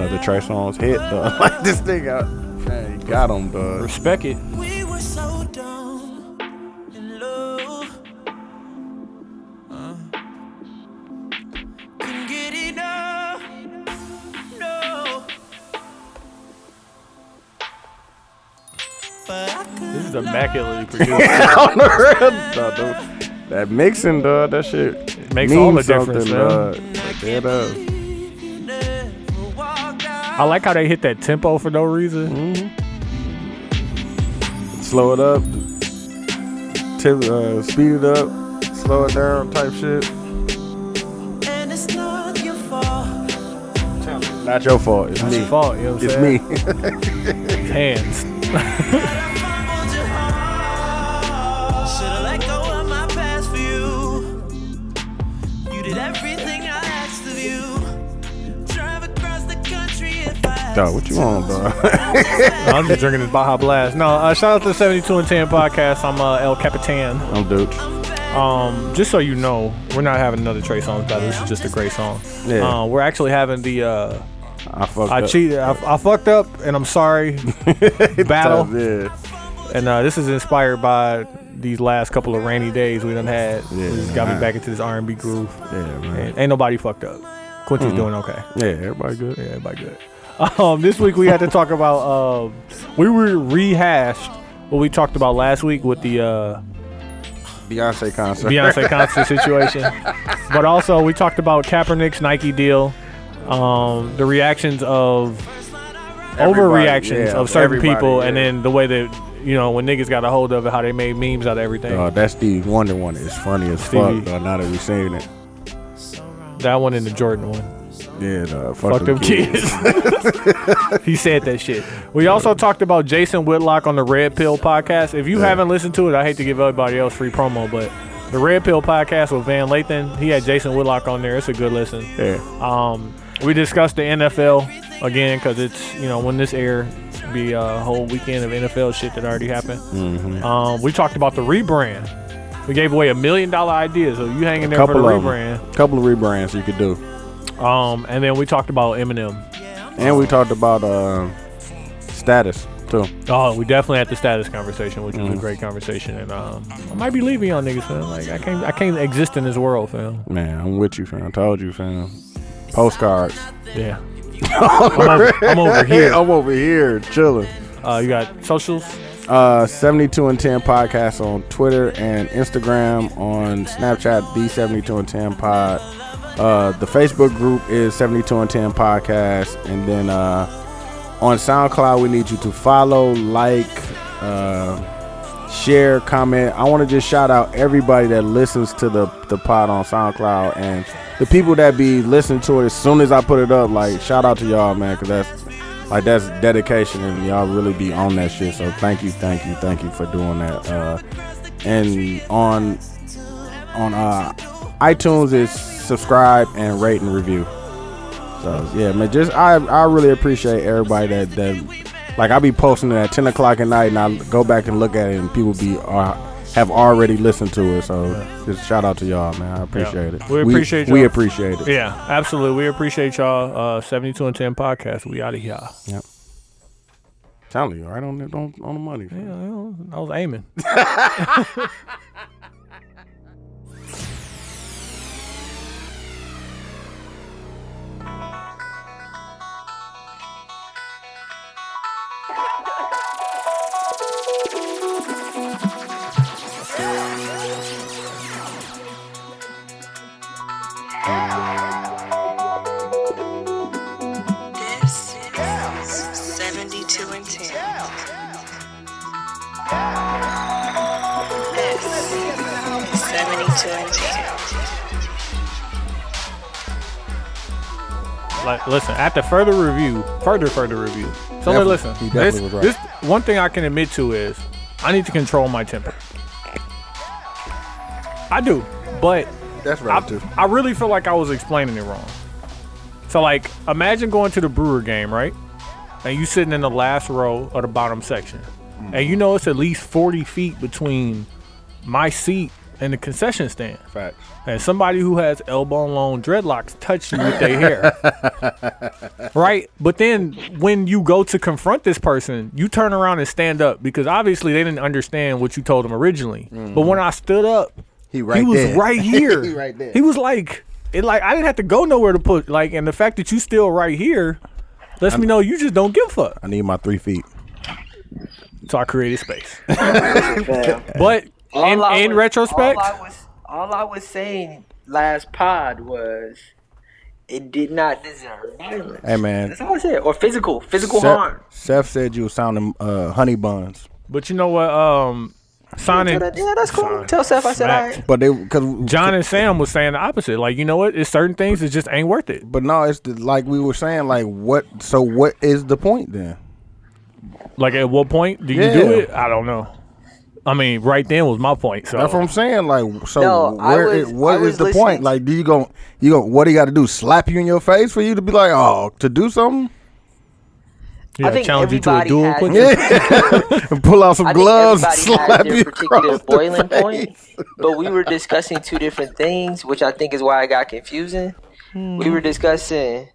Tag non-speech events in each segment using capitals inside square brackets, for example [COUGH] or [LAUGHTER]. after Trey Songz hit, dog. [LAUGHS] Like this nigga, man, he got him, [LAUGHS] dog. Respect it. We were so down in love. Uh. Couldn't get enough. No. But I could This is immaculately produced. On the real, dawg, the- That mixing, dog, that shit makes means all the difference, something, man. dawg. Like, yeah, it does. leave you never walked out. I like how they hit that tempo for no reason. slow it up, tip, uh, speed it up, slow it down, type shit. And it's not your fault. Not your fault, it's It's me. your fault, you know what I'm It's saying? me. [LAUGHS] It's Hands. Fumbled your heart. Should've let go of my past for you. You did everything I asked of you. Drive across the country if I dog, what you on, dog? [LAUGHS] [LAUGHS] I'm just drinking this Baja Blast. No, uh, shout out to the 72 and 10 podcast. I'm uh, El Capitan. [LAUGHS] I'm dude. Oh, Um, just so you know, we're not having another Trey Songz battle. This is just a great song. Yeah. Uh, we're actually having the uh, I fucked I up. cheated. I, I fucked up, and I'm [LAUGHS] sorry. battle. Yeah. And uh, this is inspired by these last couple of rainy days we done had. Yeah, It's got me man. back into this R&B groove. Yeah, man. And ain't nobody fucked up. Quincy's doing okay. Yeah, everybody good. Yeah, everybody good. Um, this week we had to talk about. Um, we were rehashed what we talked about last week with the uh, Beyonce concert. Beyonce concert situation, but also we talked about Kaepernick's Nike deal, um, the reactions of Everybody, overreactions yeah, of certain everybody, people, and yeah. then the way that you know when niggas got a hold of it, how they made memes out of everything. Dawg, that Steve Wonder one is funny as Stevie. fuck, dawg, now that we seen it. That one and the Jordan one. Yeah, dog. Fuck, Fuck them [LAUGHS] kids. [LAUGHS] he said that shit. We also talked about Jason Whitlock on the Red Pill podcast. If you Yeah. haven't listened to it, I hate to give everybody else free promo, but the Red Pill podcast with Van Lathan, he had Jason Whitlock on there. It's a good listen. Yeah. Um, we discussed the NFL again because it's you know when this air be a whole weekend of NFL shit that already happened. Mm-hmm. Um, we talked about the rebrand. We gave away a million dollar idea, so you hanging there for the Couple of rebrand. them. Couple of rebrands you could do. Um, and then we talked about Eminem. And we talked about uh, status, too. Oh, we definitely had the status conversation, which Mm. was a great conversation. And um, I might be leaving y'all niggas, fam. Like I can't, I can't exist in this world, fam. Man, I'm with you, fam. I told you, fam. Postcards. [LAUGHS] Yeah. I'm, over, I'm over here. I'm over here chilling. Uh, you got socials. Uh, 72 and 10 podcast on Twitter and Instagram, on Snapchat, the 72 and 10 pod. Uh, the Facebook group is 72 and 10 podcast. And then uh, on SoundCloud, we need you to follow, like, uh, share, comment. I want to just shout out everybody that listens to the, the pod on SoundCloud and the people that be listening to it as soon as I put it up. Like, shout out to y'all, man, because that's like that's dedication and y'all really be on that shit so thank you thank you thank you for doing that uh and on on uh itunes is subscribe and rate and review so yeah man just i i really appreciate everybody that that like i be posting it at 10 o'clock at night and i go back and look at it and people be uh, have already listened to it so just shout out to y'all man i appreciate it We appreciate we y'all. appreciate it Yeah, absolutely. We appreciate y'all. Uh, 72 and 10 podcast. We out of here. yep telling you right on the on, on the money fam. Yeah, I was- I was aiming. This is 72 and 10. This is 72 and 10. Like, listen, after further review, further, further review. So Definitely. listen, He definitely this, was right. this one thing I can admit to is I need to control my temper. I do, but That's I, I really feel like I was explaining it wrong. So like, imagine going to the Brewer game, right? And you sitting in the last row of the bottom section, and you know it's at least forty feet between my seat in the concession stand Fact. and somebody who has elbow long dreadlocks touched you with their hair. [LAUGHS] right? But then when you go to confront this person, you turn around and stand up because obviously they didn't understand what you told them originally. But when I stood up, He right he was there. right here. [LAUGHS] He right there. He was like it like I didn't have to go nowhere to put like and the fact that you still right here lets me know you just don't give a fuck. I need my three feet. So I [LAUGHS] created space. Yeah. But All in, I in was- retrospect, all I was all I was saying last pod was it did not deserve violence. Hey man, That's all I said, or physical, physical Chef, harm. Chef said you were sounding uh, honey buns, but you know what um signing yeah, that's cool. Tell Seth I said all right. but they because [LAUGHS] John and Sam was saying the opposite. Like, you know what? It's certain things that just ain't worth it. But no, it's the, like we were saying. Like what? So what is the point then? Like, at what point do you Yeah. do it? I don't know. I mean, right then was my point. So That's what I'm saying. Like so, No, I where was- is- what I was is the listening point? to- Like, do you go? You go? What do you got to do? Slap you in your face for you to be like, oh, to do [LAUGHS] something? [LAUGHS] yeah, I think challenge you to a everybody duel had- quickly. Yeah. Pull out some I think gloves and [LAUGHS] everybody slap had you their particular across boiling the point, face. but we were discussing two different things, which I think is why it got confusing. Hmm. We were discussing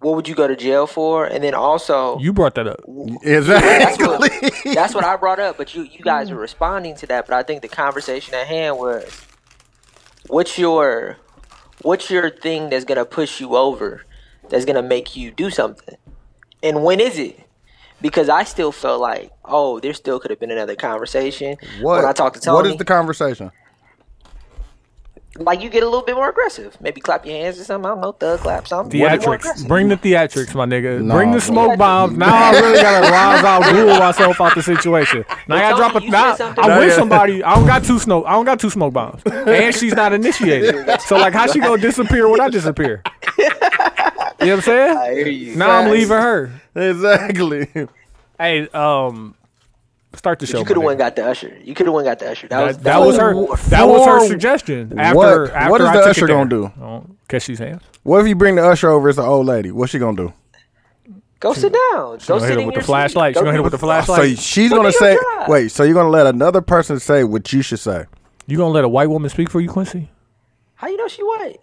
what would you go to jail for, and then also You brought that up. Exactly. That's what I brought up, but you you guys were responding to that. But I think the conversation at hand was, what's your, what's your thing that's gonna push you over, that's gonna make you do something, and when is it? Because I still felt like, oh, there still could have been another conversation. What? When I talked to Tony, what is the conversation? like you get a little bit more aggressive. Maybe clap your hands or something. I don't know, thug clap something. Be more aggressive. Theatrics. Bring the theatrics, my nigga. Nah, Bring bro. the smoke bombs. Now I really gotta rise out, rule myself out the [LAUGHS] situation. Now I gotta Tony, drop a. you Now, said something- I'm Nah, with yeah. somebody. I don't got two smoke. I don't got two smoke bombs, and she's not [LAUGHS] initiated. So like, how she gonna disappear when I disappear? You know what I'm saying? I hear you. Now I'm leaving her. [LAUGHS] Exactly. Hey, um, start the show. You could have my went nigga. got the usher. You could have went got the usher. That, was That, that was her. That was her For suggestion. what? After, What after is I the took it usher there. gonna do? Oh, catch these hands. What if you bring the usher over as an old lady? What's she gonna do? Go sit down. Go Gonna sit hit in him with your the flashlight. Seat. She's Go gonna hit him with the flashlight. So she's What gonna do you say, got? wait. So you're gonna let another person say what you should say? you gonna let a white woman speak for you, Quincy? How you know she white?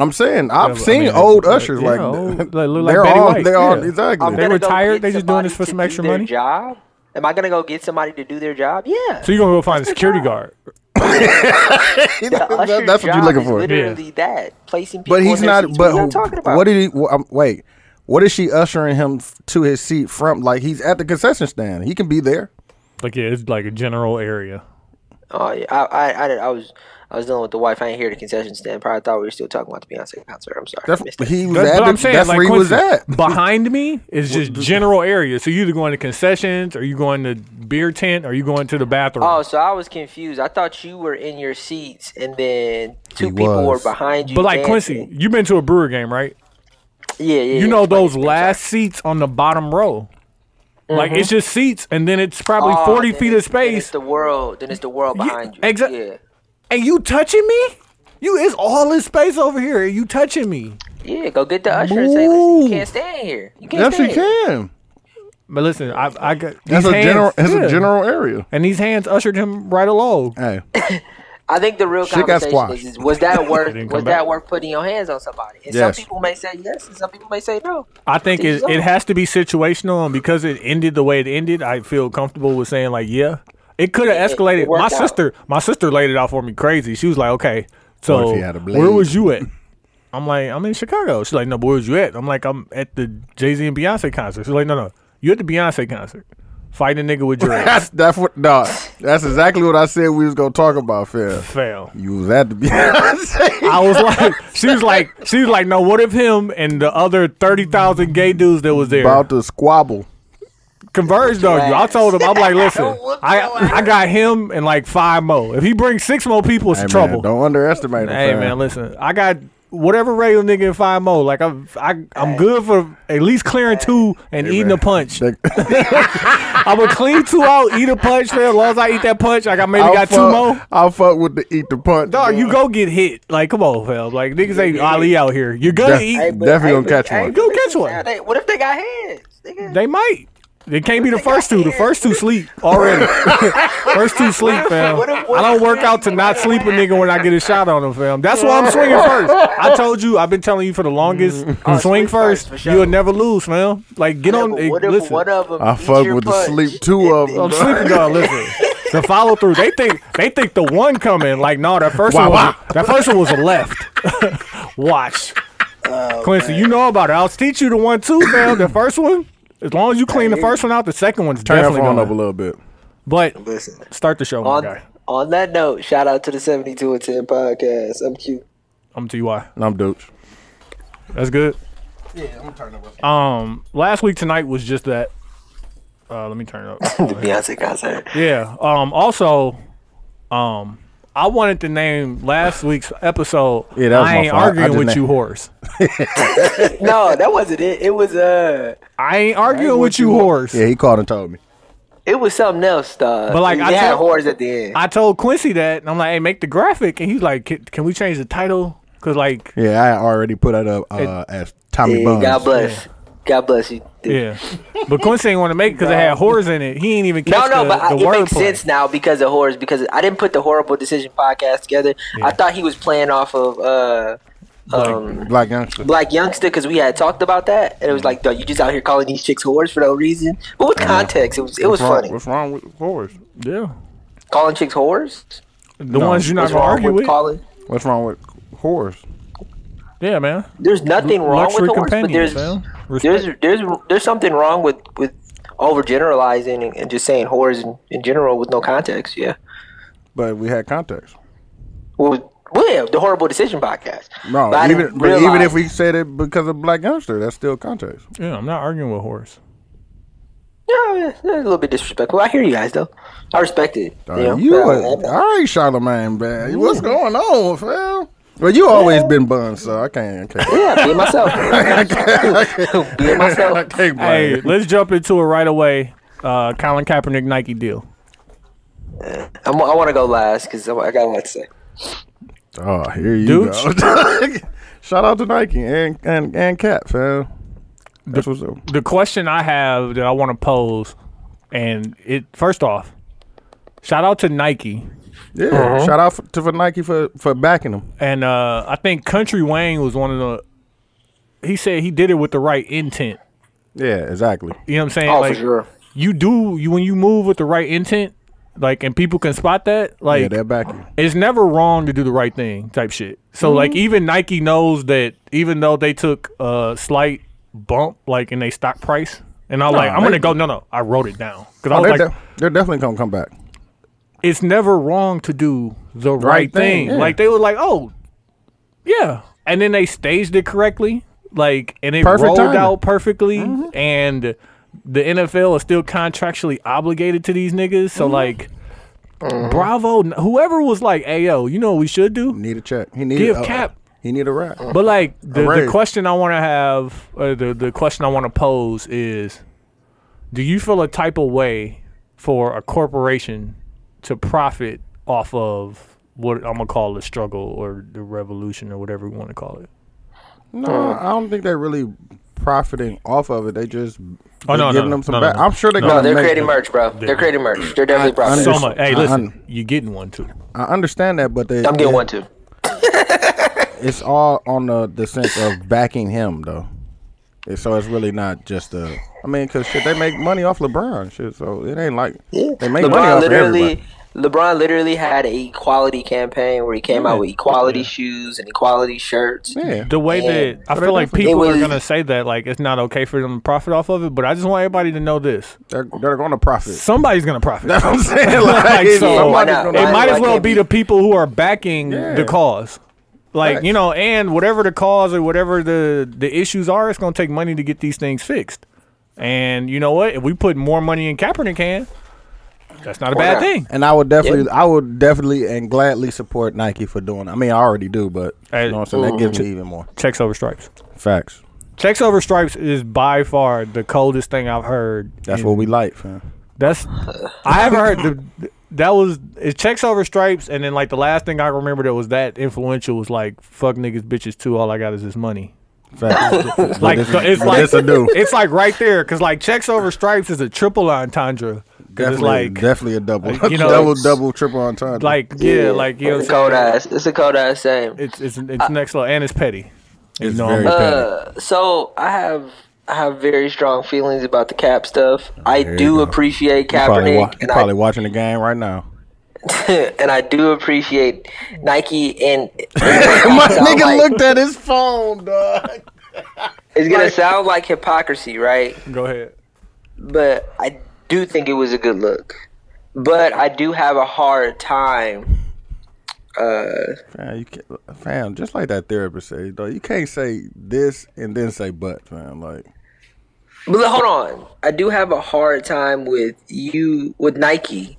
I'm saying I've but I seen mean, old like, ushers yeah, like, old- [LAUGHS] like, look like they're Betty all White, they're all yeah. exactly. I'm They gonna go retired, get they just doing somebody this for to some do extra their money? Job? Am I gonna go get somebody to do their job? Yeah. So you gonna go find a security guard? The That- [LAUGHS] usher's that's what you're job looking is for. Literally that placing people. But he's in their not. seats. But what are you who- talking about? what did he? wh- um, wait, what is she ushering him f- to his seat from? Like he's at the concession stand. He can be there. Like yeah, it's like a general area. oh yeah, I, I, I, did- I was, I was dealing with the wife. I didn't hear the concession stand. Probably thought we were still talking about the Beyonce concert. I'm sorry. That's I missed that. he was That's at. what the- I'm saying. that's like where he was at. [LAUGHS] Quincy, Behind me is just general area. So you either going to concessions, or you going to beer tent, or you going to the bathroom. Oh, so I was confused. I thought you were in your seats, and then two He people was. were behind you. but like dancing. Quincy, you've been to a brewer game, right? yeah, yeah. You yeah, know explain, those explain, last seats on the bottom row. Like it's just seats, and then it's probably sorry. Oh, 40 Mm-hmm. then feet of it's- then space. It's the world. Then it's the world behind you. exact- Yeah. and you touching me? You it's all this space over here. and You touching me? Yeah, go get the usher and say, listen, you Move. can't stand here. You can't Yes, stand he here. can. But listen, I I got That's these a general. hands- That's yeah. a general [LAUGHS] area. And these hands ushered him right along. Hey, [LAUGHS] I think the real Shit got conversation squashed. is, is was that worth didn't was come that back. worth putting your hands on somebody? And Yes. some people may say yes, and some people may say no. I think it, Did you- it has to be situational, and because it ended the way it ended, I feel comfortable with saying like, yeah, it could have It- it escalated. worked my out. sister, my sister laid it out for me crazy. She was like, okay, What so if he had a blade? where was you at? I'm like, I'm in Chicago. She's like, no, but where was you at? I'm like, I'm at the Jay Z and Beyonce concert. She's like, no, no, you at the Beyonce concert, fighting a nigga with [LAUGHS] your ass. that's that's what. No, that's exactly what I said we was gonna talk about. Fair. Fail. You was at the [LAUGHS] Beyonce. I was like, she was like, she was like, no, what if him and the other 30,000 gay dudes that was there about to squabble. converged on you? I told him, I'm like, listen, Whoop I, your ass. I got him and like five more. If he brings six more people, it's Hey, man, trouble. don't underestimate him. hey, fam. man, listen, I got whatever radio nigga and five more. Like, I'm, I, I'm good for at least clearing two and eating man. a punch. They- I'm going to clean two out, eat a punch, man. As long as I eat that punch, like I maybe I'll got two fuck- more. I'll fuck with the eat the punch. Dog, you go get hit. Like, come on, fam. Like, niggas ain't Ali out here. You're gonna Def- eat. Definitely gonna catch one. Go catch one. They, what if they got hands? They, They might. It can't be the first two. The first two sleep [LAUGHS] already. first two sleep, fam. I don't work out to not sleep a nigga when I get a shot on him, fam. That's why I'm swinging [LAUGHS] first. I told you. I've been telling you for the longest. swing sleep first, first. for sure. You'll never lose, fam. Like get Yeah, on. but eh, what if listen. one of them e- I eats fuck your with the punch? sleep two of them. I'm sleeping [LAUGHS] dog. Listen, the follow through. They think they think the one coming. Like no, that first Wah, one. wah. Was, that first one was a [LAUGHS] left. Watch, Oh, Quincy. You know about it. I'll teach you the one too, fam. The first one. As long as you clean the first one out, the second one's Turn that definitely phone going up a little bit. But Listen, start the show, my on, guy. on that note, shout out to the 72 and 10 podcast. I'm cute. I'm Ty. And I'm Dooch. That's good. Yeah, I'm gonna turn it up. Um, last week tonight was just that. Uh, let me [LAUGHS] turn it up. The Beyonce concert. Yeah. Um. Also, um, I wanted to name last week's episode. Yeah, that was I my ain't fault. I arguing didn't with na- you, horse. No, that wasn't it. It was uh, I ain't arguing with you, horse. Yeah, he called and told me. it was something else, dog. But, like, they I had tell- hordes at the end. I told Quincy that, and I'm like, "Hey, make the graphic," and he's like, "Can, can we change the title?" Cause like, Yeah, I already put that up uh, as Tommy Yeah, Buns. God bless. God bless you. yeah. But Quincy ain't want to make because it had horse in it. He ain't even No, catch no, the, but I, the it word makes sense now because of horrors. Because I didn't put the horrible decision podcast together. I thought he was playing off of uh, um, Black youngster. Black Youngster because we had talked about that, and it Mm. was like, "Duh, you just out here calling these chicks whores for no reason." But with context, it was it was What's wrong- funny. What's wrong with horse? Yeah, Calling chicks whores. the ones you're not What's gonna wrong argue with with. calling? What's wrong with horse? Yeah, man. There's nothing wrong Luxury with horrors, but companions, there's man. there's Respect. there's there's something wrong with with overgeneralizing and, and just saying whores in, in general with no context. Yeah. But we had context. Well, yeah, the horrible decision podcast. No, But I didn't even, but even realize- if we said it because of Black Youngster, that's still context. Yeah, I'm not arguing with horse. Yeah, it's a little bit disrespectful. I hear you guys though. I respect it. Dog, you know? you But, uh, a- all right, Charlemagne, man. What's going on, fam? Well, you always been buns, so I can't. I can't, yeah, [LAUGHS] being myself. [LAUGHS] being I myself. can't blame Hey, you. let's jump into it right away. Uh, Colin Kaepernick Nike deal. I'm, I want to go last because I, I got a lot to say. Oh, here you Dudes. go. [LAUGHS] Shout out to Nike and and and Cap, fam. That's what's up. The question I have that I want to pose, and it first off, shout out to Nike, Yeah, Uh-huh. shout out for, to for Nike for for backing them. and uh, I think Country Wayne was one of the. He said he did it with the right intent. Yeah, exactly. You know what I'm saying? Oh, like for sure. you do you when you move with the right intent, like and people can spot that. Like Yeah, they're backing. it's never wrong to do the right thing type shit. Mm-hmm. So like even Nike knows that even though they took a slight bump like in their stock price, and I'm like I'm they- gonna go no no I wrote it down because I Oh, was they're, like de- they're definitely gonna come back. it's never wrong to do the right, thing, thing. yeah. Like they were like oh yeah, and then they staged it correctly like and it Perfect rolled timing. Mm-hmm. out perfectly and. The NFL is still contractually obligated to these niggas, Mm-hmm. so like, bravo! Whoever was like, "Hey yo, you know what we should do? Need a check. He need Give a, Cap. Uh-huh. He need a rap. But like the, the Alright. question I want to have, uh, the the question I want to pose is, do you feel a type of way for a corporation to profit off of what I'm gonna call the struggle or the revolution or whatever we want to call it? No, I don't think they're really profiting off of it. They just Oh, they're no, no, giving no, them some no, no, back. no. I'm sure they're No, No, gonna they're make creating it. merch, bro. They're creating merch. They're definitely profiting. So Yes, much. Hey, I listen, un- you getting one too. I understand that, but they, I'm getting it- one too. It's all on the the sense of backing him though. And So it's really not just a. I mean, cause shit, they make money off LeBron, shit. So it ain't like they make money LeBron off everybody. literally, LeBron literally had a equality campaign where he came out with equality shoes and equality shirts. Yeah, The way Yeah. that I But they feel like definitely- people It are was- gonna say that like it's not okay for them to profit off of it, but I just want everybody to know this: they're they're gonna profit. [LAUGHS] somebody's gonna profit. That's what I'm saying. Like, [LAUGHS] Like, so- Why somebody's not? gonna. it Why- might as why well can't be we- the people who are backing Yeah. the cause. Like, Facts. you know, and whatever the cause or whatever the the issues are, it's going to take money to get these things fixed. And you know what? If we put more money in Kaepernick hand, that's not a bad not? thing. And I would definitely, I would definitely and gladly support Nike for doing. I mean, I already do, but Hey. you know what I'm saying. That gives me even more Checks over stripes. facts. Checks over stripes is by far the coldest thing I've heard. That's in- what we like, fam. That's I haven't heard the that was it checks over stripes and then like the last thing I remember that was that influential was like fuck niggas bitches too all I got is this money Fact. Like so [LAUGHS] it's like this a do. [LAUGHS] it's like right there because like checks over stripes is a triple entendre. 'Cause It's Definitely, like definitely a double, [LAUGHS] like, you know, double, it's- double, triple entendre. like yeah, like you know, it's a what I'm cold saying? ass. It's a cold ass saying. it's it's it's next level and it's petty. it's know, very I'm- petty. Uh, So I have I have very strong feelings about the cap stuff. I There you do go. appreciate probably, wa- Kaepernick, you and probably I watching the game right now. [LAUGHS] and I do appreciate Nike. [LAUGHS] And My sound nigga like- looked at his phone, dog. it's gonna sound like hypocrisy, right? Go ahead. but I do think it was a good look. But I do have a hard time. Uh, Fam, you can't, fam, just like that therapist said, dog. You can't say this and then say but, fam. Like, but look, hold on, I do have a hard time with you with Nike.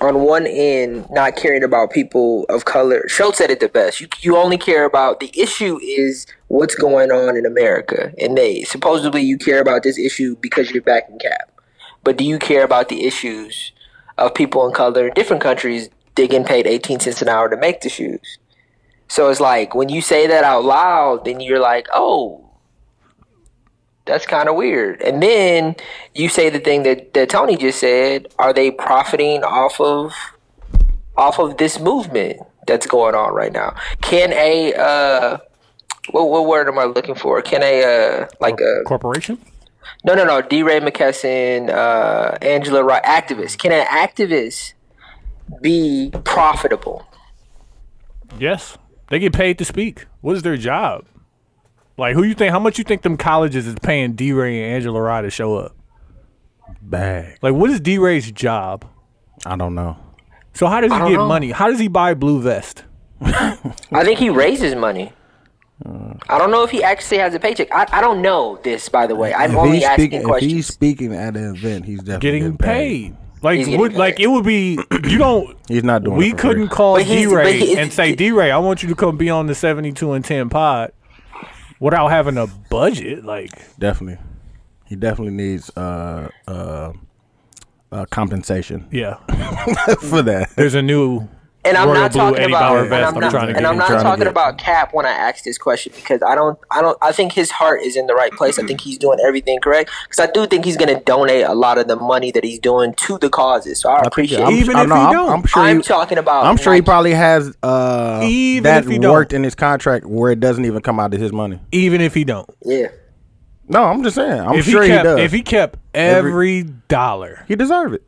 On one end, not caring about people of color. Schultz said it the best. You you only care about the issue is what's going on in America, and they supposedly you care about this issue because you're back in cap. But do you care about the issues of people in color in different countries? They getting paid 18 cents an hour to make the shoes. So it's like when you say that out loud, then you're like, oh, that's kind of weird. And then you say the thing that, that Tony just said. Are they profiting off of off of this movement that's going on right now? Can a uh, what what word am I looking for? Can a uh, like a Corporation. no, no, no. D. Ray McKesson, uh, Angela Wright, activists. Can an activist be profitable? Yes, they get paid to speak. What is their job? Like who you think? How much you think them colleges is paying D Ray and Angela Rye to show up? bag. Like what is D Ray's job? I don't know. So how does he don't get know. money? How does he buy blue vest? I think he raises money. I don't know if he actually has a paycheck. I, I don't know this, by the way. I'm if only he's asking speaking, if he's questions. speaking at an event, he's definitely Getting paid. Like He's getting would like paid. it would be you don't. He's not doing. we it for couldn't free. call But he's- D but he- Ray it's- and say D Ray, I want you to come be on the seventy two and ten pod without having a budget. Like Definitely, he definitely needs uh uh, uh compensation [LAUGHS] yeah, for that. there's a new. And I'm Royal not Blue talking Eddie about Bauer and vest I'm I'm not, trying to and get. I'm not Trying to talking get. about Cap when I ask this question because I don't I don't I think his heart is in the right place. I think he's doing everything correct because I do think he's going to donate a lot of the money that he's doing to the causes. So I appreciate. I'm- it. Even I'm- if no, he I'm- don't. I'm sure. I'm he- talking about. I'm sure he Nike. probably has uh, Oh, Even that if he don't. worked in his contract where it doesn't even come out of his money. Even if he don't, Yeah. No, I'm just saying. I'm if sure he he, kept, does. if he kept every, dollar, he deserve it.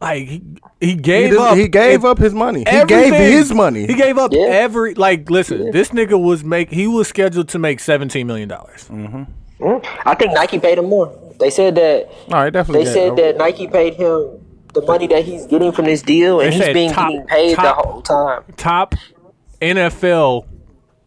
like he, he He, gave des- up, he gave if up his money. He gave everything- his money. He gave up Yeah. every like. Listen, this nigga was make. He was scheduled to make seventeen million dollars. Mm. I think Nike paid him more. They said that All right, definitely. they said that Nike paid him the money that he's getting from this deal, and They he's said being top- getting paid top- the whole time. Top NFL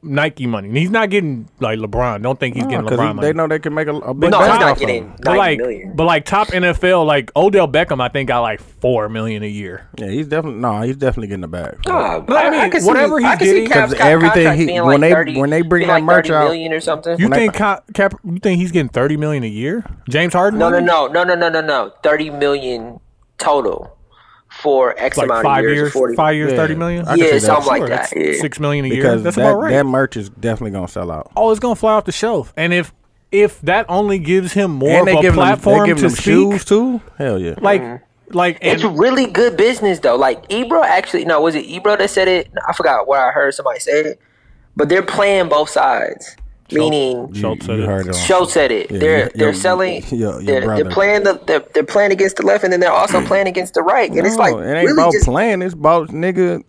Nike money. And he's not getting like LeBron. Don't think he's getting LeBron they money. know they can make a, a big No, he's bank not off of getting him. nine but like, million. but like top NFL, like Odell Beckham, I think got like four million a year. Yeah, he's definitely no. He's definitely getting a bag. Nah, But I mean, could whatever he's I could getting- Cavs 'Cause co- everything contract he- being when like they- 30 when they bring being that like merch 30 out- million or something. You When I- think Cap, Cap? You think he's getting thirty million a year? James Harden? no, no, money? no, no, no, no, no, no. Thirty million total for X Like amount five of years. years, 40. five years, Yeah. thirty million. I can yeah, see that. something like Sure, that. that's Yeah. Six million a year. because that's that, about right. that merch is definitely gonna sell out. oh, it's gonna fly off the shelf. And if if that only gives him more And they of a give them they platform give to them speak, shoes too. Hell yeah. like like and It's really good business though. Like Ebro actually, no, was it Ebro that said it? I forgot where I heard somebody say it, but they're playing both sides. Meaning, you, Schultz said you it. heard it. on- Schultz said it. Yeah, they're your- they're your- selling. your- your they're, brother. Mm. they're playing the they're, they're playing against the left, and then they're also playing against the right. And it's No, like Oh, it ain't really about just playing. It's about nigga.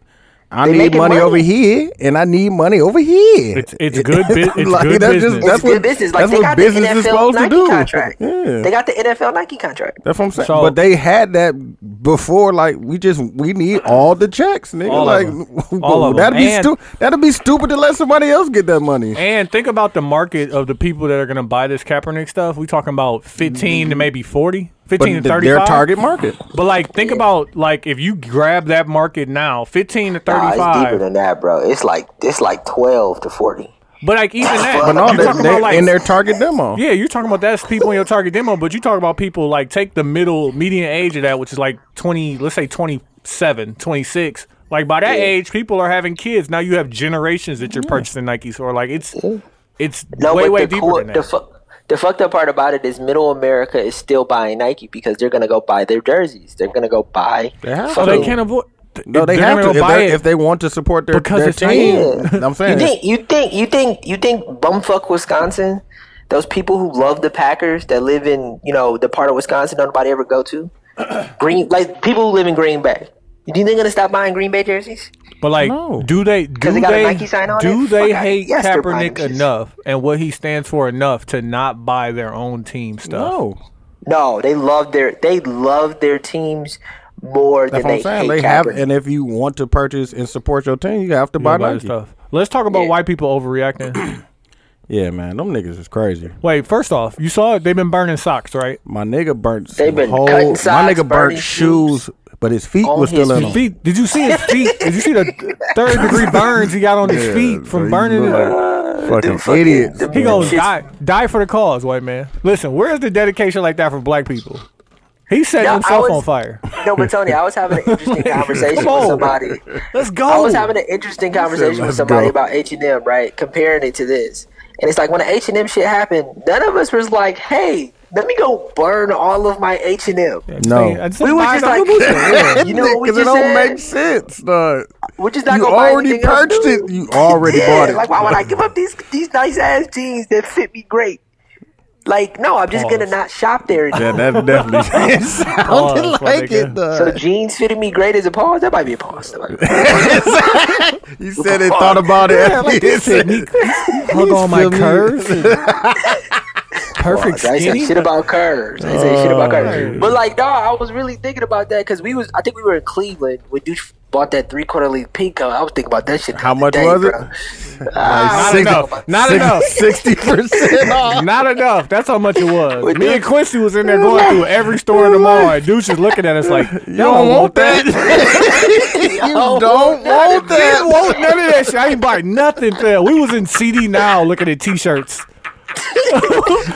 I They need making money, money. over here, and I need money over here. It's- [LAUGHS] it's good bu- it's good that's business. that's it's good business. Like that's they what got business the NFL is supposed Nike to do. contract. Yeah, They got the NFL Nike contract. that's what I'm saying. So- but they had that before. Like we just we need all the checks, nigga. All like [LAUGHS] of them. All of that'd them. be And- stupid. That'd be stupid to let somebody else get that money. and think about the market of the people that are gonna buy this Kaepernick stuff. We talking about fifteen to maybe forty. but Fifteen to th- thirty their target market. But like think about like if you grab that market now, fifteen to Nah, thirty it's deeper five. than that, bro. It's like it's like twelve to forty. but like even that But no, you they, talking they, about like in their target demo. Yeah, you're talking about that's people in your target demo, but you talk about people like take the middle median age of that, which is like 20, let's say 27, 26. Like by that age, people are having kids. Now you have generations that you're purchasing Nikes for. Like it's It's No, way but way the, deeper cool, than the, that. fu- the fucked up part about it is Middle America is still buying Nike because they're gonna go buy their jerseys. They're gonna go buy. They have fucking- to. they can't avoid. No, they they're have gonna to go if, buy they- it. if they want to support their, Because their it's not- team. I'm You saying think you think you think you think bumfuck Wisconsin, those people who love the Packers that live in you know the part of Wisconsin nobody ever go to, Green like people who live in Green Bay. You think they're gonna stop buying Green Bay jerseys? But like, No. do they do they they, got a Nike sign on do it? they Fuck, I- hate yes, they're buying Kaepernick this. enough and what he stands for enough to not buy their own team stuff? no. No, they love their they love their teams more That's than what they I'm saying. hate They have, Kaepernick. and if you want to purchase and support your team, you have to buy Buy their Nike. stuff. Let's talk about Yeah. white people overreacting. [CLEARS THROAT] Yeah, man, them niggas is crazy. Wait, first off, you saw it. They've been burning socks, right? My nigga burnt They some been whole. cutting my socks, nigga burnt burning shoes, but his feet on was his still in them. feet. His feet. Did you see his feet? [LAUGHS] Did you see the third degree burns he got on his Yeah, feet bro, from you look burning it? like a fucking fucking- idiots. [LAUGHS] [LAUGHS] them He Yeah. gonna Shit's- die, die for the cause, white man. Listen, where's the dedication like that for black people? He set No, I himself was- on [LAUGHS] fire. No, but Tony, I was having an interesting conversation Come with on. somebody. Let's go. I was having an interesting conversation with Oh. "Let's somebody go." about H and M, right? Comparing it to this, and it's like when the H and M shit happened, none of us was like, "Hey, let me go burn all of my H and M." No. I just We were [LAUGHS] just like, Yeah, you know what we because it just don't said? make sense. Dog. We're just not You gonna buy already anything else, purchased it. dude. You already Yeah, bought it. Like, why would I give up these these nice ass jeans that fit me great? Like, no, I'm just Pause. gonna not shop there Yeah, anymore. [LAUGHS] that [LAUGHS] definitely it sounded Pause, my like it. nigga. Dog. So jeans fitting me great as a pause. That might be a pause. That might be a pause. You said they thought about it. [LAUGHS] Yeah, like you said, he- hug on my feel me? curves. and Perfect I ain't say skinny. [LAUGHS] shit about curves. I ain't say shit about Oh. curves. But like, no, I was really thinking about that because we was. I think we were in Cleveland when Douche bought that three quarter league pink. coat. I was thinking about that shit. the How other much day, was it? bro. Ah, Not Six- enough. Not enough. Sixty percent off. Not enough. That's how much it was. With Me and this- Quincy was in there going through every store in the mall, and Deuce is looking at us like, [LAUGHS] "You don't want that? [LAUGHS] you don't want I didn't that. want none of that shit. I ain't buy nothing." Fam. We was in CD now looking at T-shirts.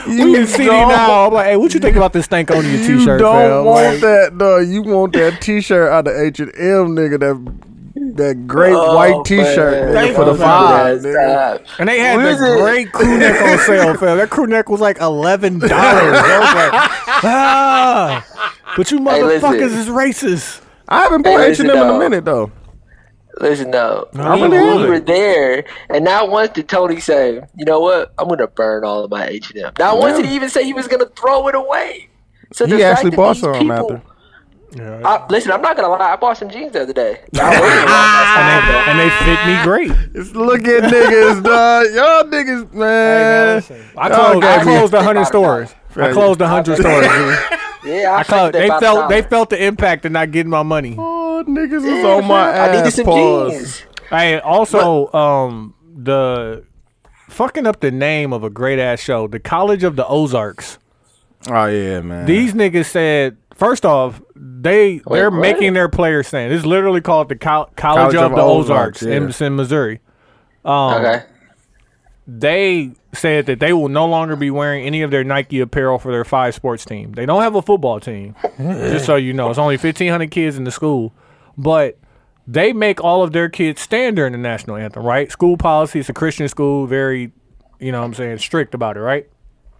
we in CD don't- now. I'm like, "Hey, what you think about this stank on your You T-shirt?" don't fam? want Like, that, though. You want that T-shirt out of H and M, nigga. That that great Oh, white man. T-shirt nigga, Thank for the you. five. That's nigga. tough. And they had What is the it? great crew neck on [LAUGHS] sale, fam. That crew neck was like eleven dollars. [LAUGHS] ah, but you listen. motherfuckers is racist. I haven't bought Hey, H listen, and M in a dog. minute though. Listen though, No, we, I'm really we good. were there, and not once did Tony say, "You know what? I'm gonna burn all of my H and M." Not once Yeah. did he even say he was gonna throw it away. So He the fact actually that bought these some people- after. I, listen, I'm not gonna lie. I bought some jeans the [LAUGHS] other day. I wasn't gonna- and they fit me great. It's looking niggas, dog. Y'all niggas, man. I Y'all closed. got I me. closed a hundred stores. I Right. closed a hundred stores. dude. Yeah, I, I closed. faked it They by the felt. They dollar. felt the impact of not getting my money. Oh, niggas is on my ass. [LAUGHS] I needed some pause. jeans. Hey, also, um, the fucking up the name of a great ass show, the College of the Ozarks. Oh yeah, man. These niggas said first off, they they're what? making their players stand. It's literally called the Col- College, of, the Ozarks, Ozarks, in, in Missouri. okay. They said that they will no longer be wearing any of their Nike apparel for their five sports team. They don't have a football team, just so you know. It's only fifteen hundred kids in the school, but they make all of their kids stand during the national anthem. Right? School policy. It's a Christian school. Very, you know, what I'm saying strict about it. Right?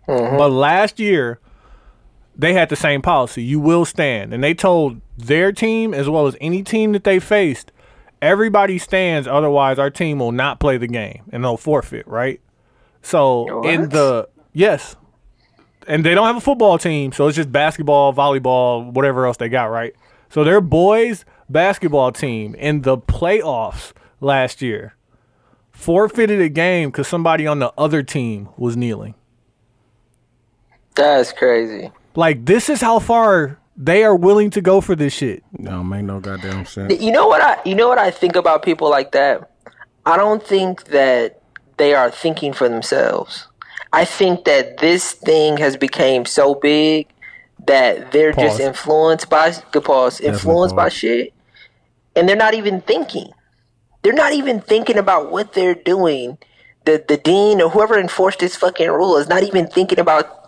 But last year, they had the same policy. You will stand. And they told their team, as well as any team that they faced, everybody stands, otherwise, our team will not play the game and they'll forfeit, right? So, in What? the, yes. And they don't have a football team, so it's just basketball, volleyball, whatever else they got, right? So, their boys' basketball team in the playoffs last year forfeited a game because somebody on the other team was kneeling. That's crazy. Like this is how far they are willing to go for this shit. don't make no goddamn sense. You know what I you know what I think about people like that? I don't think that they are thinking for themselves. I think that this thing has became so big that they're Pause. just influenced by good pause, influenced by pause. shit and they're not even thinking. They're not even thinking about what they're doing. The the dean or whoever enforced this fucking rule is not even thinking about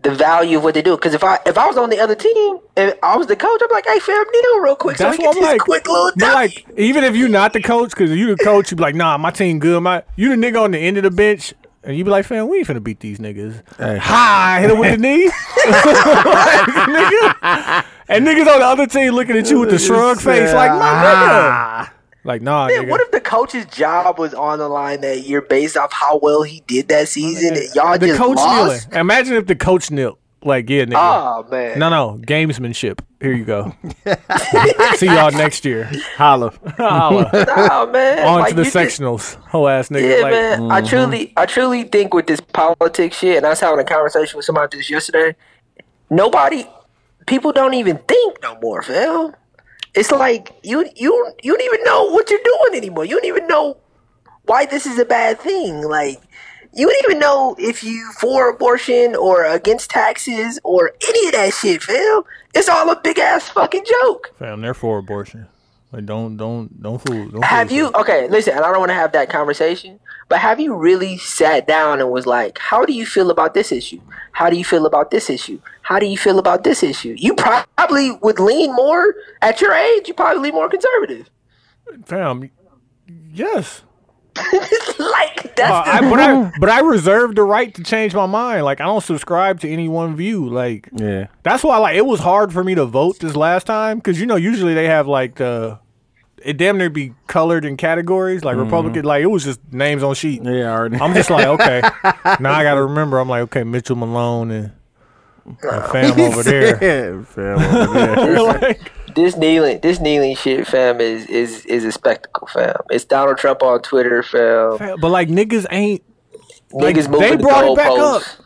the value of what they do. Because if I if I was on the other team, if I was the coach, I'm like, hey fam, kneel real quick, so we get this quick little but W." like, even if you're not the coach, because you the coach, you be like, nah, my team good. My you the nigga on the end of the bench And you be like, fam, we ain't finna beat these niggas. Hey. Hi, hit him with the knee. [LAUGHS] Like, nigga. And niggas on the other team looking at you with the shrug face, like, my nigga. Like, nah, Man, nigga. what if the coach's job was on the line that year based off how well he did that season and y'all the just coach lost? kneeling. Imagine if the coach knelt. Like, yeah, nigga. Oh man. No, no, gamesmanship. Here you [LAUGHS] go. See y'all next year. Holla. Ah, Holla. Nah, man. On Like, to the you just- sectionals. [LAUGHS] Whole ass nigga. Yeah, like, mm-hmm. man. I truly, I truly think with this politics shit, and I was having a conversation with somebody this yesterday. Nobody, people don't even think no more, fam. It's like you, you, you don't even know what you're doing anymore. You don't even know why this is a bad thing. Like you don't even know if you for abortion or against taxes or any of that shit, fam. It's all a big ass fucking joke. Fam, they're for abortion. Like, don't, don't, don't fool. Don't fool Have you yourself. okay? Listen, and I don't want to have that conversation, but have you really sat down and was like, "How do you feel about this issue? How do you feel about this issue? How do you feel about this issue?" You pro- probably would lean more at your age. You probably lean more conservative. [LAUGHS] Fam, yes. like that's Uh, the, I, but I, but I reserve the right to change my mind. Like, I don't subscribe to any one view. Like, Yeah. That's why, like, it was hard for me to vote this last time because you know usually they have like the it damn near be colored in categories like Republican. Like it was just names on sheet. Yeah, I [LAUGHS] already. I'm just like, [LAUGHS] okay, now I gotta remember. I'm like, okay, Mitchell Malone and my fam [LAUGHS] over there. [LAUGHS] Yeah, fam, over [LAUGHS] there. like, this kneeling, this kneeling shit, fam, is is is a spectacle, fam. It's Donald Trump on Twitter, fam. but like niggas ain't. Like, Niggas moving they brought the it back up. goalposts.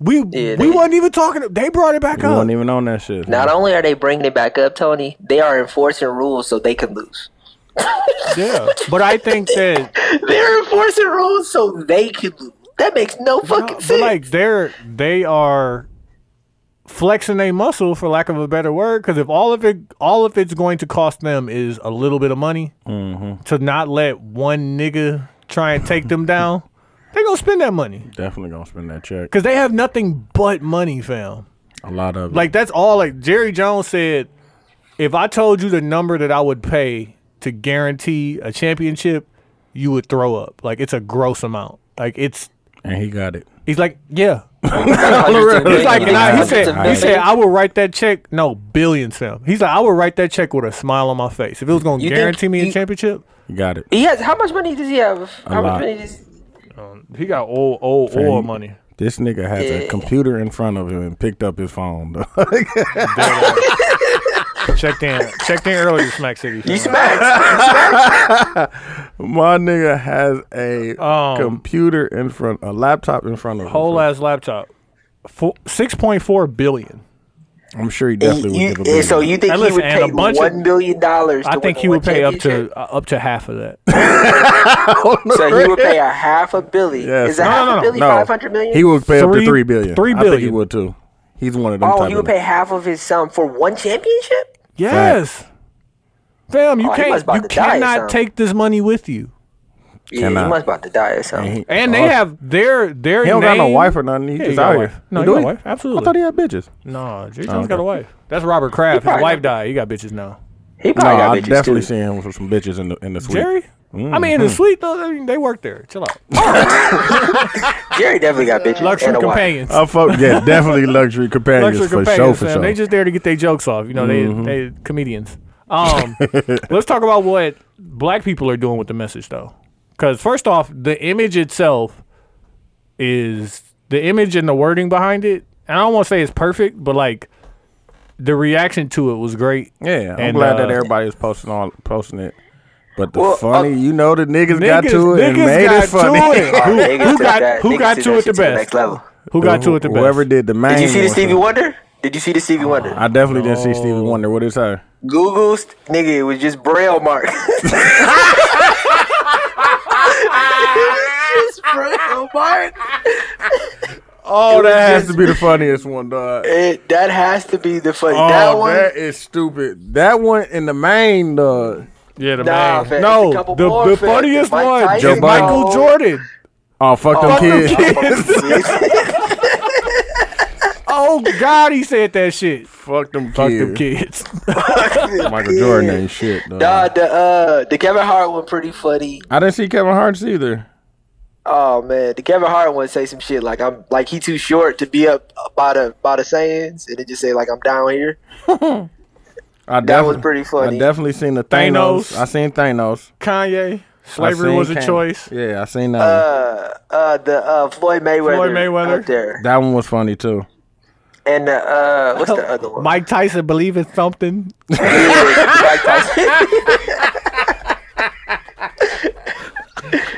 We we they- wasn't even talking. They brought it back You up. weren't even on that shit. Not only are they bringing it back up, Tony, they are enforcing rules so they can lose. yeah, [LAUGHS] but I think that They're enforcing rules so they can lose. That makes no fucking No, but sense. like they're they are flexing a muscle for lack of a better word because if all of it all of it's going to cost them is a little bit of money to not let one nigga try and take them down they gonna spend that money Definitely gonna spend that check. because they have nothing but money fam A lot of it. like that's all like jerry jones said if i told you the number that i would pay to guarantee a championship you would throw up like it's a gross amount like it's and he got it. he's like yeah [LAUGHS] [LAUGHS] Hundreds of He's like, millions, and I, he hundreds said, of he millions. said, I would write that check. No, billions, fam. He's like, I would write that check with a smile on my face. If it was going to You think guarantee me a he- championship, He got it. he has how much money does he have? How lot. much money does he got old, old Fam, oil you- money. This nigga has a Yeah. computer in front of him and picked up his phone. dog. Checked in, checked in earlier, Smack City. he fam. smacks? [LAUGHS] My nigga has a Um, computer in front, a laptop in front of Whole him. ass laptop, Four, six point four billion. I'm sure he And definitely would you- give a and big so you think And he listen, would and a pay bunch of- one billion dollars? I to think win he would one pay up [LAUGHS] to championship? uh, up to half of that. So he would [LAUGHS] pay a half a billion. Yes. Is a No, half no, no, a billion no. five hundred million? He would pay up to Three- three billion. three I think he billion. would too. He's one of them. oh, type he of would niggas. pay half of his sum for one championship. Yes, fam. You Oh, he can't, was about you to die or cannot something. take this money with you. Yeah, Cannot. he must about to die or something. he, And they oh, have their their. He don't got no name- wife or nothing. He's Yeah, just got out a here. wife. You No, he do got a he? wife. I Absolutely. thought he had bitches. No, Oh, Jerry Jones okay. got a wife. That's Robert Kraft. His probably- wife died. He got bitches now. He No, probably got I bitches definitely too. seen him with some bitches in the in the suite. Jerry? I mean, in Mm-hmm. the suite though, I mean, they work there. Chill out. Jerry definitely got bitches. Luxury and a wife. companions. I fuck yeah, [LAUGHS] definitely luxury companions Luxury for companions. sure, for man. sure. They just there to get their jokes off. You know, they they comedians. Um, let's talk about what black people are doing with the message though, because first off, the image itself is the image and the wording behind it. And I don't want to say it's perfect, but like the reaction to it was great. yeah, I'm And, glad uh, that everybody is posting all posting it. But the Well, uh, funny, you know, the niggas, got Niggas- to it and niggas made got it funny. to [LAUGHS] it. Oh, Who- niggas who took got- that- who niggas got took to that it the shit best? next level. Who got to it the best? Whoever did the main. Did you see the one, Stevie so- Wonder? Did you see the Stevie Wonder? Oh, I definitely didn't see Stevie Wonder. What is her? Google, st- nigga, it was just braille mark. [LAUGHS] just braille mark. Oh, that has just- to be [LAUGHS] the funniest one, dog. It, that has to be the funny. Oh, that one. that is stupid. That one in the main, dog. Yeah, the Nah, man. fam, No, it's a couple the, more, the fam. funniest Mike one Tyson, Joe is Michael no. Jordan. Oh, fuck them Oh, kids. [LAUGHS] Oh God, he said that shit. [LAUGHS] Fuck them kids. Fuck them kids. Michael Jordan ain't shit, dog. uh, Nah, the uh, the Kevin Hart one pretty funny. I didn't see Kevin Hart's either. Oh man, the Kevin Hart one say some shit like I'm like he too short to be up by the by the sayings, and it just say like I'm down here. I That was definitely- pretty funny. I definitely seen the Thanos. Thanos. I seen Thanos. Kanye, I slavery seen was a Kang- choice. Yeah, I seen that. one. Uh, uh, the uh, Floyd Mayweather, Floyd Mayweather. up there, That one was funny too. and the, uh, [LAUGHS] what's the other one? Mike Tyson believe in something. Mike Tyson.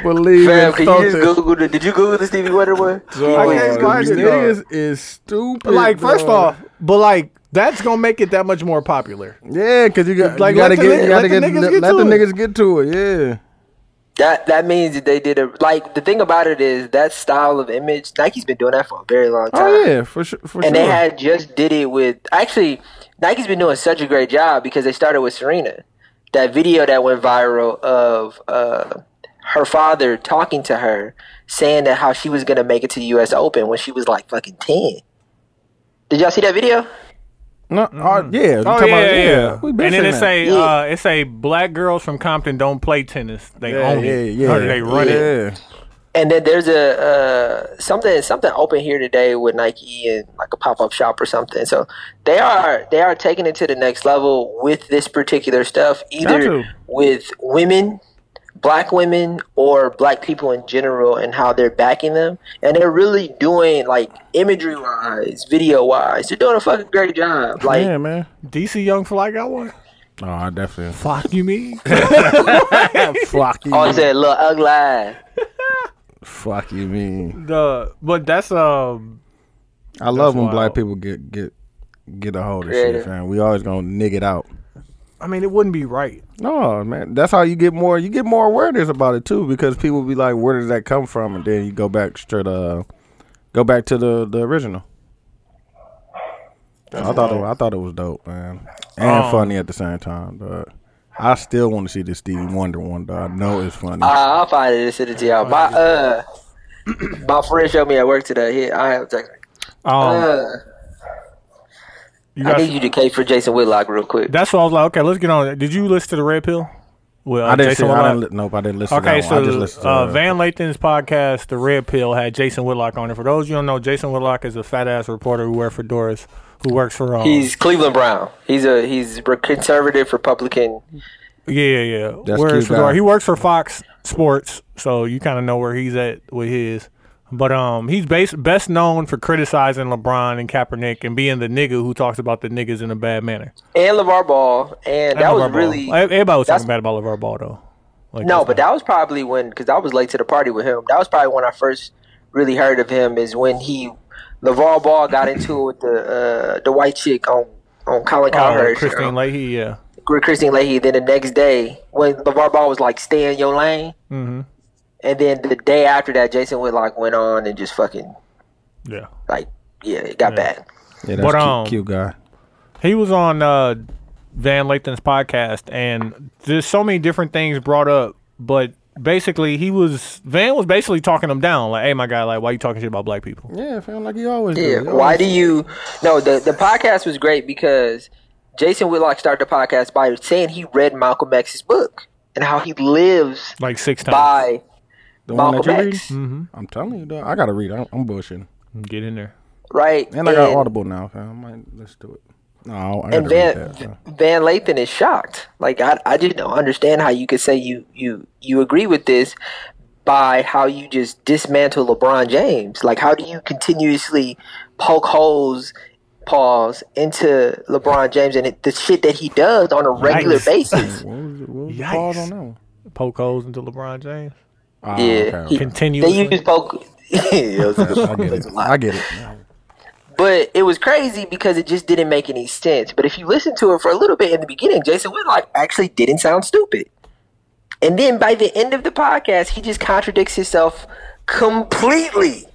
Believe Fam, can you just Google the? Did you Google the Stevie Wonder one? I can't find it, Niggas is stupid. Like first dog. off, but like that's gonna make it that much more popular. yeah, cause you got Like, you gotta let the get nigga- you gotta let the get, niggas let, get let to the it. niggas get to it. Yeah, That that means that they did a like the thing about it is that style of image. Nike's been doing that for a very long time. oh yeah, for sure, for and sure. they had just did it with actually Nike's been doing such a great job because they started with Serena. That video that went viral of uh, her father talking to her, saying that how she was gonna make it to the U.S. Open when she was like fucking ten. Did y'all see that video? no, oh, Mm-hmm. yeah. Oh We And been saying then it that. say Yeah. uh, it say black girls from Compton don't play tennis. They yeah, own yeah, it. yeah, Or they run it. yeah. And then there's a uh, something something open here today with Nike and like a pop up shop or something. So they are they are taking it to the next level with this particular stuff, to. either with women, black women, or black people in general, and how they're backing them. And they're really doing like imagery wise, video wise, they're doing a fucking great job. Like yeah, man. DC Young Fly got one. Oh, I definitely Fuck you [LAUGHS] mean? [LAUGHS] fuck you. oh, I said, little ugly. Fuck you, mean. the uh, but that's um I love when wild. black people get get get a hold of shit, Creative. fam. We always gonna nig it out. I mean it wouldn't be right. No, man. That's how you get more you get more awareness about it too, because people be like, Where does that come from? And then you go back straight uh go back to the the original. I thought it, I thought it was dope, man. And Um, funny at the same time, but I still want to see this Stevie Wonder one though. I know it's funny. I, I'll find it and send it to y'all. My uh, [CLEARS THROAT] my friend showed me at work today. Here, I have. To, Oh. Um, uh, you I got need you to K for Jason Whitlock real quick. that's why I was like, okay, let's get on. it. Did you listen to the Red Pill? Well, I didn't see, I Whitlock. didn't li- nope, I didn't listen Okay, to that one. I just so listened to uh, the- Van Lathan's podcast, The Red Pill, had Jason Whitlock on it. For those you who don't know, Jason Whitlock is a fat ass reporter who wears fedoras, who works for um, He's Cleveland Brown. He's a he's re- conservative Republican. yeah, yeah, yeah. That's Wears cute, fedora. guy. He works for Fox Sports, so you kind of know where he's at with his. But um, he's base, best known for criticizing LeBron and Kaepernick and being the nigga who talks about the niggas in a bad manner. And LeVar Ball, and that And was LeVar Ball. really everybody was that's- talking bad about LeVar Ball though. Like, no, that's but not- that was probably when because I was late to the party with him. That was probably when I first really heard of him is when he LeVar Ball got into it with the uh, the white chick on on Colin Oh, Cowherd, Christine Christine, Leahy, yeah. Christine Leahy. Then the next day when LeVar Ball was like, "Stay in your lane," Mhm. and then the day after that, Jason Whitlock went on and just fucking Yeah. like yeah, it got bad. yeah, that's but, cute, um, cute guy. He was on uh, Van Lathan's podcast, and there's so many different things brought up. But basically, he was Van was basically talking him down, like, "Hey, my guy, like, why you talking shit about black people?" Yeah, fam, like you always do. Yeah. You Why always- do you? No, the the podcast was great because Jason Whitlock started the podcast by saying he read Malcolm X's book and how he lives Like six times. by the one that Malcolm you read? X, Mm-hmm. I'm telling you, dog. I gotta read. I'm, I'm bullshitting. Get in there. right? And I got Audible now. fam. I might let's do it. No, I gotta And read Van that. fam. Van Lathan is shocked. Like I, I just don't understand how you could say you you you agree with this by how you just dismantle LeBron James. Like how do you continuously poke holes? Pause into LeBron James and it, the shit that he does on a regular Yikes. [LAUGHS] basis. What was, the- what was the pause Yikes. on that one? Poke holes into LeBron James. Ah, Yeah. okay, [LAUGHS] okay. They Continuously. use poke. [LAUGHS] Yeah, it was a good I one. get That's it. a lot. I get it. But it was crazy because it just didn't make any sense. But if you listen to it for a little bit in the beginning, Jason Whitlock actually didn't sound stupid. And then by the end of the podcast, he just contradicts himself completely.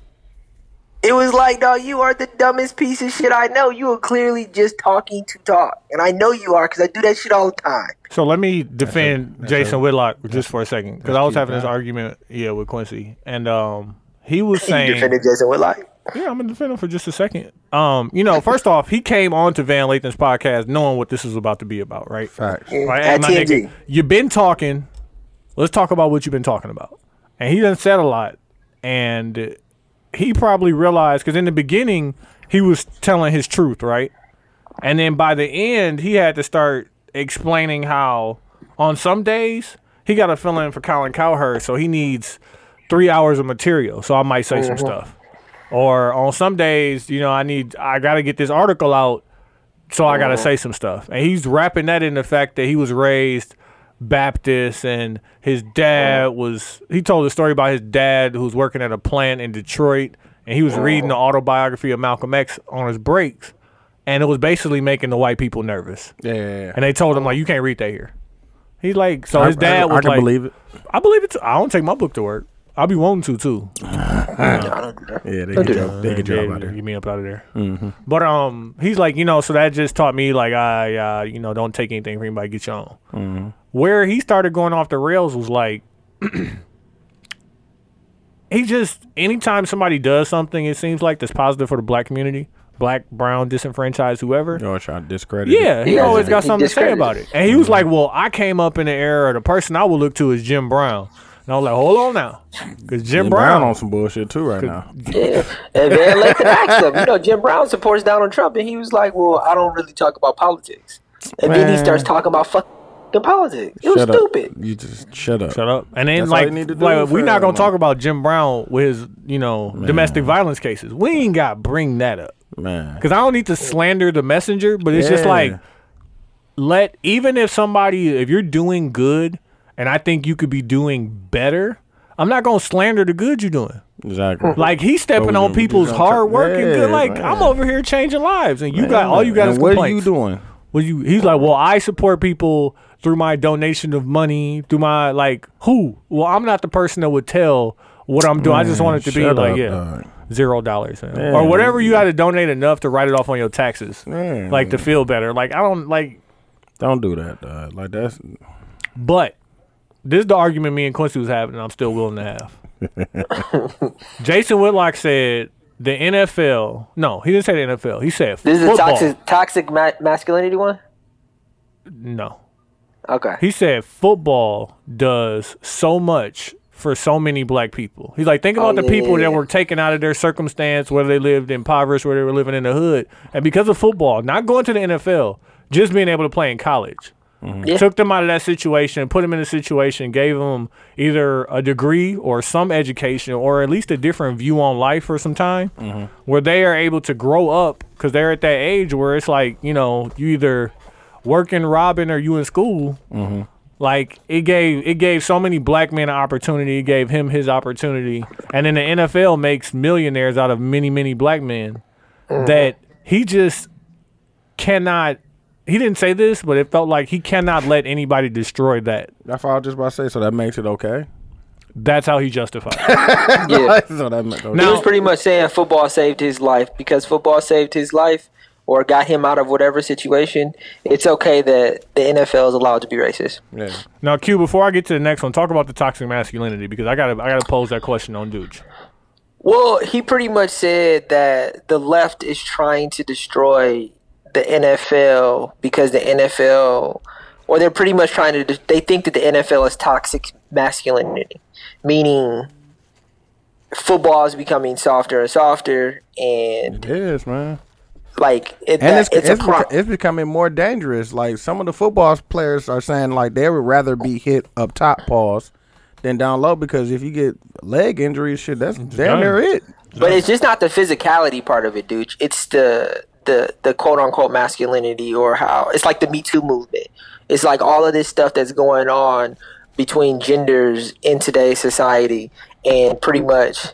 It was like, dog, you are the dumbest piece of shit I know. You are clearly just talking to talk. And I know you are because I do that shit all the time. So let me defend Jason Whitlock just for a second because I was cute, having this man. argument, yeah, with Quincy, and um, he was You saying, defended Jason Whitlock. yeah, I'm gonna defend him for just a second. Um, you know, first off, he came on to Van Lathan's podcast knowing what this was about to be about, right? Facts. Right, At and my TNG. nigga, you've been talking. Let's talk about what you've been talking about. And he done said a lot. and he probably realized because in the beginning he was telling his truth, right? And then by the end, he had to start explaining how on some days he got a fill in for Colin Cowherd, so he needs three hours of material. So I might say some stuff. Or on some days, you know, I need I gotta get this article out, so I Uh-huh. gotta say some stuff. And he's wrapping that in the fact that he was raised Baptist and his dad Uh-huh. was he told a story about his dad who was working at a plant in Detroit and he was Uh-huh. reading the autobiography of Malcolm X on his breaks and it was basically making the white people nervous. Yeah, yeah, yeah. And they told him like you can't read that here. He's like so I- his dad I, was I can like believe it. I believe it too. I don't take my book to work. I'll be wanting to too. Yeah, they get your, they get your Yeah, out there. Get me up out of there. But um, he's like, you know, so that just taught me like, I, uh, you know, don't take anything from anybody. Get your own. Where he started going off the rails was like, [CLEARS THROAT] he just anytime somebody does something, it seems like that's positive for the black community, black, brown, disenfranchised, whoever. You're trying to discredit. it. Yeah, he Yeah, always he- got he something to say discredited. about it. And he was like, "Well, I came up in the era. The person I would look to is Jim Brown." And I was like, "Hold on now, because Jim, Jim Brown, Brown on some bullshit too right [LAUGHS] now. Yeah, and they elected Axum. You know, Jim Brown supports Donald Trump, and he was like, "Well, I don't really talk about politics." And then he Man. starts talking about fucking politics. It was Shut up. stupid. You just shut up. Shut up. And then That's all like, you need to do like for we're not gonna him, talk man. about Jim Brown with his, you know, domestic violence cases. We ain't got to bring that up man. because I don't need to slander the messenger. But it's just Yeah. like, let even if somebody, if you're doing good, and I think you could be doing better, I'm not gonna slander the good you're doing. Exactly. Like he's stepping But on you- you people's don't hard try- work and good. Yeah, Like man. I'm over here changing lives, and you got all you got And is what complaints. are you doing? Well, you he's like, well, I support people through my donation of money, through my like who? Well, I'm not the person that would tell what I'm doing. I just want it to be shut like up, yeah, dog. zero dollars man. or whatever. You got to donate enough to write it off on your taxes, Man. like to feel better. Like I don't like, Don't do that. Dog. Like that's but this is the argument me and Quincy was having, and I'm still willing to have. [LAUGHS] Jason Whitlock said the NFL. No, he didn't say the NFL. He said This is a football. toxic toxic ma- masculinity one. No. Okay. He said football does so much for so many black people. He's like, think about Oh, the yeah, people yeah, that yeah. were taken out of their circumstance, whether they lived impoverished, whether they were living in the hood. And because of football, not going to the NFL, just being able to play in college, Mm-hmm. Yeah. took them out of that situation, put them in a situation, gave them either a degree or some education or at least a different view on life for some time Mm-hmm. where they are able to grow up because they're at that age where it's like, you know, you either working, robbing, or you in school. Like it gave it gave so many black men an opportunity. It gave him his opportunity, and then the NFL makes millionaires out of many many black men that he just cannot. He didn't say this, but it felt like he cannot let anybody destroy that. that's all I was just about to say. So that makes it okay. That's how he justified. it. yeah. [LAUGHS] so that makes okay. He Now- was pretty much saying football saved his life because football saved his life or got him out of whatever situation. It's okay that the NFL is allowed to be racist. yeah. now, Q, before I get to the next one, talk about the toxic masculinity because I gotta I gotta pose that question on Dooch. Well, he pretty much said that the left is trying to destroy the NFL because the NFL, or they're pretty much trying to, they think that the NFL is toxic masculinity, meaning football is becoming softer and softer, and Yes, man. like And it, that- it's it's, it's, a beca- problem. it's becoming more dangerous. Like some of the football players are saying, like they would rather be hit up top paws than down low because if you get leg injuries, shit, that's damn near done. it. But it's just not the physicality part of it, dude. It's the the the quote unquote masculinity or how it's like the Me Too movement. It's like all of this stuff that's going on between genders in today's society, and pretty much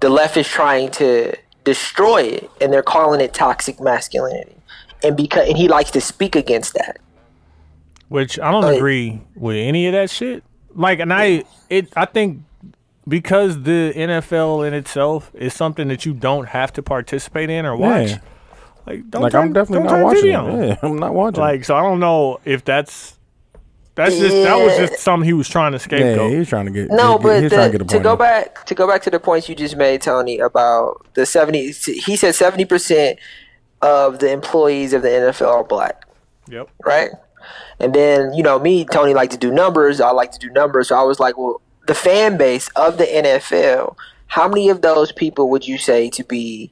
the left is trying to destroy it, and they're calling it toxic masculinity. And because and he likes to speak against that. which I don't Like- agree with any of that shit. Like, and I it I think because the NFL in itself is something that you don't have to participate in or watch. Yeah. Like, don't Like turn, I'm definitely don't turn not watching. TV on. it. Yeah, I'm not watching. Like, so I don't know if that's that's just that was Yeah. just something he was trying to yeah, scapegoat. he's trying to get No, he- but he's the- trying to, to, get a point go in. back to go back to the points you just made, Tony, about the seventy. He said seventy percent of the employees of the NFL are black, Yep. right? And then you know me, Tony, like to do numbers. I like to do numbers, so I was like, well, the fan base of the NFL How many of those people would you say to be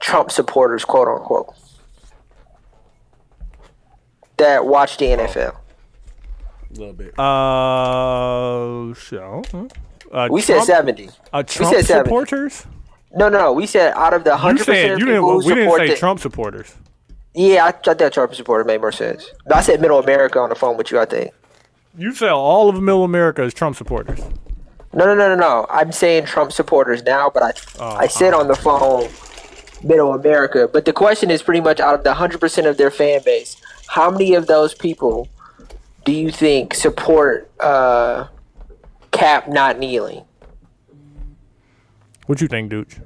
Trump supporters, quote unquote, that watch the NFL? A little bit. Uh, so uh, Trump, We said seventy. Uh, Trump said seven. supporters. No, no, no. We said out of the You hundred percent said of you people didn't. who We didn't support say the, Trump supporters. Yeah, I, I thought Trump supporter made more sense. No, I said Middle America on the phone with you. I think. You sell all of Middle America as Trump supporters. No, no, no, no, no. I'm saying Trump supporters now, but I Oh, I said on the phone Middle America. But the question is pretty much out of the 100% of their fan base, how many of those people do you think support uh, Cap not kneeling? What you think, Dooch?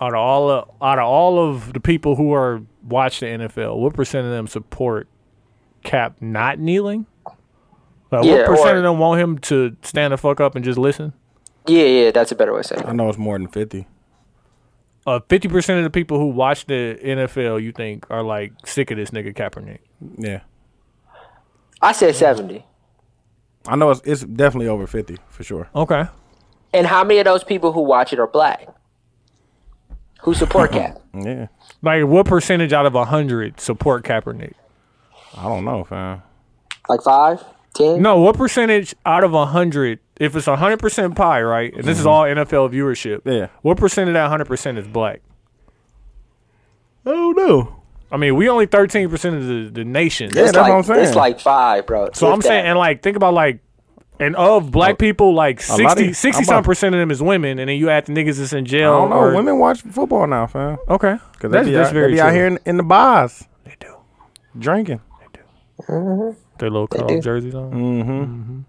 Out of all of, out of all of the people who are watch the NFL, what percent of them support Cap not kneeling? Like, Yeah, what percent or- of them want him to stand the fuck up and just listen? Yeah, yeah, that's a better way of saying I it. know it's more than fifty. Uh, fifty percent of the people who watch the NFL, you think are like sick of this nigga Kaepernick. Yeah, I said 70. I know it's it's definitely over fifty for sure. Okay, And how many of those people who watch it are black? [LAUGHS] Who support Cap? Yeah, like what percentage out of hundred support Kaepernick? I don't know, fam. Like five, ten? No, what percentage out of hundred? If it's hundred percent pie, right? And this is all NFL viewership. Yeah. What percent of that hundred percent is black? I don't know. I mean, we only thirteen percent of the, the nation. Yeah, it's that's like, what I'm saying. It's like five, bro. So If I'm that. saying, and like, think about like, and of black people, like lot of- 60, I'm 60 about- some percent of them is women, and then you add the niggas that's in jail. I don't know. Oh, or- Women watch football now, fam. Okay, Cause they that's be, that's out, very they be true. out here in, in the bars They do. drinking. Their little cut do. off jerseys on. Mm. Mm-hmm.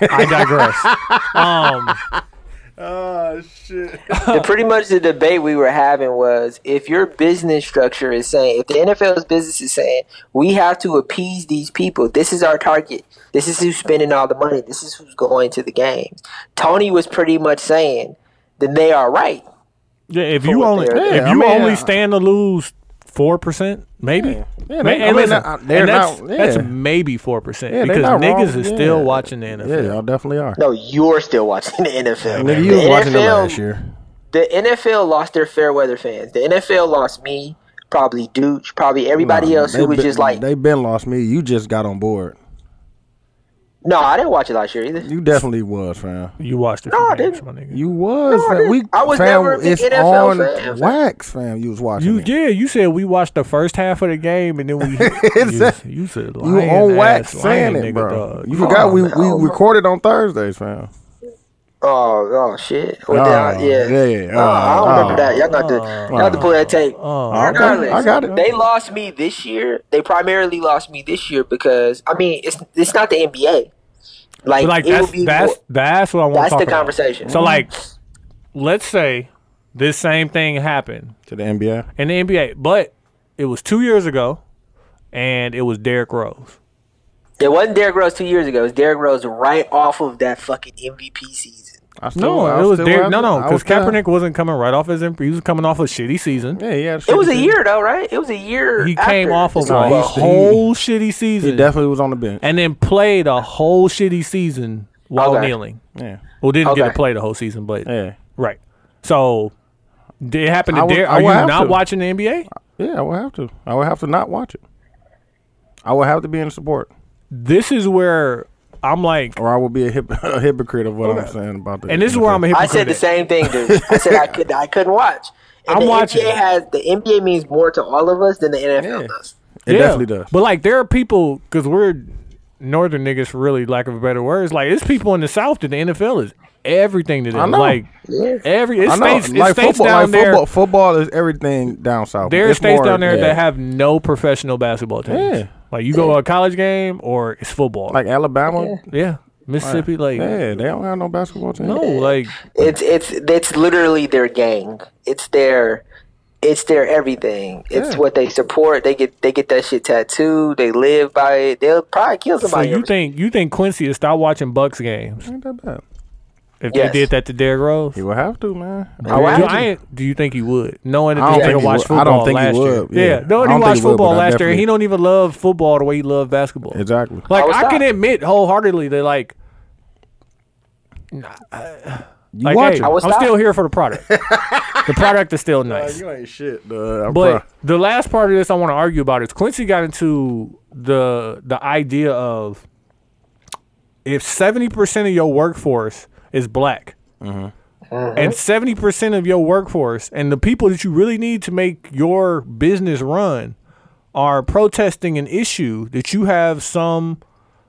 I digress. um, the, uh, pretty much the debate we were having was if your business structure is saying if the NFL's business is saying we have to appease these people, this is our target. This is who's spending all the money. This is who's going to the games. Tony was pretty much saying then they are right. yeah, if what you they only are doing. if Yeah, I you mean, only uh, stand to lose four percent, maybe. Yeah, Ma- they- I and mean, listen, uh, they're and that's, not- that's yeah. maybe four percent Yeah, they because not wrong. niggas is still Yeah. watching the Yeah, NFL. y'all definitely are. No, you're still watching the NFL. Nigga, The you was watching it NFL last year. the NFL lost their fair weather fans. The NFL lost me, probably Dooch, probably everybody Nah, else they who was been- just like, they been lost me. You just got on board. no, I didn't watch it last year either. You definitely was, fam. You watched it. No, I No, didn't. my nigga. You was. I fam. didn't. We, I was fam, never a big it's NFL on fan. wax, fam. You was watching. You it. yeah, you said we watched the first half of the game and [LAUGHS] then we Exactly. you, you said You lying on ass, wax lying saying it, nigga, bro. dog. You Come forgot on, we, man. we recorded on Thursdays, fam. Oh, oh shit! Well, Oh, then, yeah, yeah, yeah. Oh, I don't Oh, remember that. Y'all got to, y'all got to pull that tape. Oh. I got it. I got it. They lost me this year. They primarily lost me this year because I mean, it's it's not the NBA. Like, But like it that's would be that's more- that's what I want. That's to talk the about. conversation. Mm-hmm. So like, let's say this same thing happened To the NBA. in the NBA, but it was two years ago, and it was Derrick Rose. it wasn't Derrick Rose two years ago. It was Derrick Rose right off of that fucking MVP season. I still, No, I it was still Derrick. out No, there. no, I because was still- Kaepernick wasn't coming right off his. imp- He was coming off a shitty season. Yeah, yeah. It was a year though, right? It was a year. He after came off of the No, a Super Bowl. he's- he- whole shitty season. He definitely was on the bench. and then played a whole shitty season while Okay. kneeling. Yeah, Well, didn't get to Okay. play the whole season, but yeah, right. So did it happen to I would- Derrick? I Are you would have not to. watching the NBA? yeah. I would have to. I would have to not watch it. I would have to be in support, This is where I'm like, or I would be a, hip, [LAUGHS] a hypocrite of what I'm saying about the. and this is where I'm a I hypocrite. said the at. same thing, dude. I said I could I couldn't watch. [LAUGHS] And I'm the watching. NBA has the NBA means more to all of us than the NFL Yeah. does. It definitely does. But like, there are people because we're northern niggas, for really lack of a better words. Like, it's people in the south that the NFL is everything to them. I know. Like Yeah. every it I know, states, it like states football, down like there. football, football is everything down south. There are It's states more- down there yeah. that have no professional basketball teams. Yeah. Like you go to a college game or it's football. like Alabama. yeah, Mississippi. Like Yeah, they don't have no basketball team. no, like It's it's it's literally their gang. It's their it's their everything. It's Yeah. what they support. They get they get that shit tattooed. They live by it. They'll probably kill so. somebody. You think you think Quincy would stop watching Bucks games ain't that bad. if Yes. they did that to Derrick Rose? You would have to, man. I would Do, have you- to. Oh, I ain't- do you think he would? Knowing that I don't this think nigga he watched would. I don't football think he last year. would, yeah. Yeah, no, I he don't think watched he would, football but I last year. and definitely- He Oh, don't even love football the way he loved basketball. Exactly. Like I was I can shocked. admit wholeheartedly that like You Like, watch hey, it. I was- I'm stop. still here for the [LAUGHS] product. the product is still Like, nice. you ain't shit, duh. I'm But proud. the last part of this I want to argue about is Quincy got into the the idea of if seventy percent of your workforce is black, and seventy percent of your workforce and the people that you really need to make your business run are protesting an issue that you have some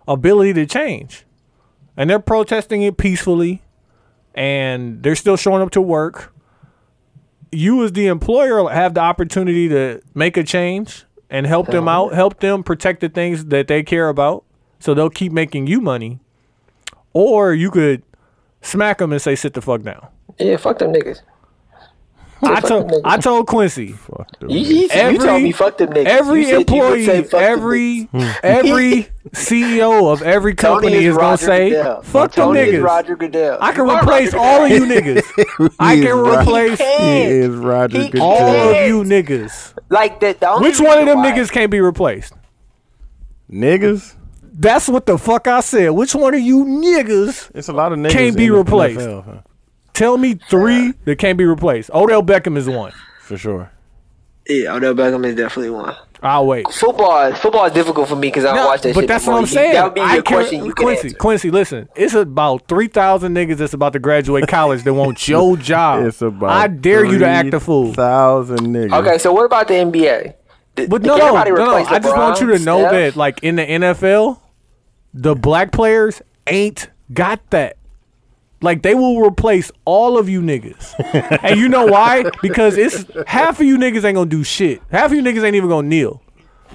ability to change, and they're protesting it peacefully, and they're still showing up to work you as the employer have the opportunity to make a change and help them Uh-huh. out, help them protect the things that they care about, so they'll keep making you money. Or you could smack them and say, "Sit the fuck down." Yeah, fuck them niggas. I fuck told them niggas. I told Quincy Fuck, dude. You, you, every you told me fuck them niggas. You every said you would employee, say fuck them every [LAUGHS] every CEO of every niggas. company Tony is gonna Roger say, Goodell. "Fuck them Tony Is niggas." Roger Goodell. I can You are replace Roger all of [LAUGHS] Goodell. you niggas. I He can is Ro- replace He is Roger He Goodell. all can't. of you niggas. Like the, the only Which one of reason them why- niggas can't be replaced? Niggas. That's what the fuck I said. Which one of you niggas? It's a lot of niggas. Can't be in the replaced. NFL, huh? Tell me three that can't be replaced. Odell Beckham is one. For sure. Yeah, Odell Beckham is definitely one. I'll wait. Football, football is difficult for me because I don't No, watch that but shit. that's no what more. I'm You- saying. That would be I your can't- question. You Quincy, can answer. Quincy, listen. It's about three thousand niggas that's about to graduate college that want your [LAUGHS] job. It's about. Oh, I dare you to act a fool. Thousand niggas. Okay, so what about the NBA? Did- But did no, no, no, everybody no. replace I just want you LeBron, to know Steph? that, like in the NFL, the black players ain't got that. Like they will replace all of you [LAUGHS] niggas, and you know why? Because it's half of you niggas ain't gonna do shit. Half of you niggas ain't even gonna kneel.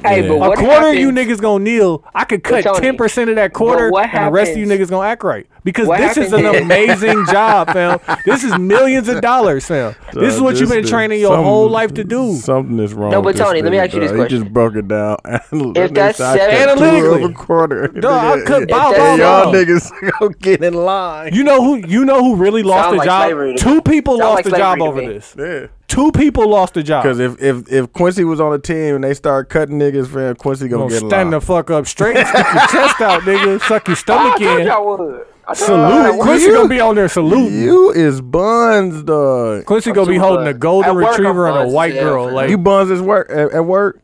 Hey, Yeah. but A A what quarter of you happens- niggas gonna kneel. I could cut Tony, ten percent of that quarter, but what and the rest of you happens- niggas gonna act right. Because what this is an happens- [LAUGHS] amazing job, fam. This is millions of dollars, fam. This is Uh, what you've been is training your something- whole life to do. Something is wrong. No, with but Tony, this let me nigga, ask you this dog. question. He just broke it down. [LAUGHS] If that's seven- Analytically. a [LAUGHS] quarter. No, I cut bow, bow, that's- Hey, y'all bow. niggas [LAUGHS] go get in line. You know who? You know who really lost Sound the like slavery job? to Two me. people Sound lost like the job slavery to over me. this. Yeah. Two people lost the job. Because if, if if Quincy was on a team and they start cutting niggas, fam, Quincy gonna Gonna get in stand the line. fuck up straight, and stick [LAUGHS] your chest out, nigga, suck your Oh, I stomach told in, y'all would. I told y'all salute. would. Quincy you- gonna be on there saluting. You is buns, dog. Quincy I'm gonna be too holding good. a golden At work, I'm retriever and a buzzed white as hell girl. for Like You buns at work at, at work.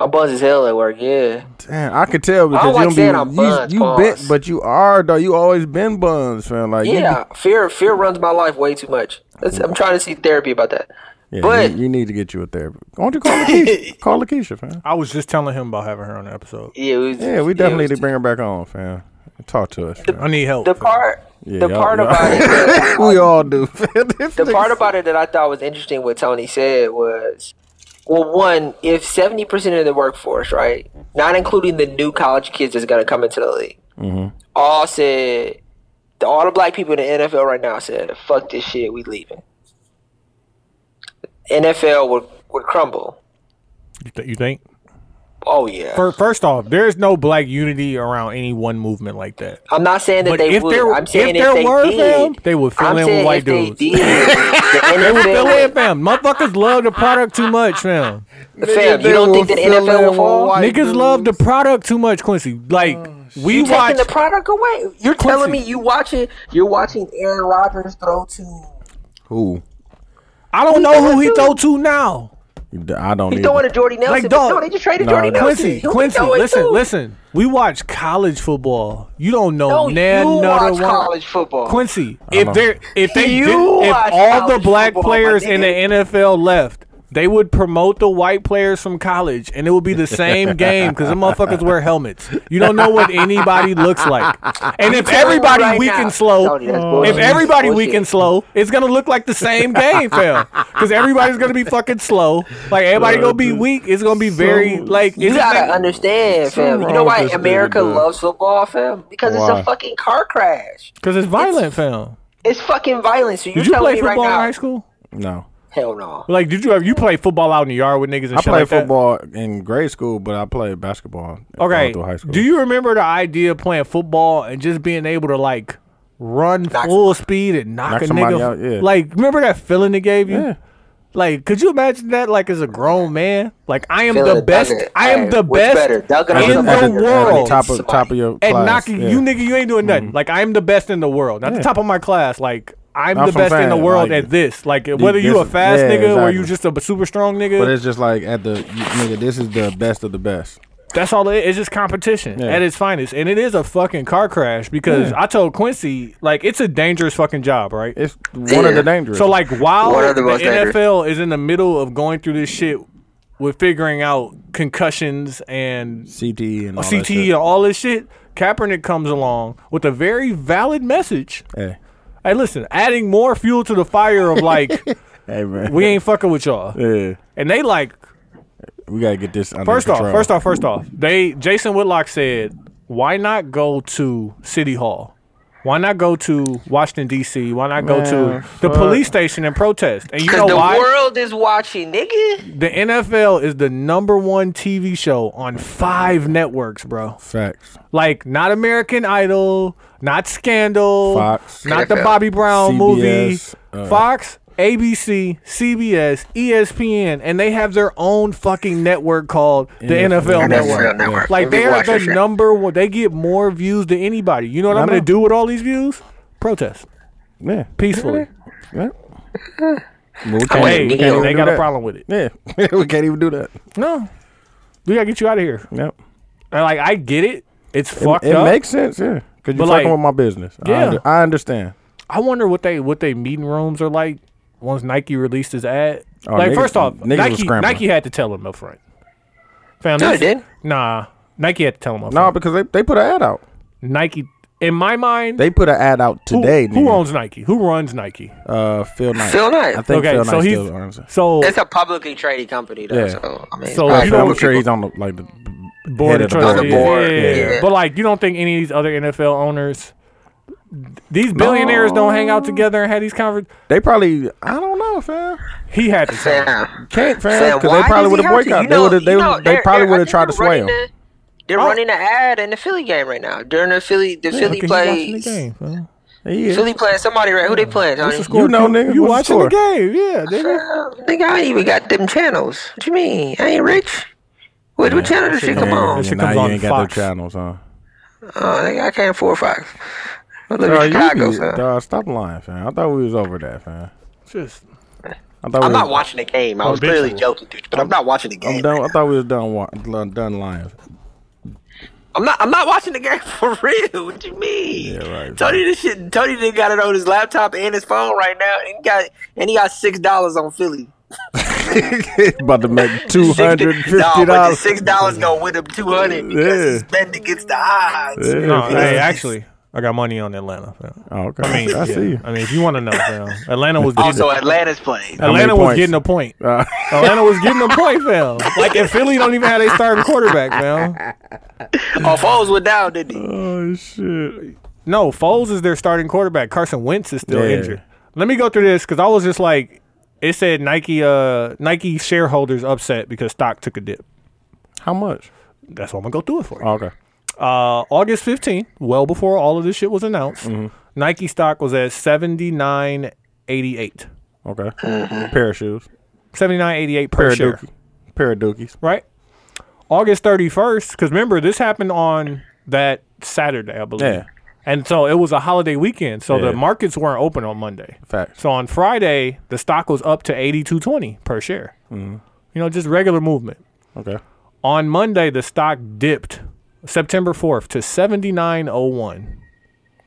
I'm buzzed as hell at work. Yeah. Damn, I could tell because like you saying don't I'm be buns, you, you pause. bent, but you are though. You always been buns, fam. Like you be- Yeah. Fear, fear runs my life way too much. That's, I'm trying to see therapy about that. Yeah, But- you, you need to get you a therapist. Why don't you call [LAUGHS] Lakeisha? call Lakeisha, fam. I was just telling him about having her on the episode. Yeah. We, Yeah, we it definitely was- need to bring her back on, fam. Talk to us. Fam. I need help. the part. Yeah, the y'all- part y'all- about it. that- we all do. fam. [LAUGHS] This the part nigga- about it that I thought was interesting what Tony said was well one, if seventy percent of the workforce, right, not including the new college kids that's gonna come into the league, Mm-hmm. all said the all the black people in the NFL right now said, Fuck this shit, we leaving. NFL would would crumble. You, th- you think? Oh yeah. Fir- First off, there's no black unity around any one movement like that. I'm not saying that But they if would. there, I'm if saying if, there they were, fam, did, they would fill I'm in with saying white if they dudes. [LAUGHS] did, the Fill in, NFL, fam. Motherfuckers love the product too much, fam. fam, They you don't will think that fill in NFL will with fall? white Niggas love the dudes. product too much, Quincy. Like we You watch. Oh, taking the product away? You're telling me Quincy. you watching? You're watching Aaron Rodgers throw to? Who? I don't know who he throw to now. I don't. He's either. throwing to Jordy Nelson. Like, but dog. no, they just traded Nah, Jordy nah. Nelson. Quincy, Who Quincy, they throw it listen, to? listen. We watch college football. You don't No, know nan- you another watch one. college football. Quincy, know. if they if they You did, if watch all the college black football, my players in the nigga. NFL left, they would promote the white players from college, and it would be the [LAUGHS] same game because the motherfuckers wear helmets. You don't know what anybody looks [LAUGHS] like, and if telling me everybody right weak now- and slow, Tony, that's bullshit. if everybody That's weak and bullshit. slow, it's gonna look like the same [LAUGHS] game, fam. Because everybody's gonna be fucking slow. Like everybody gonna be weak. It's gonna be very like. You it's gotta like- understand, fam. You wrong know why with this America nigga, dude? loves football, fam? Because it's Why? a fucking car crash. Because it's violent, fam. It's fucking violent. So you're Did you play telling me football right now? in high school? No, Hell no. Like, did you ever you play football out in the yard with niggas and I shit played like that? football in grade school, but I played basketball. Okay. all through high school. Do you remember the idea of playing football and just being able to like run full speed and knock, Knock a somebody nigga? out, yeah. Like, remember that feeling they gave you? Yeah. Like, could you imagine that? Like, as a grown man, like I am Feeling the it, best. doesn't it? I am Hey, the what's best better, ducking or in At something? at the At at world. top of top of your and class, knocking yeah. Mm-hmm. you, nigga, you ain't doing nothing. Like I am the best in the world, not the top of my class. Like I'm That's the what I'm best in the saying, world like, at this. Like whether you a this- fast yeah, nigga or you exactly. just a super strong nigga, But it's just like at the you- nigga. This is the best of the best. That's all it is. It's just competition Yeah. at its finest. And it is a fucking car crash because Yeah. I told Quincy, like, it's a dangerous fucking job, right? It's one of the Yeah. dangerous. so, like, while One the, of the most dangerous. NFL is in the middle of going through this shit with figuring out concussions and CTE and all that CTE shit. and all this shit, Kaepernick comes along with a very valid message. Hey, Hey, listen, adding more fuel to the fire of, [LAUGHS] like, hey man. we ain't fucking with [LAUGHS] y'all. yeah. And they, like, We gotta get this under First off, control. first off, first off, they Jason Whitlock said, "Why not go to City Hall? Why not go to Washington D.C.? Why not go Man, to the fuck. police station and protest?" And you know the why? world is watching, nigga. the NFL is the number one TV show on five networks, bro. facts. Like not American Idol, not Scandal, Fox. not the NFL. Bobby Brown CBS, movie, uh, Fox, ABC, CBS, ESPN, and they have their own fucking network called the NFL, Network. Network. Network. Like Let me they are watch the this shit. number one. They get more views than anybody. You know what I I'm gonna know. do with all these views? Protest Yeah. peacefully. yeah. But we can't, Hey, we Hey, can't Neil. even they do got a that. problem with it. Yeah, [LAUGHS] we can't even do that. No, we gotta get you out of here. Yep. And like I get it. It's fucked It up. makes sense, yeah. Because But, you're like, fucking with my business. I, yeah. under- I understand. I wonder what they what they meeting rooms are like once Nike released his ad. Oh, like niggas- first off, niggas was Nike scrambling. Nike had to tell him up front. Found No, this- they didn't. Nah, Nike had to tell him up No, front. because they, they put an ad out. Nike, in my mind, They put an ad out who, today. who nigga. owns Nike? Who runs Nike? Uh, Phil Knight. Phil Knight. I think okay, Phil so Knight he's still owns it. so It's a publicly traded company, though. Yeah. So I mean, So it's if you probably Actually, I'm don't- sure people- he's on the like the board head of the On the trustees. board, Yeah. yeah. But like, you don't think any of these other NFL owners, these billionaires, don't hang out together and have these conversations. They probably I don't know, fam. He had to tell. him. Sam. Can't fam Sam, because why they does probably he would have have to? boycotted. You they know- would have. They, you know, they they're- probably they're- I would have think tried to they're sway running him. Oh. the- They're running an ad in the Philly game right now during the Philly the Philly look at you watching the plays. Game, huh? He is. Philly playing somebody right? Who they playing? Honey? You know, nigga. you what's the watching the score? game? Yeah, nigga. Uh, nigga, I ain't even got them channels. What you mean? I ain't rich. What, what channel does shit come Yeah, on? That shit now comes you on ain't got Fox. their channels, huh? Oh, nigga, I can't afford Fox. I live Dog, in you Chicago, be- son. dog, stop lying, fam. I thought we was over that, fam. Just I thought we I'm not was- watching the game. I was bitch. clearly joking, dude, but I'm not watching the game. I'm done. I thought we was done. Wa- done lying. [LAUGHS] I'm not. I'm not watching the game [LAUGHS] for real. What you mean? Yeah, right, Tony, this shit. Tony did got it on his laptop and his phone right now, and he got and he got six dollars on Philly. About to [LAUGHS] make two hundred fifty [LAUGHS] No, dollars. six dollars gonna win him two hundred because Yeah. he's betting against the odds. Yeah. no. Hey, Yeah. actually, I got money on Atlanta. fam. Oh, okay. I mean, I Yeah. see you. I mean, if you want to know, fam, Atlanta was getting Also, Atlanta's playing. many Atlanta was points? getting a point. Uh, Atlanta was getting a point, fam. Like if Philly don't even have their starting quarterback, fam. Our foes were Oh, down, didn't he? oh shit. No, Foles is their starting quarterback. Carson Wentz is still Yeah. injured. Let me go through this because I was just like, it said Nike, uh, Nike shareholders upset because stock took a dip. How much? That's why I'm gonna go through it for you. Oh, okay. Uh, August 15th, well before all of this shit was announced, Mm-hmm. Nike stock was at 79.88. Okay. Mm-hmm. Pair of shoes. 79.88 per Pair of share. dookie. Pair of dookies. right? August 31st, because remember, this happened on that Saturday, I believe. Yeah. And so it was a holiday weekend, so Yeah. the markets weren't open on Monday. Facts. So on Friday, the stock was up to 82.20 per share. Mm-hmm. You know, just regular movement. Okay. On Monday, the stock dipped September 4th to 79.01.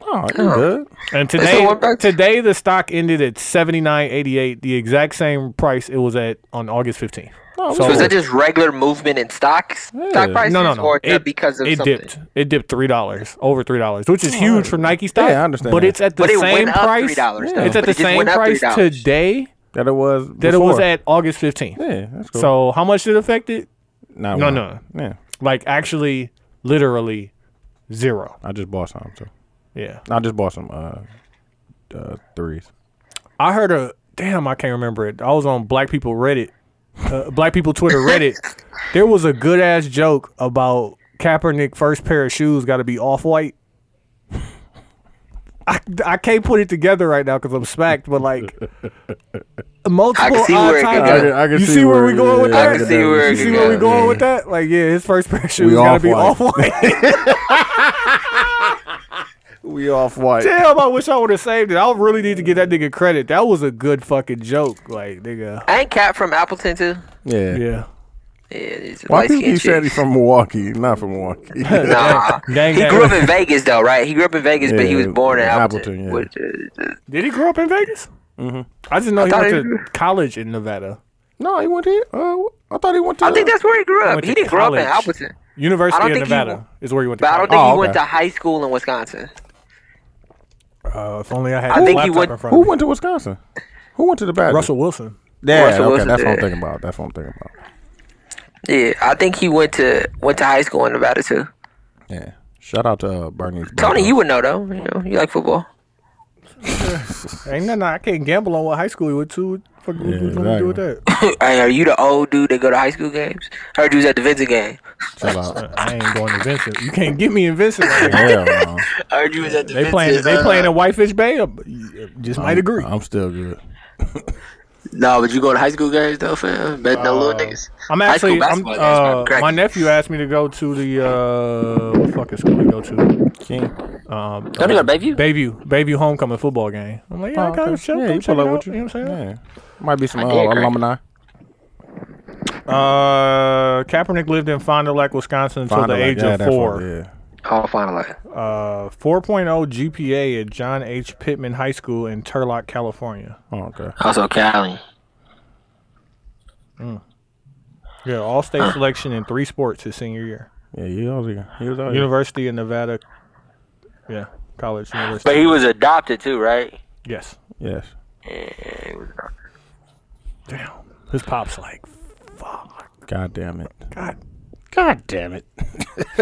Oh, you good? And still today, went back to- today the stock ended at 79.88, the exact same price it was at on August 15th. Oh, So- So is that just regular movement in stocks, stock prices, No, no, no. or is that because of it something? Oh, dipped. It dipped three dollars, over three dollars, which is huge for Nike stock. Yeah, I understand But that. it's at the But it went same up price. $3 though. It's at But the it just same went up price $3. today that it was. Before. that it was at August fifteenth. Yeah, that's cool. So how much did it affect it? Not No, one. no. Yeah, Like actually, literally zero. I just bought some too. Yeah, I just bought some uh, uh threes. I heard a damn. I can't remember it. I was on Black People Reddit, uh, Black People Twitter [LAUGHS] Reddit. there was a good ass joke about Kaepernick first pair of shoes got to be off white. [LAUGHS] I, I can't put it together right now because I'm smacked, but [LAUGHS] like multiple see odd where it could times- go. I can- I can see you see, where where- we going with yeah, I that? can see where you it see could where we go, going yeah. with that? Like yeah, his first pair of shoes We got to be off off-white. white. We off white. Damn, I wish I would have saved it. I really need to give that nigga credit. That was a good fucking joke. Like, nigga. Ain't Cat from Appleton too? Yeah. Yeah. Yeah, these Why light people skinned keep saying he's chicks. from Milwaukee? Not [LAUGHS] from Milwaukee. Nah. Dang, He dang. grew up in Vegas though, right? He grew up in Vegas, but he was Yeah, born in Appleton, Appleton. yeah. which is- Did he grow up in Vegas? Mm-hmm. I just know he thought went he- to college in Nevada. [LAUGHS] no, he went to. Uh, I thought he went to. I think that's where he grew up. went He to didn't grow up in college. Appleton, I University don't of think he Nevada wa- is where he went to but I college. don't think Oh, he went okay. to high school in Wisconsin. uh, if only I had I a think he laptop went- in front Who of me. went to Wisconsin? Who went to the Badgers? Russell Wilson. Yeah, Russell okay, Wilson that's what I'm did. thinking about. That's what I'm thinking about. Yeah, I think he went to went to high school in Nevada too. Yeah. Shout out to uh, Bernie's. Tony, Broncos. you would know though. You know, you like football. [COUGHS] Ain't nothing. I can't gamble on what high school he went to. What the fuck Yeah, you gonna do with that? hey, are you the old dude that go to high school games? Heard you was at the Vincent game. Chill out. I ain't going to Vincent. You can't get me in Vincent. [LAUGHS] Like, [LAUGHS] Hell no. Heard you was at the they playing. They playing at Whitefish Bay. Uh, Just might agree. I'm still good. No, but you go to high school games though, fam. Betting no little niggas. I'm High actually. school I'm, basketball games, man. uh, Crack. my nephew asked me to go to the uh, what fucking school to go to? King. Um, Don't you go to Bayview? Bayview, Bayview homecoming football game. I'm like, yeah, I gotta show Oh, Yeah, come you check pull it up out. with You you. know what I'm saying? Yeah. Might be some uh, did, Craig. alumni. Uh, Kaepernick lived in Fond du Lac, Wisconsin until Find the out, like, age yeah, of that's what- four. Yeah. Oh, finally. Uh, 4.0 GPA at John H. Pittman High School in Turlock, California. Oh, okay. Also, Cali. Yeah, all Ah. state selection in three sports his senior year. Yeah, he was, he was Oh, out here. University of Nevada. Yeah, college, university. But he was adopted too, right? Yes. Yes. Yeah, he was adopted. Damn. His pop's like, God damn it. God. God damn it. [LAUGHS]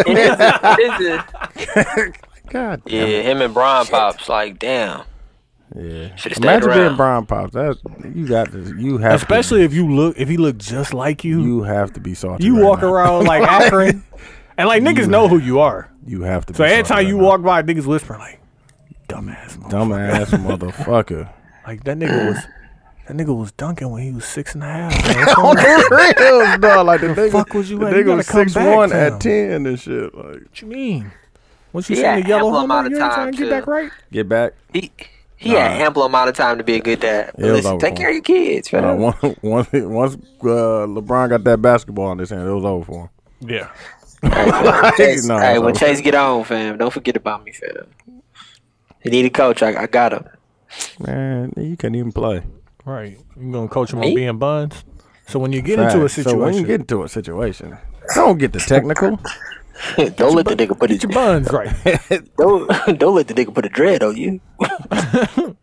This is- God damn yeah, him and Brian pops like, damn. it. Yeah. Should've stayed Imagine being around. Brian Pops. That's you got this. You have Especially if you look, if he looked just like to, you, you have to be salty. you right walk now. around [LAUGHS] like Akron, and like niggas know who you are. You have to. So be every salty time right you now. walk by, niggas whisper like, "Dumbass, motherfucker." [LAUGHS] dumbass motherfucker. Like that nigga [CLEARS THROAT] was, that nigga was dunking when he was six and a [LAUGHS] half. man. What's wrong with Real dog, like the nigga, fuck was you the at? You nigga gotta was come six one back, at fam. ten and shit. Like What you mean? Once you He see had the yellow ample homo, amount of you ain't time trying to get to- back right. get [LAUGHS] back. He he had ample amount of time to be a good dad. it was Listen, over take for care of your kids, man. Uh, once once, once uh, LeBron got that basketball in his hand, it was over for him. Yeah. [LAUGHS] Chase, No, hey, no. when Chase get on, fam, don't forget about me, fam. You need a coach. I, I got him. [LAUGHS] Man, you can't even play. Right. You gonna coach him Me? on being buns? So when you get into a Facts. So when situation, you get into a situation, don't get the technical. don't let the nigga put your it. buns [LAUGHS] right. Don't [LAUGHS] don't let the nigga put a dread on you.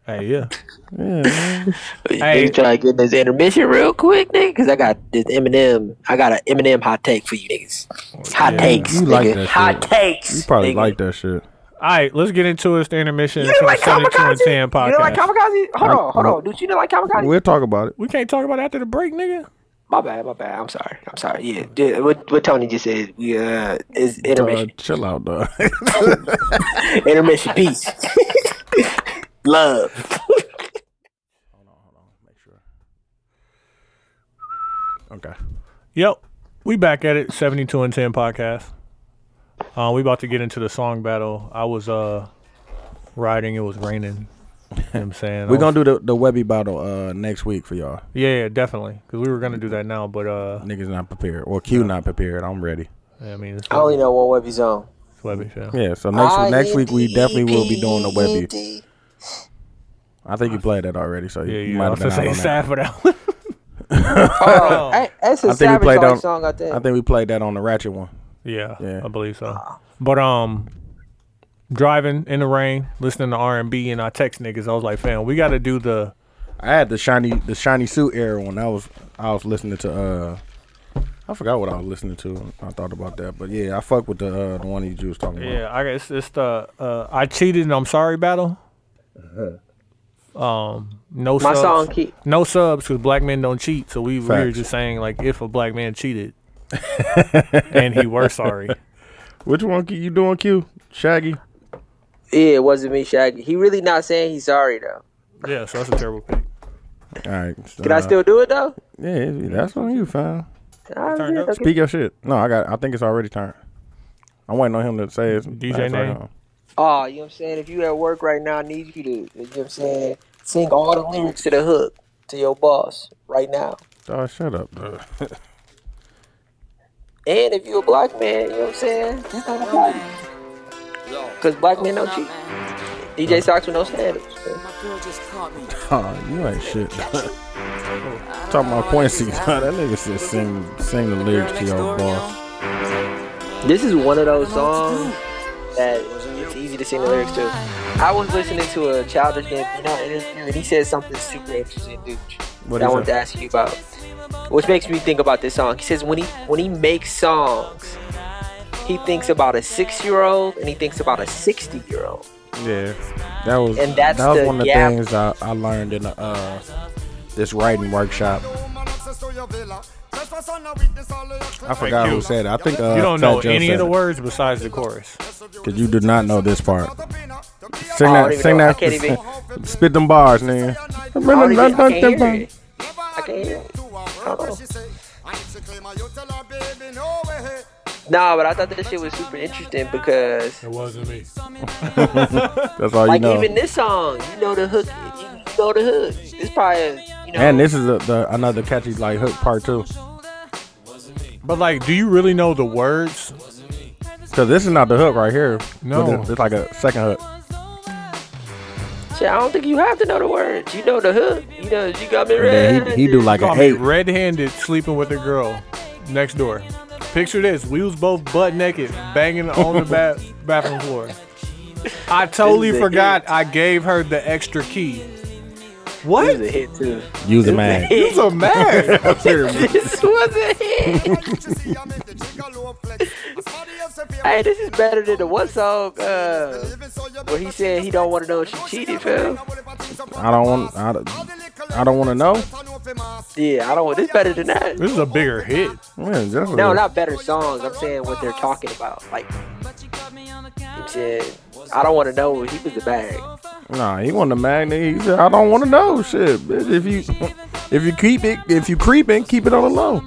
hey, yeah. yeah, man. Hey. Hey. try to get this intermission real quick, nigga, because I got this Eminem. I got an Eminem hot take for you niggas. Hot Yeah, takes, Oh, you nigga. like that hot shit. takes. you probably nigga. like that shit. All right, let's get into it. The intermission. You didn't for like 72 and Kamikaze? 10 You didn't like podcast. Kamikaze? Hold I- on, hold I- on, dude. You didn't like Kamikaze? We'll talk about it. We can't talk about it after the break, nigga. My bad, my bad. I'm sorry. I'm sorry. Yeah, yeah, what, what Tony just said. We uh, is Uh, intermission. chill out, [LAUGHS] dog. [LAUGHS] intermission. Peace. Love. okay. Yep. We back at it. 72 and 10 podcast. Uh, we about to get into the song battle. I was uh riding. It was raining. You know what [LAUGHS] I'm saying? We're gonna do the, the Webby battle uh, next week for y'all. Yeah, yeah, definitely. Because we were gonna do that now, but uh, Niggas not prepared. Well, Q not prepared. I'm ready. I mean, it's I only know one webby zone. it's Webby. Yeah. Oh, Yeah. So next week, next week we definitely will be doing the Webby. I think you played that already, so Yeah, you yeah. might I have was been gonna out say on that. sad for that one. [LAUGHS] Oh, hey, that's a I think we played savage on. on, song out there. I think we played that on the Ratchet one. yeah, Yeah. I believe so. But um, driving in the rain, listening to R and B, and I text niggas. I was like, fam, we got to do the I had the shiny the shiny suit era when I was I was listening to uh I forgot what I was listening to. I thought about that, but yeah, I fuck with the uh, the one you was talking about. yeah. I guess it's the uh, I cheated and I'm sorry battle. Um, no My subs. song keep. no subs because black men don't cheat. So we, we were Facts. just saying like if a black [LAUGHS] man cheated and he were sorry. Which one Q- you doing, Q? Shaggy. Yeah, it wasn't me, Shaggy. He really not saying he's sorry though. Yeah, so that's a terrible pick. All right. so, Can I uh, still do it though? Yeah, that's on you, fam. Alright, Turned up. okay. Speak your shit. No, I got. I think it's already turned. I'm waiting on him to say his DJ that's right name? on. Oh, you know what I'm saying? If you at work right now, I need you to, you know what I'm saying? Sing all the lyrics to the hook to your boss right now. Oh, shut up, bro. And if you a black man, you know what I'm saying? That's not a problem. Because black men don't cheat. DJ Socks with no standards. Oh, you ain't shit. Talking about Quincy, [LAUGHS] God, that nigga said sing, sing the lyrics to your boss. This is one of those songs that it's easy to sing the lyrics to. I was listening to a Childish Gambino interview, and he said something super interesting, dude. What that I he wanted said? to ask you about, which makes me think about this song. He says when he when he makes songs, he thinks about a six year old and he thinks about a sixty year old. Yeah, that was And that's that was the one of the gap. things I, I learned in the, uh this writing workshop. I forgot who said it. I think uh, You don't Fat know Joe any of said the it. words besides the chorus. Cause you do not know this part. Sing Oh, I don't that, even sing know. I that, can't even- spit them bars, nigga. I, don't even, I can't hear it. I can't hear it. Oh. uh, Nah, but I thought that shit was super interesting because It wasn't me. That's all you like know. even this song, you know the hook, you know the hook. This probably you know. And this is a, the another catchy like hook part too. But like, do you really know the words? Cause this is not the hook right here. No. But it's, it's like a second hook. shit, I don't think you have to know the words. You know the hook. You know you got me And ready. then he, he do like Call an me eight. red-handed sleeping with a girl next door. Picture this: we was both butt naked, banging on the [LAUGHS] ba- bathroom floor. I totally This is a forgot hit. I gave her the extra key. This What? was a hit too. Use a man. You was a man. [LAUGHS] this was a hit. hey, this is better than the one song uh, where he said he don't want to know if she cheated, fam. I don't want. I, don't- [LAUGHS] I don't want to know. Yeah, I don't want. This better than that. this is a bigger hit. Man, that's No, a- not better songs. I'm saying what they're talking about. Like, he said, I don't want to know. He was the bag. Nah, he want the magnet. He said, I don't want to know shit. Bitch, if you if you keep it, if you creeping, keep it on the low.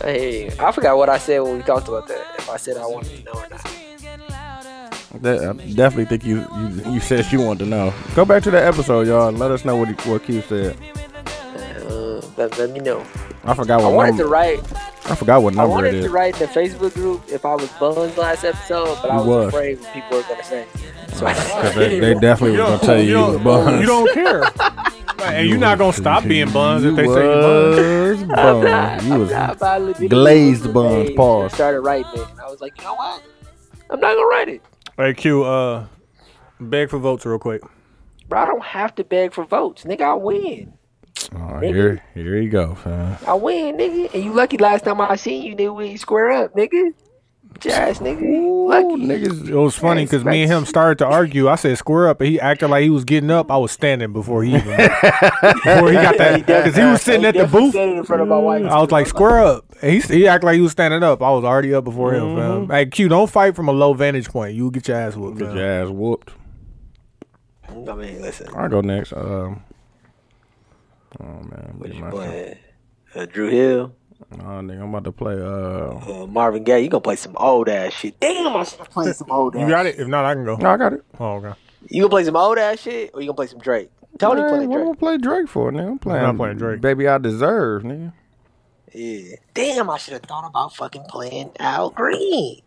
I, hear you. I forgot what I said when we talked about that. If I said I wanted to know or not. That, I definitely think you, you you said you want to know. Go back to that episode, y'all, and let us know what he, what Keith said. Uh, let, let me know. I forgot I what wanted number. to write. I forgot what I number it wanted is. to write in the Facebook group if I was buzzed last episode, but I You was, was. afraid what people were gonna say. So I 'Cause they, they definitely was gonna tell you, you was don't, buns. you [LAUGHS] don't care. Like, and you're not gonna stop being buns if they say you buns. [LAUGHS] you was buns. You was I finally did it. glazed buns. Hey, I Pause. started writing it, and I was like, you know what? I'm not gonna write it, Hey Q, uh, beg for votes real quick. bro. I don't have to beg for votes, nigga. I win. Oh, here here you go, fam. I win, nigga. And you lucky last time I seen you, nigga. We ain't square up, nigga. Jazz, nigga. You Ooh, lucky. niggas. It was funny because me and him started to argue. I said square up, and he acted like he was getting up. I was standing before he even before he got that because he was sitting at the Definitely booth. said it in front of my wife. I was like square up, and he he acted like he was standing up. I was already up before him. Fam. Hey Q, don't fight from a low vantage point. You will get your ass whooped. Get fam. your ass whooped. I mean, listen. I go next. Um, oh man, look at my- But uh, Drew Hill, oh, nigga, I'm about to play. Uh, uh, Marvin Gaye, you gonna play some old ass shit. Damn, I should play some old ass. You got it. If not, I can go. no, I got it. Oh okay. You gonna play some old ass shit, or you gonna play some Drake? Tony Man, playing what am I Drake. play Drake for? Nigga, I'm playing. not playing Drake. Baby, I deserve, nigga. Yeah. Damn, I should have thought about fucking playing Al Green.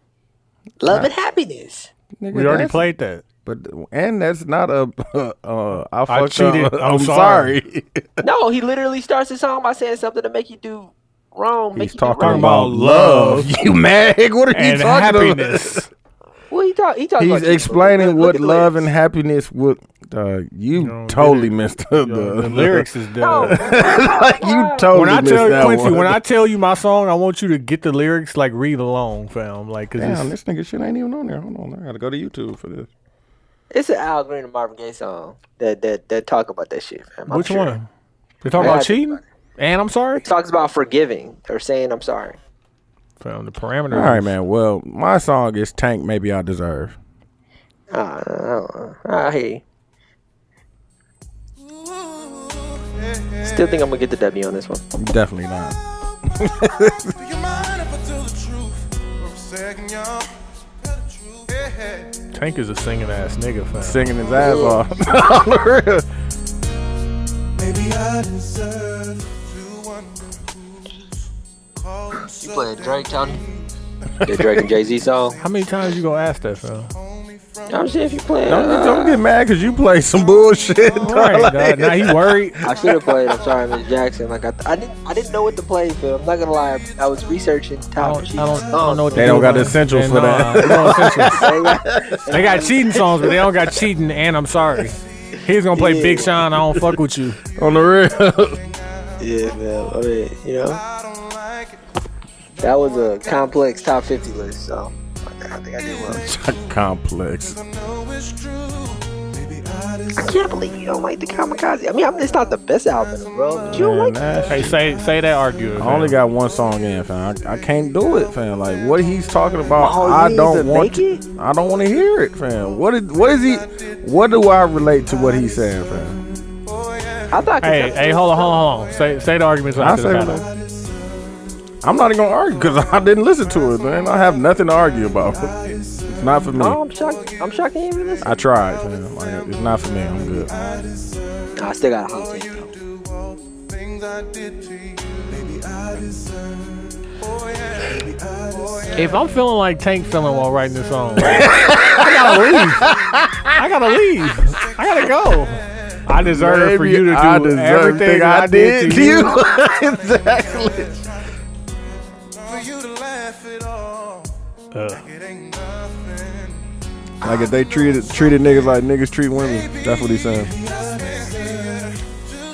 Love and happiness. nigga We already that's- played that. but and that's not a. [LAUGHS] Uh, I, fucked I cheated. [LAUGHS] Up. I'm sorry. No, he literally starts the song by saying something to make you do wrong. Make He's you do talking right. about about love. [LAUGHS] You mag? What are you And talking happiness. about? What he talk? He talking about He's cheating, explaining but what look- look at the love and lyrics. happiness would. Uh, you don't get totally it. missed up [LAUGHS] the, [LAUGHS] The lyrics is dead. like Oh, you totally When I missed tell that Quincy, one. [LAUGHS] when I tell you my song, I want you to get the lyrics like read along, fam. Like, cause Damn, this it's, nigga shit ain't even on there. Hold on, I gotta go to YouTube for this. It's an Al Green and Marvin Gaye song that that that talk about that shit. Fam. I'm which sure. one? They talking Yeah, I about think cheating? And I'm sorry. Talks about forgiving or saying I'm sorry. Fam, the parameters. All right, man. Well, my song is "Tank." Maybe I deserve. Ah, I don't know. I hear you. [LAUGHS] Still think I'm gonna get the W on this one. Definitely not. Do you mind if I tell the truth? I'm second, y'all. Tell the truth. Yeah, yeah. Tank is a singing ass nigga, fam. Singing his ass off. [LAUGHS] On the real. Maybe I deserve to wonder who's calling You playing something Drake, Tony? The Drake and Jay Z song. How many times you gonna ask [LAUGHS] that, fam? I'm saying if you playing. Don't, uh, don't get mad because you play some bullshit. dog. Right, Like- dog. Now he worried. I should have played. I'm sorry, Miss Jackson. Like I, th- I didn't, I didn't know what to play. Phil. I'm not gonna lie. I was researching I top. don't, cheating I don't, I don't songs, know what They to don't do, got man. the essentials And, for uh, nah, that. no essentials. so they got- they got cheating songs, but they don't got cheating. And I'm sorry. He's gonna play Big Sean. I don't fuck with you. On the real. [LAUGHS] yeah, man. I mean, you know, I don't like it. that was a complex top 50 list. So I think I did well. [LAUGHS] Complex. I know it's true. Maybe I I deserve can't believe you don't like the Kamikaze. I mean, I'm, it's not the best album, bro. But you don't Man, like that it. Hey, say say that argument. I only got one song in, fam. I, I can't do it, fam. Like what he's talking about, Oh, you I need to don't want. make To, I don't want to hear it, fam. What is what is he? What do I relate to what he's saying, fam? I thought. Hey, hey, hold on, hold on, hold on. Say say the arguments I after say, the battle. like, I'm not even gonna argue because [LAUGHS] I didn't listen to it, man. I have nothing to argue about. [LAUGHS] It's not for me. Oh, I'm shocked. I'm shocked. You even listen. I tried, fam. Like, it's not for me. I'm good. Nah, I still got a hot take. things I did to you. Maybe I deserve. If I'm feeling like Tank feeling while writing this [LAUGHS] song, I gotta leave. I gotta leave. I gotta go. I deserve for Maybe you to do I deserve everything everything I did to you. exactly. For you to laugh at all. Uh, It ain't nothing. [LAUGHS] Like if they treated treated niggas like niggas treat women, that's what he's saying. To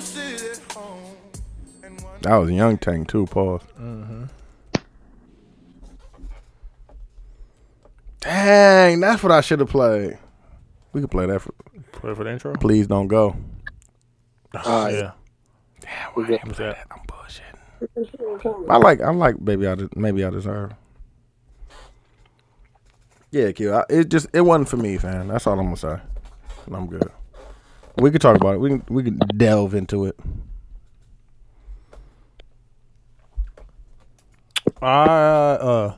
sit at home. And wonder That was Young Tank too. Pause. Dang, that's what I should have played. We could play that. For, play for the intro. Please don't go. All right. Yeah. good. what's that? I'm bullshitting. I like. I like. Maybe I. de- Maybe I deserve. Yeah, Q. I, it just. It wasn't for me, fam. That's all I'm gonna say. And I'm good. We could talk about it. We can. We can delve into it. I uh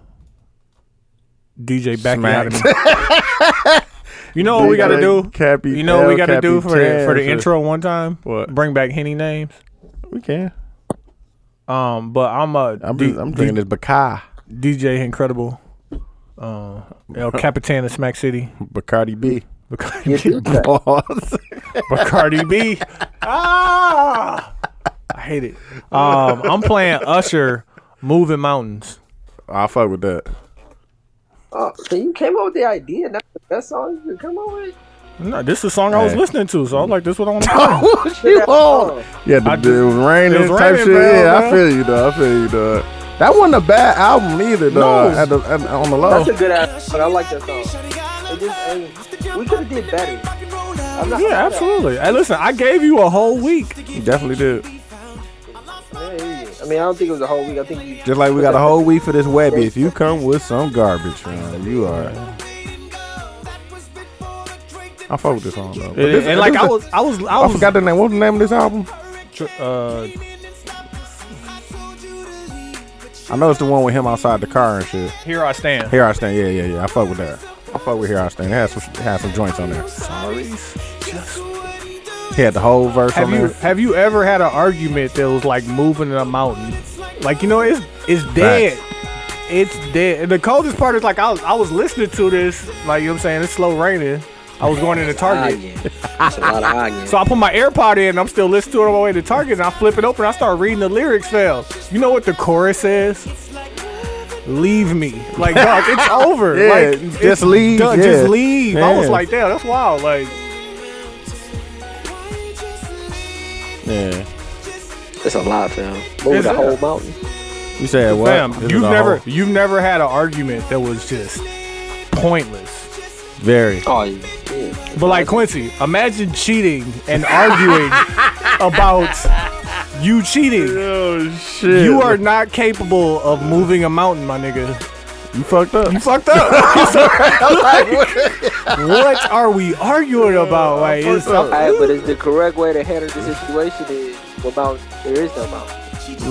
DJ back out of me. You know what we gotta do? Cappy, You know what we gotta do for the, for the Capitan. intro one time? What? Bring back Henny names. We can. Um, but I'm a I'm. D- just, I'm drinking this Baca. D- DJ Incredible. Uh, El Capitan of Smack City. [LAUGHS] Bacardi B. Bacardi, Pause. Bacardi B. Ah, I hate it. Um, I'm playing Usher, Moving Mountains. I fuck with that. Uh, so you came up with the idea, and that's the best song you could come up with. No, this is a song I was Hey. listening to, so I was like, "This is what I want [LAUGHS] to [LAUGHS] play." you on? song. Yeah, the, I it just- was rain. it It was type raining, shit. bro, yeah, I bro. feel you, dog. I feel you, dog. That wasn't a bad album either, dog. At the, at, on the low. That's Oh. a good ass, but I like that song. It just, it, we could have did better. I'm not Yeah, absolutely. Hey, listen, I gave you a whole week. You definitely did. Yeah, yeah, yeah. I mean, I don't think it was a whole week. I think you Just like we got a whole week for this Webby. If you come with some garbage, fam, you are. I fuck with this song though. But And, this- like this- I was, I was, I I was. forgot the name. What's the name of this album? Uh, I know it's the one with him outside the car and shit. here I stand. Here I stand. Yeah, yeah, yeah. I fuck with that. I fuck with Here I Stand. It has some, it has some joints on there. He had the whole verse Have on you there. have you ever had an argument that was like moving in a mountain? Like you know, it's it's dead. It's dead. And the coldest part is like I was I was listening to this, like you know what I'm saying, it's slow raining. I was going into Target. arguing. That's [LAUGHS] a lot of arguing. So I put my AirPod in and I'm still listening to it on my way to Target and I flip it open, I start reading the lyrics fell. You know what the chorus says? Leave me. [LAUGHS] Like dog, it's over. Yeah, like just it's leave, done. yeah. Just leave. I was Yeah. like, damn, that's wild. Like Yeah. It's a lot, fam. Move It's the it. whole mountain. You said what? Fam, This is you've the never whole- you've never had an argument that was just pointless. very. Oh, yeah. yeah. But like Quincy, imagine cheating and [LAUGHS] arguing about you cheating. Oh shit! You are not capable of moving a mountain, my nigga. you fucked up. You fucked up. [LAUGHS] what are we arguing about? Like, it's, All right, but it's the correct way to handle the situation is without there is no mountain.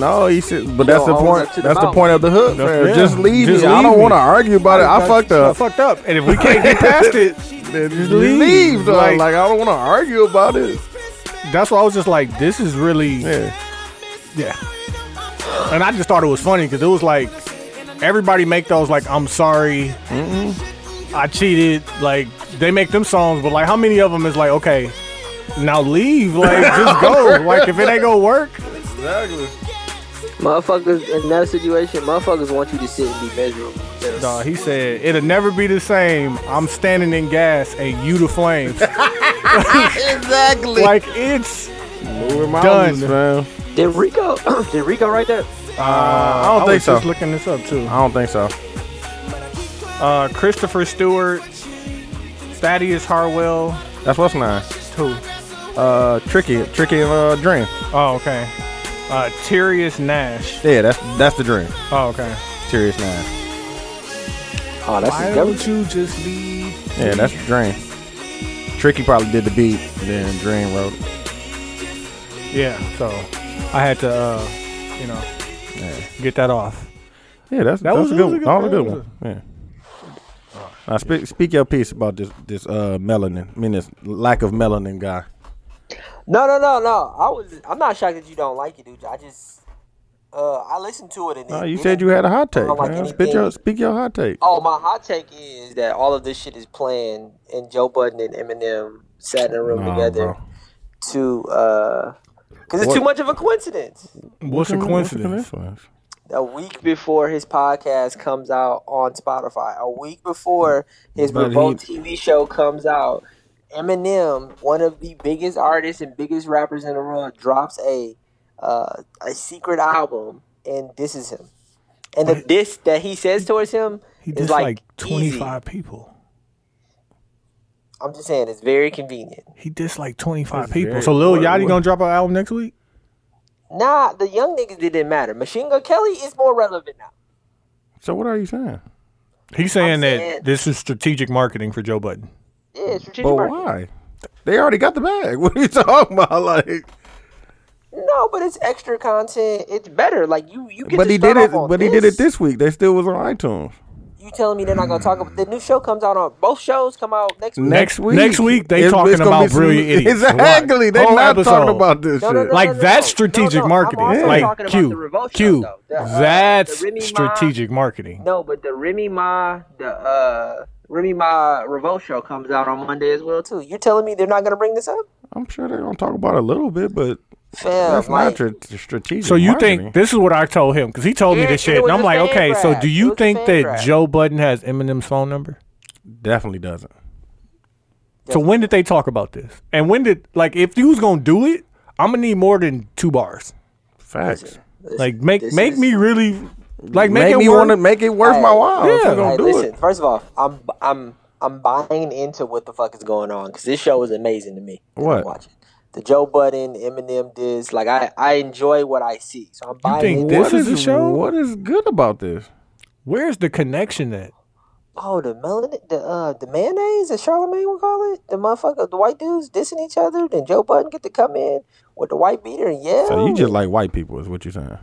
No, he said, but that's Yo, the I was point. up to the that's the mouth. point of the hook. fam. yeah. Just leave Just me. I leave don't me. want to argue about it. I fucked I up. fucked up. And if we can't get past it, then just leave. Leave. dog. Like, Like, I don't want to argue about it. that's why I was just like, this is really, yeah. Yeah. And I just thought it was funny because it was like everybody make those like I'm sorry, I cheated. Like they make them songs, but like how many of them is like okay, now leave. Like just go. like if it ain't gonna work, Exactly. Motherfuckers in that situation, motherfuckers want you to sit and be miserable. Nah, he said it'll never be the same. I'm standing in gas and you the flames. Exactly. like it's. Moving Done. mountains, man. Did Rico? [CLEARS THROAT] did Rico write that? I don't think was so. Just looking this up too. I don't think so. Uh, Christopher Stewart, Thaddeus Harwell. That's what's nine. Who? Uh, tricky, tricky of uh, dream. Oh, okay. Uh, Tyrius Nash. Yeah, that's that's the dream. Oh, okay. Serious nine. Oh, that's his government. you just leave? Yeah, that's the dream. Tricky probably did the beat, then Dream wrote. it. Yeah. So I had to, uh, you know, get that off. Yeah, that's That that's was- a that good was a one. good- That was a that good was one. Yeah. Now speak speak your piece about this this uh melanin. I mean this lack of melanin guy. No, no, no, no. I was. I'm not shocked that you don't like it, dude. I just, uh, I listened to it and. Oh, No, it- you it- said you had a hot take. I don't like man. Speak anything. your speak your hot take. Oh, my hot take is that all of this shit is playing, and Joe Budden and Eminem sat in a room Nah, together bro. to, uh, because it's What- too much of a coincidence. What's a coincidence? a week before his podcast comes out on Spotify, a week before his But Revolt he- TV show comes out, Eminem, one of the biggest artists and biggest rappers in the world, drops a uh, a secret album and disses him. And the diss that he says towards him He is just like, like easy. 25 people. I'm just saying, it's very convenient. He dissed like 25 That's people. very- So Lil what- Yachty what- gonna drop an album next week? Nah, the young niggas didn't matter. Machine Gun Kelly is more relevant now. So what are you saying? He's saying I'm that saying- this is strategic marketing for Joe Budden. Yeah, it's strategic But marketing. why? They already got the bag. [LAUGHS] What are you talking about? Like, No, but it's extra content. It's better. Like you, you. Get but to he start did it. off on But he did it this week. They still was on iTunes. You telling me they're not gonna talk about the new show comes out on both shows come out next week. Next week. next week, they talking gonna about be some- Brilliant [LAUGHS] Idiots. Exactly. Right. They Whole not episode. talking about this No, shit. no, no, Like no, no, that's no. strategic No, no, I'm marketing. also Like talking about the Q, Revolt show, Q. though. The, uh, that's the Remy Ma- strategic marketing. No, but the Remy Ma, the uh, Remy Ma Revolt show comes out on Monday as well too. You're telling me they're not gonna bring this up? I'm sure they're gonna talk about it a little bit, but Fam, that's like, not tr- tr- strategic. So you marketing. think this is what I told him because he told me Yeah, this it shit, and was I'm a like, fan okay, so grab. do It you was a think fan that grab. Joe Budden has Eminem's phone number? definitely doesn't? So when did they talk about this? And when did like if you was gonna do it, I'm gonna need more than two bars. Facts. this- Like make this make is- me really like make, Make, it me work. want to make it worth Hey, my while. if yeah. you're gonna Hey, do listen. it. First of all, I'm I'm I'm buying into what the fuck is going on because this show is amazing to me. that I'm What? watching the Joe Budden, Eminem, Diz. Like I I enjoy what I see, so I'm buying. think into this What is a show? What is good about this? Where's the connection at? Oh, the melanin, the uh, the mayonnaise that Charlemagne would call it. The motherfucker, the white dudes dissing each other. Then Joe Budden get to come in with the white beater and yell. So Uh, you just like white people, is what you're saying?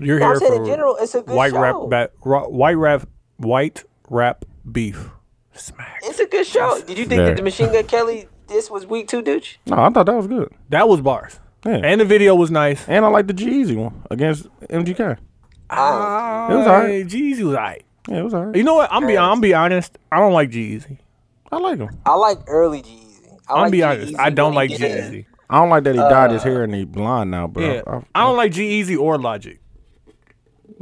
You're No, I'm here saying for in general, it's a good white show. rap, bat, ra, white rap, white rap beef. Smack. It's a good show. Did you think Very. that the Machine Gun Kelly this was week two, douche? No, I thought that was good. That was bars, Yeah. and the video was nice. And I like the Jeezy one against MGK. I It was alright. Jeezy was alright. Yeah, it was alright. You know what? I'm be I'm be honest. I don't like Jeezy. I like him. I like early Jeezy. I I'm like be honest. G-Eazy I don't when like he G get in. Easy. I don't like that he dyed Uh, his hair and he blonde now, but Yeah, I, I, I don't like G Easy or Logic.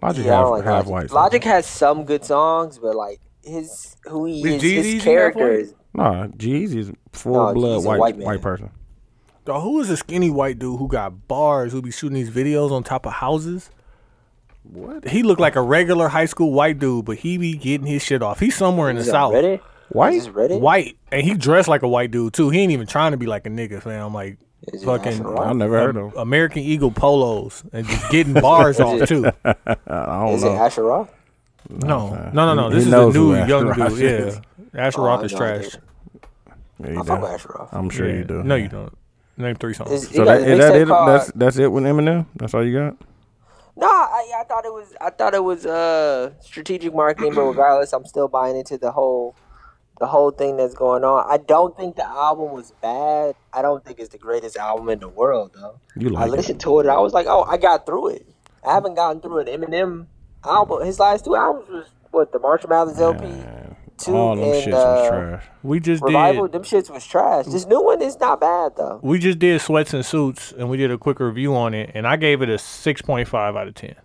Logic Yeah, I half, don't like half white. Logic. Logic has some good songs, but like his who he Is is, Jeezy his in that character one? is Nah, Jeezy's full No, blood he's a white white white, man. person. Dog, who is a skinny white dude who got bars who be shooting these videos on top of houses? What? He looked like a regular high school white dude, but he be getting his shit off. He's somewhere in the is it south, Reddit? Is White? this Reddit? white, and he dressed like a white dude too. He ain't even trying to be like a nigga, fam. I'm like Is it fucking National I Rap? never heard of him. American Eagle polos and just getting [LAUGHS] bars off too. I don't Is it know. Asher Roth? No, no, no, no. He- This he is a knows who new Asher young Roth dude. is. Yeah, Asher Oh, Roth I is know, I trash. do. Yeah, he I fuck does. with Asher Roth. I'm sure Yeah. you do. No, you don't. Name three songs. Is- So He got that, a is that mixtape it? called- That's that's it with Eminem. That's all you got. No, I, I thought it was I thought it was uh strategic marketing, but regardless, I'm still buying into the whole the whole thing that's going on. I don't think the album was bad. I don't think it's the greatest album in the world though. You I like it? listened to it and I was like, oh, I got through it. I haven't gotten through it. Eminem album, his last two albums was what the Marshall Mathers LP, Man, two all them and shits uh, was trash. We just Revival. did. Them shits was trash. This new one is not bad though. We just did sweats and suits, and we did a quick review on it, and I gave it a six point five out of ten.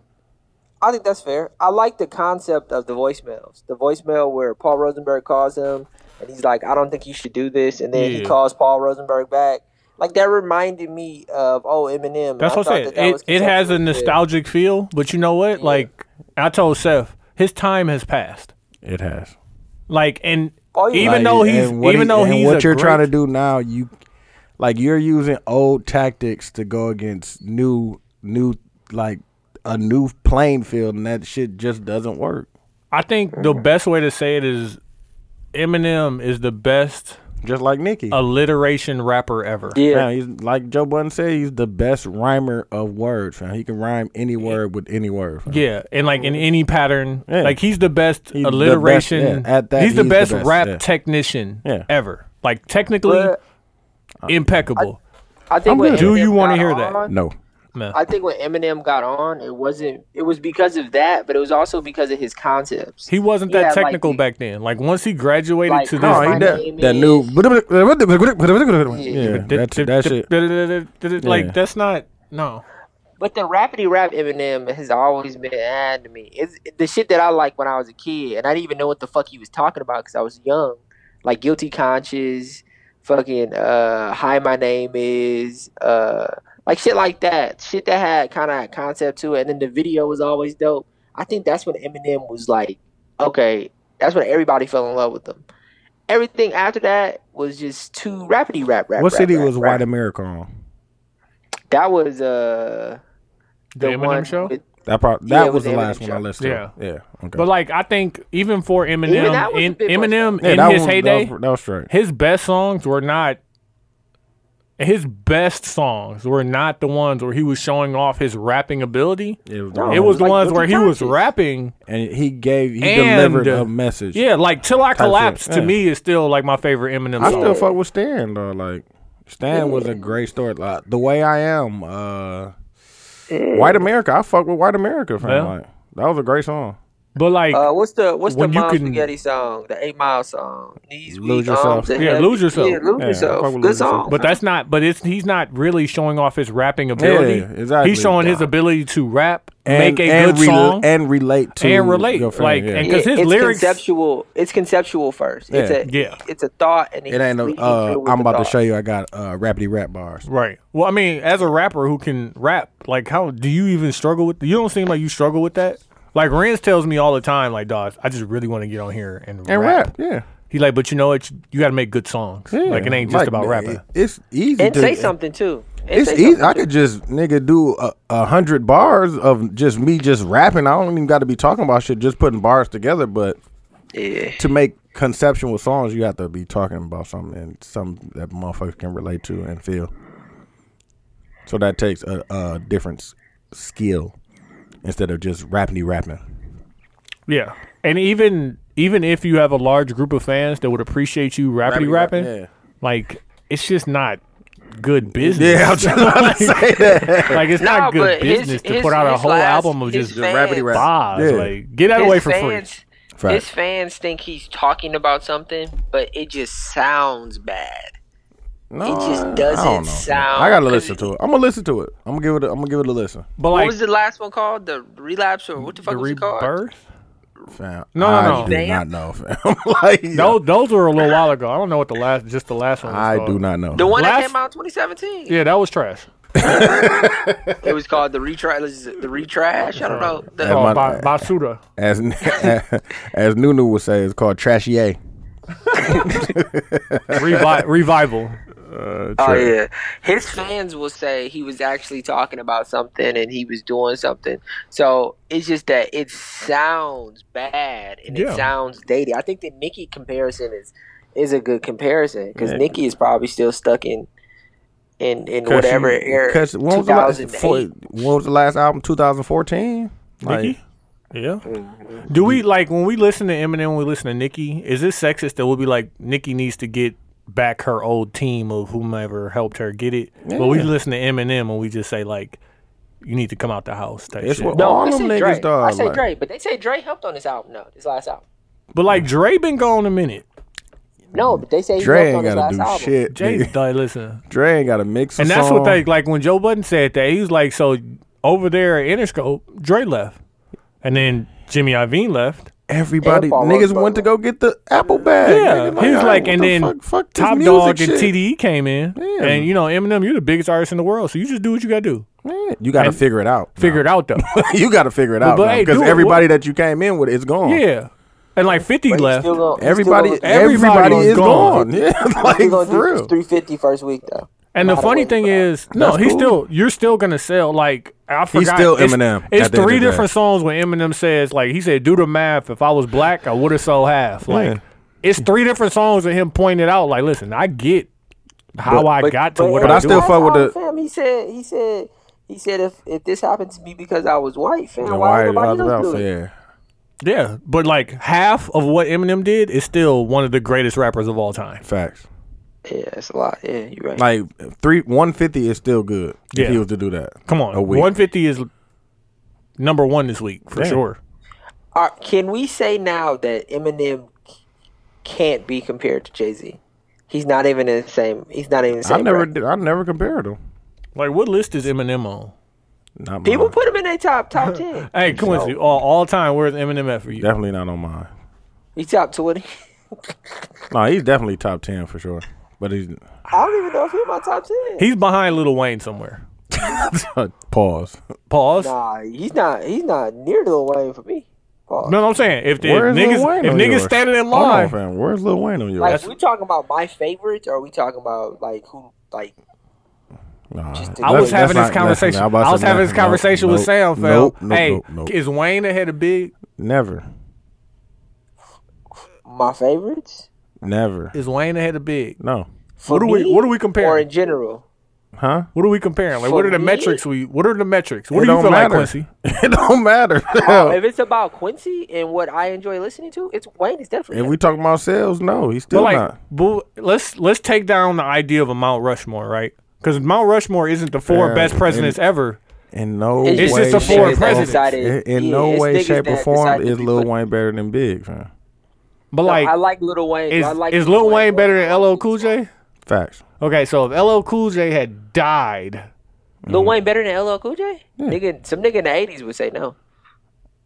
I think that's fair. I like the concept of the voicemails. The voicemail where Paul Rosenberg calls him and he's like, I don't think you should do this. And then he Yeah. calls Paul Rosenberg back. Like, that reminded me of, oh, Eminem. and That's what thought I said. that that was it it has a conceptually good. nostalgic feel, but you know what? Like I told Seth, his time has passed. It has. Like and Oh, yeah. even Like, though and he's what even he- though and he's what a you're great- trying to do now, you like you're using old tactics to go against new new like a new playing field, and that shit just doesn't work. I think Mm. the best way to say it is Eminem is the best Just like Nicki. alliteration rapper ever. Yeah. Fam, he's like Joe Budden said, he's the best rhymer of words, fam. He can rhyme any word with any word. fam. Yeah, and like in any pattern, Yeah. like he's the best the alliteration. best, yeah. At that, he's the he's the best, best, rap yeah. technician Yeah. Uh, ever. Like technically But impeccable. I think when good. Do Eminem you wanna got hear that? on- No. Man. I think when Eminem got on, it wasn't, it was because of that, but it was also because of his concepts. he wasn't Yeah, that like technical the- back then. Like once he graduated Like, to this No, he My did. name That is- new. [LAUGHS] Yeah, that's, that shit. Like Yeah. that's not no. But the rapidy rap Eminem has always been ad to me. It's the shit that I like when I was a kid, and I didn't even know what the fuck he was talking about because I was young. Like guilty conscience, fucking uh, hi, my name is, uh, like shit like that. Shit that had kind of concept to it, and then the video was always dope. I think that's when Eminem was like, okay, that's when everybody fell in love with him. Everything after that was just too rapidy rap rap. What rap, city rap, was rap. White America on? That was uh The Eminem show? with- That probably Yeah, that it was was the the last Eminem one show. I listened Yeah. to. Yeah. Okay. But like I think even for Eminem, Even that was a in, bit much. Eminem yeah, in that his one- heyday, That was, that was straight. his best songs were not his best songs were not the ones where he was showing off his rapping ability. It was, No, It was the Oh, like ones Guilty where he was Conscience. rapping. and he gave he And- delivered a message. Yeah, like Till I Collapse to yeah. me is still like my favorite Eminem I song. still fuck with Stan though. Like Stan was a great story. Like the way I am, uh, White America. I fuck with White America. Fam. Yeah. Like that was a great song. but like Uh, what's the what's When the you mom can- spaghetti song? The Eight Mile song. Knees Lose weak, Yourself. arms are Yeah, heavy. Lose Yourself. Yeah, lose Yeah, I fuck yourself. with Good Lose Yourself. song. But that's not. But it's he's not really showing off his rapping ability. Yeah, exactly. He's showing his ability to rap, And, make a and good rel- song, and, and relate to relate. your friend, like yeah. and Yeah, because his it's lyrics, conceptual. It's conceptual first. It's Yeah. a Yeah. It's a thought, and it ain't. No, uh, I'm about to show you. I got uh, rapidy rap bars. right? Well, I mean, as a rapper who can rap, like how do you even struggle with? You don't seem like you struggle with that. Like Renz tells me all the time, like, "Dawg, I just really want to get on here and, And rap." rap, yeah. He like, but you know what? You, got to make good songs. Yeah. Like it ain't just about rapping. it- It's easy And to say something too. And It's say easy. something, I too. could just nigga do a, a hundred bars of just me just rapping. I don't even got to be talking about shit. Just putting bars together. But Yeah. to make conceptual songs, you have to be talking about something and something that motherfuckers can relate to and feel. So that takes a, a different s- skill instead of just rapping rapping. Yeah, and even even if you have a large group of fans that would appreciate you rapping, rapping, yeah. like it's just not good business. Yeah, [LAUGHS] I'm just about to say that. like it's Nah, not good but his- business to his- put out a his whole last- album of his just fans- rapidy rap. bobs. Yeah. Like get out of the way for free. free. Right. His fans think he's talking about something, but it just sounds bad. No, It just I- I doesn't don't know. sound I gotta good. listen to it. I'm gonna listen to it. I'm gonna give it. A, I'm gonna give it a listen. But What like was the last one called? The relapse or what the fuck the was it called? rebirth. Fam, No, no, I no. do Damn. not know, fam. [LAUGHS] like, No, those were a little while ago. I don't know what the last just the last one. Was I called. do not know. The one Last- that came out in 2017. Yeah, that was trash. It was called the retrash. The retrash. I don't know. The- Am Oh, I- by, [LAUGHS] by Suda. as as Nunu would say, it's called trashier. Revi- revival. Oh yeah, his fans will say he was actually talking about something and he was doing something. So it's just that it sounds bad and Yeah. it sounds dated. I think the Nicki comparison is is a good comparison because Nicki is probably still stuck in in in 'Cause whatever you- era. 'cause when was, the last, 2008. for, when was the last album? 2014. Like, Nicki? Yeah. Do we like when we listen to Eminem? When we listen to Nicki. Is it sexist that we'll be like Nicki needs to get back her old team of whomever helped her get it? But we Yeah. listen to Eminem and we just say like, you need to come out the house type It's shit. what- No, All I them say niggas, Dre. dog, I say like- Dre, but they say Dre helped on this album. No, this last album. but like Dre been gone [LAUGHS] a minute. No, but they say he Dre ain't helped on gotta this last do album. shit. Jay, nigga. like, listen, [LAUGHS] Dre ain't got to mix. A and that's song. what they like when Joe Budden said that he was like, so over there at Interscope, Dre left, and then Jimmy Iovine left. everybody And Paul niggas Rosenberg. went to go get the apple bag. Yeah, nigga. he was all like, right, and what the then fuck, fuck this Top music Dog and shit. TDE came in, Yeah. and you know Eminem, you're the biggest artist in the world, so you just do what you gotta do. Man, you got to and- figure it out. Figure [LAUGHS] it out though. out. you got to figure it out but, hey, because do it. everybody that you came in with is gone. yeah, and like 50 But he's left. still gonna- he's Everybody, still gonna- everybody, everybody is is gone. [LAUGHS] gone. Yeah, he's like gonna do for real. 350 first week though. And the Gotta funny wait for thing that. is, no, That's he's cool. still you're still gonna sell. Like I forgot, still it's- Eminem at It's the end three of the different day. songs where Eminem says, like he said, "Do the math. If I was black, I would have sold half." Like Yeah. it's three different songs of him pointing out, like, listen, I get how But- I got to what but I, I still do. fuck with the- Fam, he said. He said. He said, if if this happened to me because I was white, fam, And why why ain't it all nobody about else do it? fair? Yeah, but like half of what Eminem did is still one of the greatest rappers of all time. Facts. Yeah, it's a lot. Yeah, you're right. Like three one fifty is still good if Yeah. he was to do that. Come on, a week. 150 is number one this week for Yeah. sure. Are, can we say now that Eminem can't be compared to Jay Z? He's not even in the same. He's not even. in The I same never, bracket. did, I never compared him. Like, what list is Eminem on? Not People mine. put him in their top top [LAUGHS] ten. Hey, Quincy, all, all time, where's Eminem at for you? definitely not on mine. He top twenty. [LAUGHS] No, he's definitely top ten for sure. But he's [LAUGHS] I don't even know if he's my top ten. He's behind Lil Wayne somewhere. pause. Pause. nah, he's not. He's not near Lil Wayne for me. Paul. No, no, I'm saying if, if Where's Lil niggas Wayne if on niggas yours? standing in Hold on, line, fam. Where's Lil Wayne on like yours? we talking about my favorites, or are we talking about like who like Nah, just- I That's- was having that's this not- conversation. that's not- I about to was say having this nothing. Nope, conversation with nope, Sam, fam. Nope, nope, hey, nope, nope. is Wayne ahead of Big? never, my favorites? never. Is Wayne ahead of Big? No, For What do we- me, what do we compare? Or in general, huh? What are we comparing? Like, For what are the me- metrics? We what are the metrics? What it do you don't feel like, matter. Quincy? [LAUGHS] It don't [LAUGHS] matter. Uh, if it's about Quincy and what I enjoy listening to, it's Wayne is [LAUGHS] definitely. if we talking about sales, no, he's still But like, not. but let's let's take down the idea of a Mount Rushmore, right? Because Mount Rushmore isn't the four Yeah, best and- presidents ever. In no It's way, just a foreign shape, or- president. Decided- in in yeah, no it's way, niggas shape, or that form decided to is be Lil put- Wayne better than Big, fam. But No, like, I like Little Wayne. but is I like is Lil Wayne but better I than like LL Cool J? Facts. Okay, so if LL Cool J had died, Lil Mm. Wayne better than LL Cool J? Nigga, some nigga in the eighties would say no.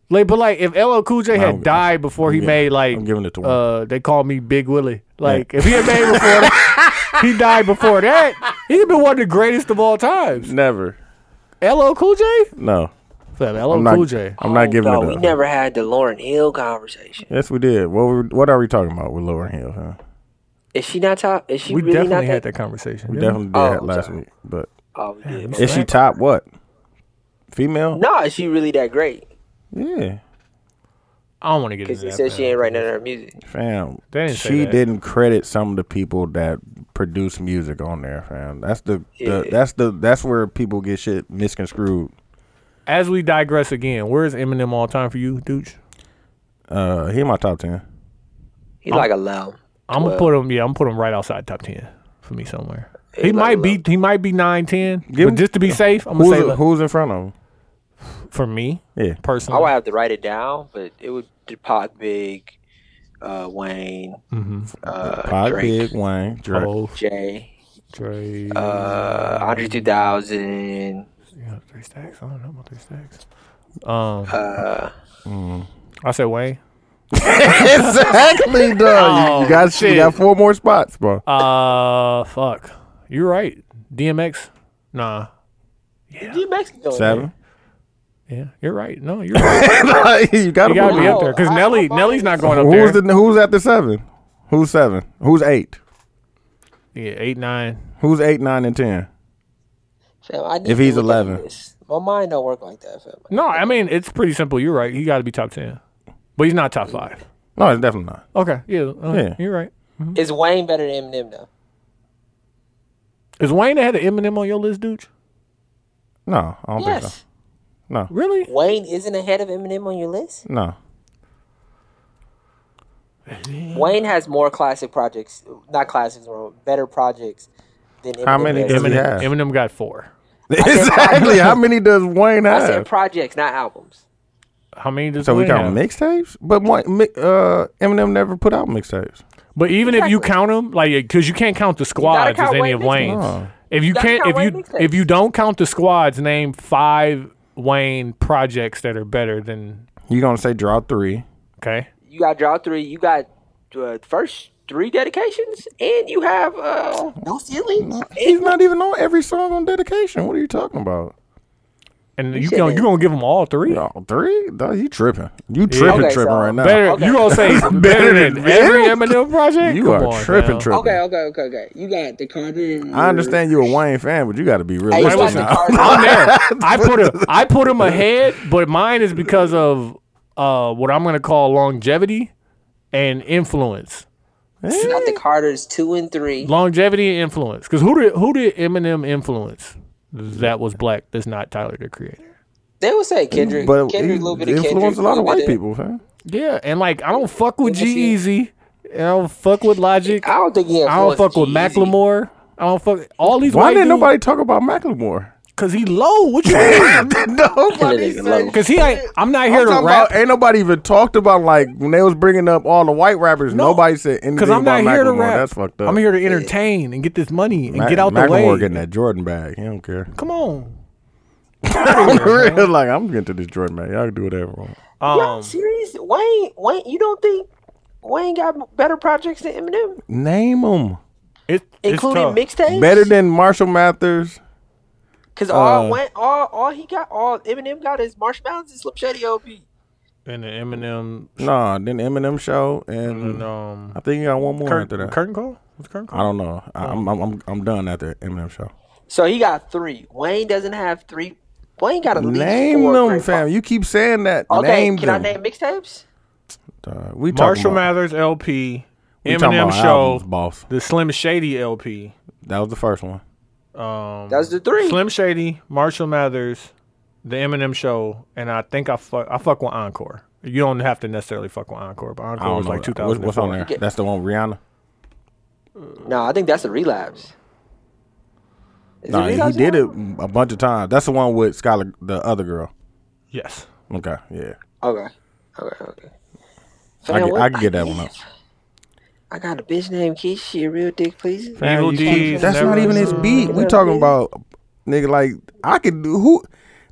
like, but like, if LL Cool J had I'm- died before he giving- made like, I'm giving it to uh, they call me Big Willie. Like, if he had made before [LAUGHS] that, he died before that, he'd been one of the greatest of all times. Never. LL Cool J, No. Fam, LL I'm not, Cool J. I'm not giving Oh, No, it we up. never had the Lauren Hill conversation. Yes, we did. What were, what are we talking about with Lauren Hill? Huh? Is she not top? Is she We really definitely not had that conversation. We didn't we? definitely did Oh, that last sorry. week. But Oh, we did. is she top what? Female? Nah, is she really that great? Yeah, I don't want to get Because into he that. said she fam. ain't writing none of her music. fam. They didn't say she that. didn't credit some of the people that produce music on there, fam. That's the, the Yeah. that's the that's where people get shit misconstrued. As we digress again, where's Eminem all time for you, douche? Uh, he in my top ten. He's like a loud. I'm gonna Well- put him. Yeah, I'm gonna put him right outside top ten for me somewhere. He, like might low. be. He might be nine, ten. Give but him- just to be safe, I'm gonna Who's say a- look, who's in front of him? for me Yeah, I personally. Mm-hmm. would have to write it down, but it would Pac, Big, uh, Wayne, uh, Mm-hmm. Pac, Drake, Big, Wayne, Drake. Oh, Jay, Dre, uh, Andre 2000. yeah, three stacks. I don't know about three stacks. Um, mm. I said Wayne. [LAUGHS] [LAUGHS] exactly, dog. Oh, you got you shit. got four more spots, bro. Uh, fuck. You're right. DMX. Nah. You Mexican? Seven. [LAUGHS] Yeah, you're right. No, you're right. you got You to gotta be up there because I- Nelly. I'm Nelly's not going up there. Who's the who's at the seven? Who's seven? Who's eight? Yeah, eight nine. Who's eight, nine, and ten? Fam, I need If to he's look at 11. this. My mind don't work like that, fam. No, I mean it's pretty simple. You're right. He got to be top ten, but he's not top five. No, it's definitely not. Okay, yeah, uh, Yeah. you're right. Is Wayne better than Eminem though? Is Wayne ahead of Eminem on your list, dude? No, I don't think so. Yes. No, Really? Wayne isn't ahead of Eminem on your list. no. Wayne has more classic projects, not classics, more better projects than Eminem. How many does. does he Eminem, have? Eminem got four. [LAUGHS] exactly. How many does Wayne I said have? projects, not albums. How many does So we Wayne got have? mixtapes, but Wayne- mi- uh, Eminem never put out mixtapes. But even if you Exactly. count them, like because you can't count the squads count as any Wayne of mixtapes. Wayne's. Oh. If you gotta can't, count if Wayne you mixtapes. if you don't count the squads, name five Wayne projects that are better than You gonna say draw three? okay. You got Draw Three. You got uh, first three dedications, and you have uh, No Ceiling. He's not even on every song on dedication. What are you talking about? And you said gonna that. you gonna give them all three? Draw three? Dawg, you tripping? You tripping? Okay, tripping so- right now? Better Okay. you gonna say better, [LAUGHS] Better than, than every him? Eminem project? You Come are on tripping, now. tripping. Okay, okay, okay, okay. You got the Carter. I understand you're a Wayne fan, but you got to be Hey, realistic stop the now. Carter. [LAUGHS] I'm there. I put him. I put him ahead, but mine is because of uh, what I'm gonna call longevity and influence. Stop the Carters two and three. Longevity and influence. Because who did who did Eminem influence? That was black. That's not Tyler the Creator. They would say Kendrick. But Kendrick, he a little bit of Kendrick. influenced a lot of little bit white people, man. Yeah, and like I don't fuck with Let me G see. Easy. I don't fuck with Logic. I don't think he. I don't fuck with influenced Jeezy. Macklemore. I don't fuck all these. Why white didn't dudes- nobody talk about [LAUGHS] Macklemore? Cause he low. What you [LAUGHS] mean? nobody That nigga low. said. Cause he ain't. I'm not I'm here to talking rap. about- ain't nobody even talked about like when they was bringing up all the white rappers. No, nobody said anything Cause I'm about not here to Macklemore. rap. That's fucked up. I'm here to entertain and get this money and Ma- get out the Macklemore way. getting that Jordan bag. He don't care. Come on. [LAUGHS] For real, like I'm getting to this Jordan bag. Y'all can do whatever. you want. Um, Y'all serious? Wayne, Wayne, you don't think Wayne got better projects than Eminem, Name them it, including it's tough. mixtapes? better than Marshall Mathers. because all uh, Wayne, all all he got, all Eminem got is Marshmallows and Slim Shady OP. and the Eminem um, Nah, then Eminem show, and and um I think you got one more Curtain, after that. curtain call. What's curtain I call? don't know. I, I'm, I'm I'm I'm done after Eminem show. So he got three. Wayne doesn't have three. Wayne got at least Name four them, great fam. You keep saying that. pro- Okay, name can them. I name mixtapes? Uh, we talking Marshall about, Mathers LP, we talking Eminem about Show, albums, boss. the Slim Shady LP, That was the first one. um, That's the three. Slim Shady, Marshall Mathers, the Eminem Show, and I think I fuck I fuck with Encore. You don't have to necessarily fuck with Encore, but I Encore don't was know like that. 2000. What's- What's on there? Get- That's the one with Rihanna. No, I think that's a relapse. Is Nah, he relapse did it album? a bunch of times. That's the one with Skylar, the other girl. Yes. Okay, yeah, Okay, okay, okay. I Fam, get, what- I can get that one up. I got a bitch named Keisha. She a real dick pleaser. Evil you D's. That's not never- even his beat. We talking about nigga like I could do who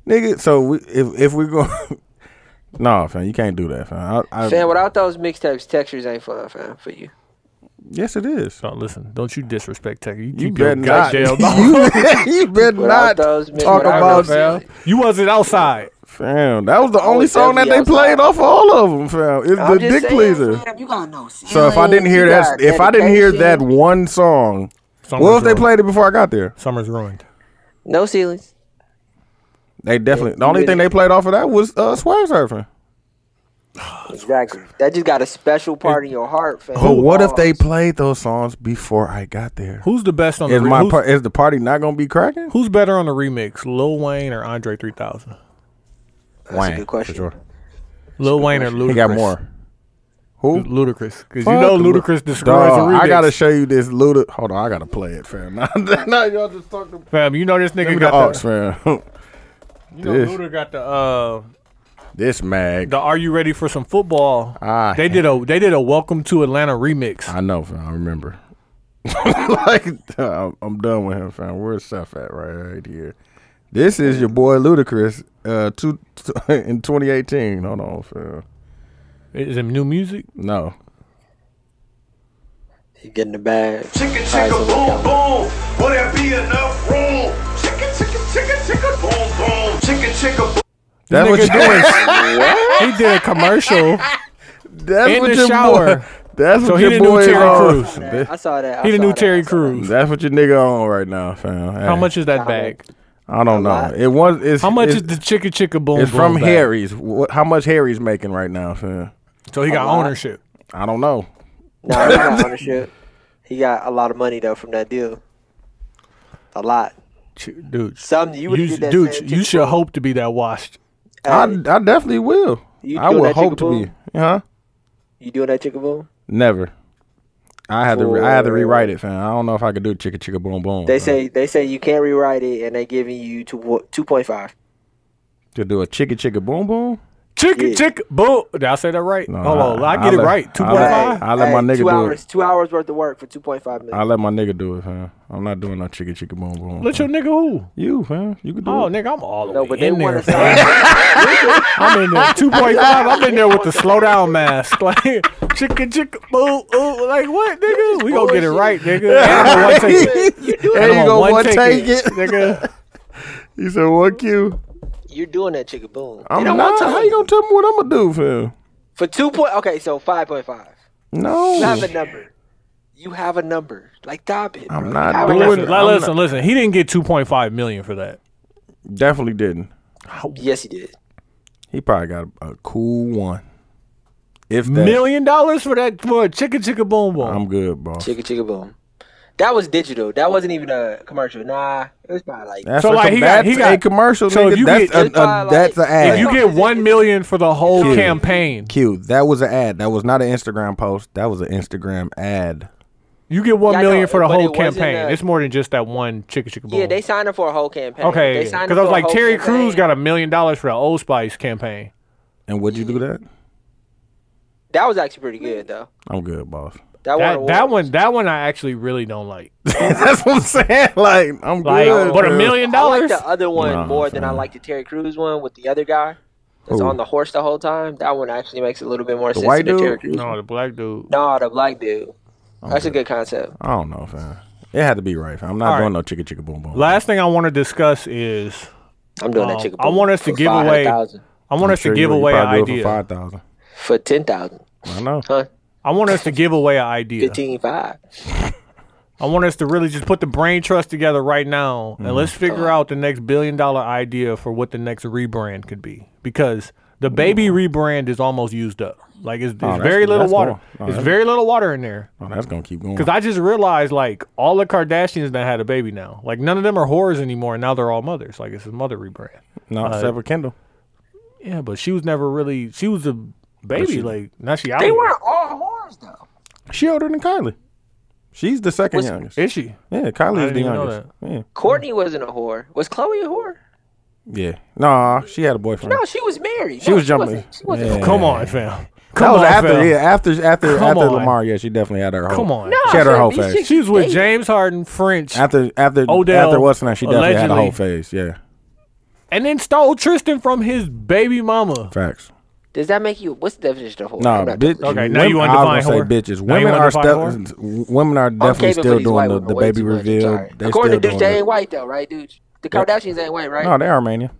nigga. So we, if if we go, [LAUGHS] no, fam, you can't do that, fam. I, I, Fam, without those mixtapes, textures ain't fun, fam, for you. yes, it is. Don't listen. Don't you disrespect Tech. You You keep better your not. goddamn. [LAUGHS] you, you better Without not those men, talk without about those men. fam. You wasn't outside. Fam, that was the only was song that they definitely played off of all of them, fam. It's I'm the just dick saying, pleaser. fam, you got no ceiling, So if I didn't hear you that, got if I didn't hear that dedication. one song, Summer's what if they ruined. played it before I got there? Summer's ruined. no ceilings. They definitely. The you only really- thing they played off of that was uh, swag surfing. Exactly. That just got a special part in your heart, fam. But what if they Pause. played those songs before I got there? Who's the best on Is the re- my who's, par- is the party not gonna be cracking? who's better on the remix, Lil Wayne or Andre 3000? That's a good question. for sure. Lil Wayne or Ludacris? He got more. Who? Ludacris, because you know Fuck Ludacris Lu- destroys the Dawg, remix. I gotta show you this Luda. Hold on, I gotta play it, fam. [LAUGHS] now now y'all just talking about fam. You know this nigga the got ox, the, fam. [LAUGHS] you know this. Luda got the uh this mag. the Are You Ready for Some Football? Ah, they did a they did a Welcome to Atlanta remix. I know, fam. I remember. [LAUGHS] like I'm- I'm done with him, fam. Where's Seth at right, right here? This is your boy Ludacris, uh, two, [LAUGHS] in 2018. Hold on, fam. Is it new music? No, You get in the bag. Chicka chicka boom boom, will there be enough room? Chicka chicka chicka chicka boom boom, chicka chicka boom. that's what nigga you doing. He did a commercial. [LAUGHS] That's In what the your shower. Boy, [LAUGHS] that's So what he your the new boy is Terry on. Crews. I That- saw that. I He the saw new that, I Terry saw Crews. That's what your nigga on right now, fam. How much is that bag? I don't know. lot. It was. It's, How much it's, is the chicka chicka boom? It's boom from bag? Harry's. What, how much Harry's making right now, fam? so he got lot. ownership. I don't know. that. No, he got ownership. He got a lot of money though from that deal. a lot. Ch- Dude, Something you would you, did that dude, same you chick should hope to be that washed. I, Hey, I definitely will. You I doing would that hope to Chickaboo? be. Huh? you doing that chicka boom? Never. I had to. re- I had to rewrite it, fam. I don't know if I could do chicka chicka boom boom. They fam. say they say you can't rewrite it, and they giving you two two point five. to do a chicka chicka boom boom. Chicka Yeah. chicka boom. Did I say that right? No, Hold on, I, I- get I it let- right. Two I point let- five. I let my nigga two do hours, it. Two hours worth of work for two point five million. I let my nigga do it, fam. I'm not doing no chicka chicka boom boom. Let fam. your nigga who? you, fam. You can do [LAUGHS] Oh, it. nigga, I'm all the no, way but they in want there. to fam. I'm in there. Two point five. I'm in there with the slow down mask. [LAUGHS] Like chicka chicka boo ooh. Like what, nigga? We gonna get it right, nigga. Animal one take it. [LAUGHS] there you Animal go. One take it. [LAUGHS] nigga. He said, "What Q? You're doing that chicka boom I'm not. How you gonna tell me what I'm gonna do, fam? for two point. Okay, so five point five. No, You have a number. You have a number. Like stop it. I'm bro. not Have a doing number. Listen, I'm listen, listen. He didn't get two point five million for that. definitely didn't. Yes, he did. He probably got a, a cool one. If that, Million dollars for that for a chicka chicka boom boom. I'm good, boss. Chicka chicka boom. That was digital. That wasn't even a commercial. Nah, it was probably like That's So, a, like, com- he got- that's he a got- commercial, so if nigga. you that's get- a, a, Just by, that's an like, ad. if you get one million for the whole Dude. campaign, Q, that was an ad. That was not an Instagram post. That was an Instagram ad. you get one Yeah, I million know, for the but whole it wasn't campaign. a- it's more than just that one chicka chicka boom. yeah. They signed up for a whole campaign. okay, they because signed I up for was a like whole Terry campaign. Crews got a million dollars for the Old Spice campaign. And would you do that? That was actually pretty good though. I'm good, boss. [LAUGHS] That, That won that awards. one that one I actually really don't like. that's what I'm saying. Like I'm Like, good. but a fam. million I like dollars. the uh, other one Nah, more than I fam. like the Terry Crews one with the other guy that's Who? on the horse the whole time. That one actually makes a little bit more sense white than dude? Terry Crews. No, the black dude. No, the black dude. That's a good concept. I don't know, fam. It had to be right, fam. I'm not All doing no chicka chicka boom boom. Last thing I want to discuss is I'm doing Um, that chicken. I want us to give away- I want I'm us sure to you give would. You away an probably do it for idea. Five thousand. for ten thousand, I know. huh? I want us to give away an idea. Fifteen five. I want us to really just put the brain trust together right now and let's Mm-hmm. figure out the next billion dollar idea for what the next rebrand could be because the baby rebrand is almost used up. Like it's, it's Oh, that's- very little that's water. more. No, it's that's- very little water in there. Oh, that's gonna keep going. Because I just realized, like, all the Kardashians that had a baby now, like, none of them are whores anymore. Now they're all mothers. Like, it's a mother rebrand. no, except for Kendall. Yeah, but she was never really. She was a baby. like, now she out. They here. weren't all whores though. She older than Kylie. She's the second What's- youngest. Is she? yeah, Kylie is didn't the even know youngest. Yeah. Courtney wasn't a whore. Was Chloe a whore? Yeah. Nah, she had a boyfriend. No, she was married. She No, was jumping. wasn't- She wasn't. Yeah. Come on, fam. that Come was on, after, fam. yeah, after, after, Come after on. Lamar. Yeah, she definitely had her. Whole, Come on. she had her No, whole these phase. chicks- She was with Hey. James Harden, French, After, after, Odell, after what's her name? She definitely had a allegedly. whole phase. Yeah, and then stole Tristan from his baby mama. facts. Does that make you? What's the definition of whore? No, I'm not bitch. definition. Okay, now you women- wanna I was define gonna whore? say bitches. Now you Women wanna are define still, women are I'm definitely caping for still these doing white the, women the way baby too much. I'm reveal. sorry. They According still to doing Deuce, they it. ain't white though, right, dude? The Kardashians ain't white, right? No, they're Armenian.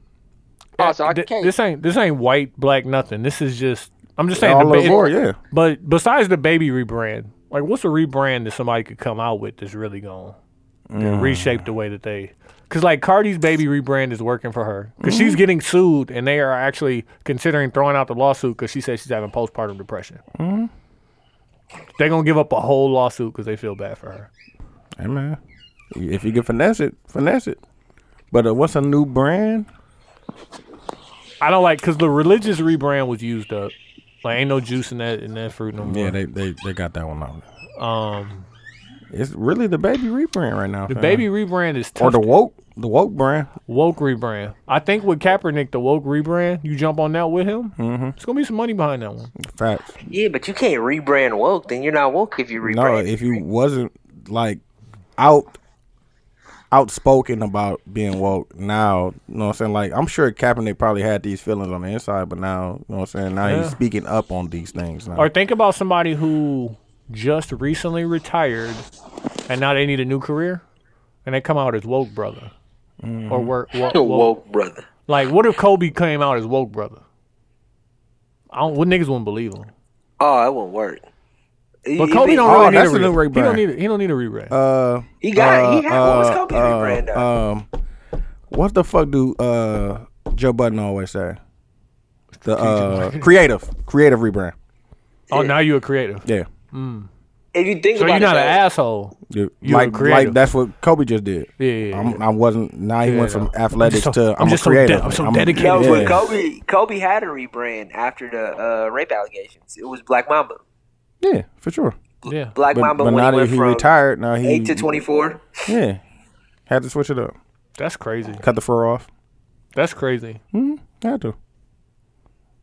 oh, so I Th- can't. this ain't this ain't white, black, nothing. This is just. I'm just saying. All the ba- over board, yeah. But besides the baby rebrand, like what's a rebrand that somebody could come out with that's really going to Mm. reshape the way that they? Because like Cardi's baby rebrand is working for her because she's Mm-hmm. getting sued and they are actually considering throwing out the lawsuit because she says she's having postpartum depression. Mm-hmm. They're gonna give up a whole lawsuit because they feel bad for her. Hey man, if you can finesse it, finesse it. But uh, what's a new brand? I don't like because the religious rebrand was used up. Like ain't no juice in that in that fruit no more. Yeah, they they, they got that one out. um, It's really the baby rebrand right now. the fam. baby rebrand is tough Uh, or the woke the woke brand. woke rebrand. I think with Kaepernick, the woke rebrand, you jump on that with him. Mm-hmm. It's gonna be some money behind that one. Facts. Yeah, but you can't rebrand woke. Then you're not woke if you rebrand. No, if you wasn't like out outspoken about being woke now, you know what I'm saying? Like I'm sure Kaepernick probably had these feelings on the inside, but now, you know what I'm saying? Now Yeah. he's speaking up on these things now. Or think about somebody who just recently retired, and now they need a new career, and they come out as woke brother, or work [LAUGHS] woke, You're a woke. woke brother. Like, what if Kobe came out as woke brother? I don't. What niggas wouldn't believe him? Oh, that won't work. But Kobe don't oh, really need that's a, a new re- He don't rebrand. need. A, he don't need a rebrand. uh He got. he uh, had. what was uh, Kobe's uh, rebrand though? Um what the fuck do uh Joe Budden always say? The uh creative. Creative rebrand. oh, now you a creative. Yeah. If you think So about you're not it, an though, asshole. You- You were like, creative. like that's what Kobe just did. Yeah. I'm, I wasn't. Now he went Yeah. from athletics I'm just so- to I'm, I'm just a so de- creative. I'm so dedicated. No, Yeah. but Kobe, Kobe had a rebrand after the uh, rape allegations. It was Black Mamba. Yeah, for sure. Yeah. Black But, Mamba but when now he that went he from retired, now he eight to twenty four. Yeah, had to switch it up. That's crazy. Cut the fur off. That's crazy. Had to.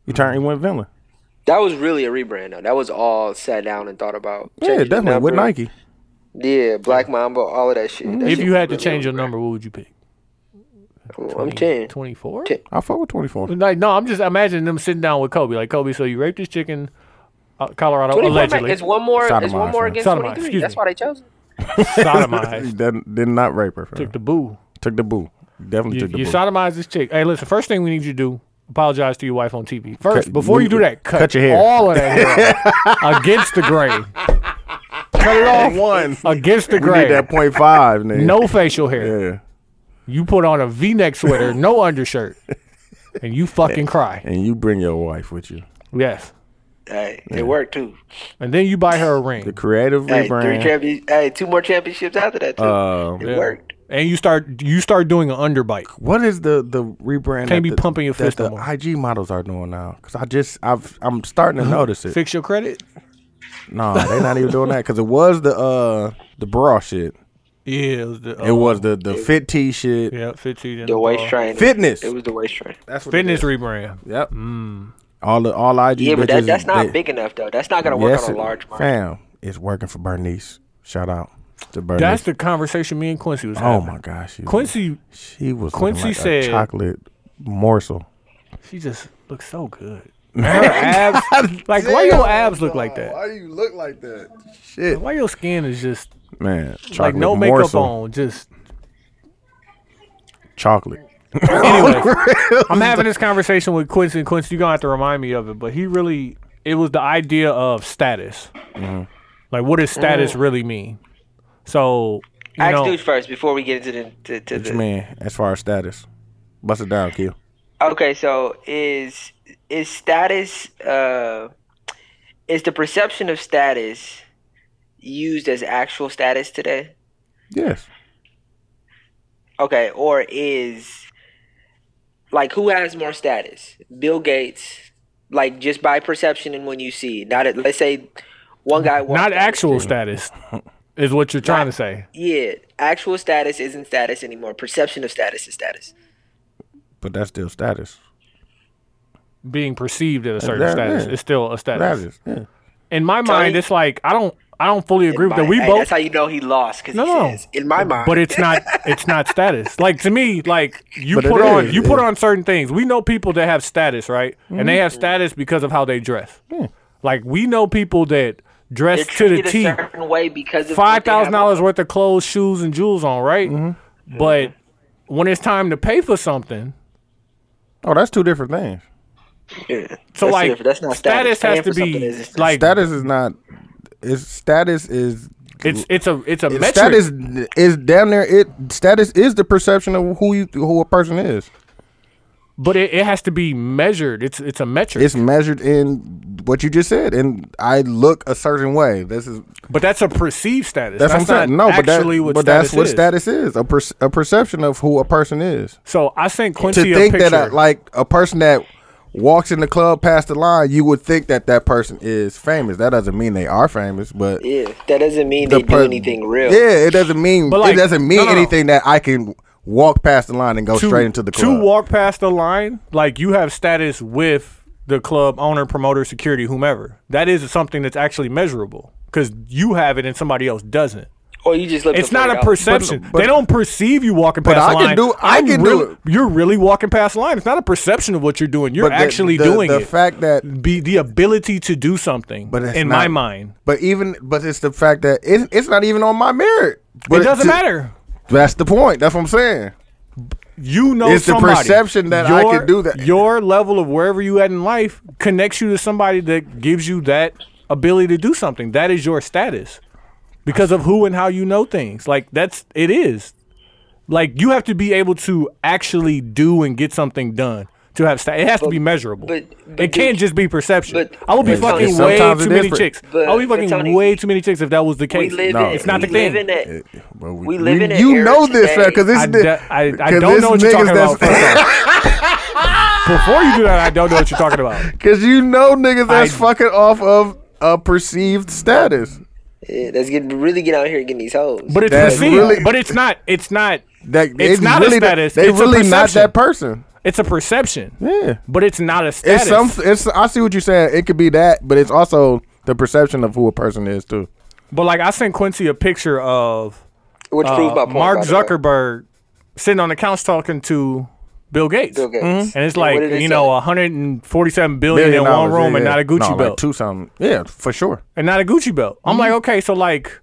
He turned. He went villain. That was really a rebrand though. That was all sat down and thought about. Yeah, Changed the definitely with number. Nike. Yeah, Black Mamba, all of that shit. That If shit you had to was change your really number, what would you pick? cool. I'm ten. 24? Ten. I fuck with 24. Like, no, I'm just imagining them sitting down with Kobe. Like, Kobe, so you raped this chick in uh, Colorado, 24, man, allegedly. It's one more. It's one Sodomized, more man. against Sodomized, twenty three. excuse That's me. why they chose. it. He [LAUGHS] [LAUGHS] Sodomized. did, did not rape her. fam. Took the boo. Took the boo. Definitely You, took the you boo. sodomized this chick. Hey, listen, first thing we need you to do, apologize to your wife on TV. First, Cut- before you do that, cut, cut your hair. all of that [LAUGHS] hair off. against the grain. [LAUGHS] Cut it off One. against the We need grain. that point [LAUGHS] five, nigga. No facial hair. Yeah. You put on a V-neck sweater, no [LAUGHS] undershirt, and you fucking cry. And you bring your wife with you. Yes. Hey, it worked too. And then you buy her a The ring, creative Hey, three rebrand. champions. Hey, two more championships after that too. Uh, it yeah. worked. and you start you start doing an underbite. what is the the rebrand? Can't that be the, pumping your that fist no The more. IG models are doing now. Cause I just I've I'm starting [LAUGHS] to notice it. Fix your credit. No, they're not even doing that. Cause it was the uh the bra shit. Yeah, it was the, uh, Oh, It was the the fit t shit. yeah, 15 and The waist ball. train. Fitness. It was the waist train. That's what Fitness Mm. rebrand. Yep. All the all IG. Yeah, but bitches, that, that's not they- big enough though. That's not gonna work yes, on a it- large market. Fam, it's working for Bernice. Shout out to Bernice. That's the conversation me and Quincy was oh having. my gosh, she was- Quincy, She was Quincy Quincy like said- a chocolate morsel. she just looks so good. Her [LAUGHS] abs, like why your abs look like that? do you look like that? Shit, Why your skin is just man, chocolate like no makeup morsel. [LAUGHS] on? Just Chocolate. anyway, I'm having this conversation with Quincy. And Quincy, you're gonna have to remind me of it, but he really, it was the idea of status. Mm-hmm. Like, what does status really mean? So, you Ask know, dudes first before we get into the. To, to What the you mean as far as status? Bust it down, Q. Okay, so is is status uh is the perception of status used as actual status today? Yes. Okay, or is like who has more status? Bill Gates, like just by perception and when you see. Not at, let's say one guy walks not down the actual street. status is what you're trying to say. Yeah, actual status isn't status anymore. Perception of status is status. But that's still status. Being perceived at a certain that- status yeah. is still a status. Status. Yeah. In my mind, it's like I don't, I don't fully agree with that. By- We hey, both That's how you know he lost because No, he no. says, in my mind. but it's not it's not status. Like to me, like you But it put on is, you it Mm-hmm. put is. on certain things. We know people that have status, right? And they have status because of how they dress. Like we know people that they're dress to the treated a T, certain way because of five what they have thousand dollars worth of clothes, shoes, and jewels on, right? Mm-hmm. But when it's time to pay for something, Oh, that's two different things. Yeah. so That's like different. that's not status, has Paying to for something be is- like Status is not. Is status is it's it's a it's a metric. status is down there. It status is the perception of who you who a person is. but it, it has to be measured. It's it's a metric. It's measured in what you just said, and I look a certain way. This is but that's a perceived status. that's, what I'm saying. No, not but, that, actually what but that's status what is. status is a, per, a perception of who a person is. So I sent To Quincy a think picture. that uh, like a person that walks in the club past the line, you would think that that person is famous. That doesn't mean they are famous, but Yeah, that doesn't mean the they per- do anything real. Yeah, it doesn't mean But, like, it doesn't mean no, no, no. anything that I can walk past the line and go straight into the club. To walk past the line, like you have status with the club owner, promoter, security, whomever. That is something that's actually measurable because you have it and somebody else doesn't. Or you just look. It's not a perception. but- they don't perceive you walking But past I the can line. do- I I'm can do really, it. You're really walking past the line. It's not a perception of what you're doing. You're But the- actually the- doing the it. fact that Be the ability to do something. But it's in not- my mind, But even but it's the fact that it's it's not even on my merit. But it doesn't to- matter. That's the point. That's what I'm saying. you know It's the somebody. perception that I could do that. Your level of wherever you at in life connects you to somebody that gives you that ability to do something. That is your status because of who and how you know things. Like that's it is. Like you have to be able to actually do and get something done to have stat. It has to be measurable. but- but it can't Dooch- just be perception. but- I would be but Tony- fucking way Sometimes too it many different. chicks. But- I would be but fucking Tony- way too many chicks if that was the We case. live No, in. it's not we the live thing. in a- It- but We live in an You era know this, today- because this I, di- do, I, I 'cause don't this know what you're niggas talking that's- [LAUGHS] about. first off. Before you do that, I don't know what you're talking about. [LAUGHS] Cause you know niggas that's I- fucking off of a perceived status. Yeah, let's get really get out here and getting these hoes. But it's That's perceived. really- but it's not. It's not. That It's not a really not- status, They it's a really not perception. that person. It's a perception. Yeah. But it's not a status. It's some. It's. I see what you're saying. It could be that, but it's also the perception of who a person is too. but like I sent Quincy a picture of which uh, proves my point. Mark by the way. Zuckerberg sitting on the couch talking to Bill Gates. Mm-hmm. Bill Gates. And it's Yeah, like, what did it you say? know, 147 billion in one dollars, room yeah, and yeah. not a Gucci no, belt. Like two something. Yeah, for sure. and not a Gucci belt. I'm like, okay, so like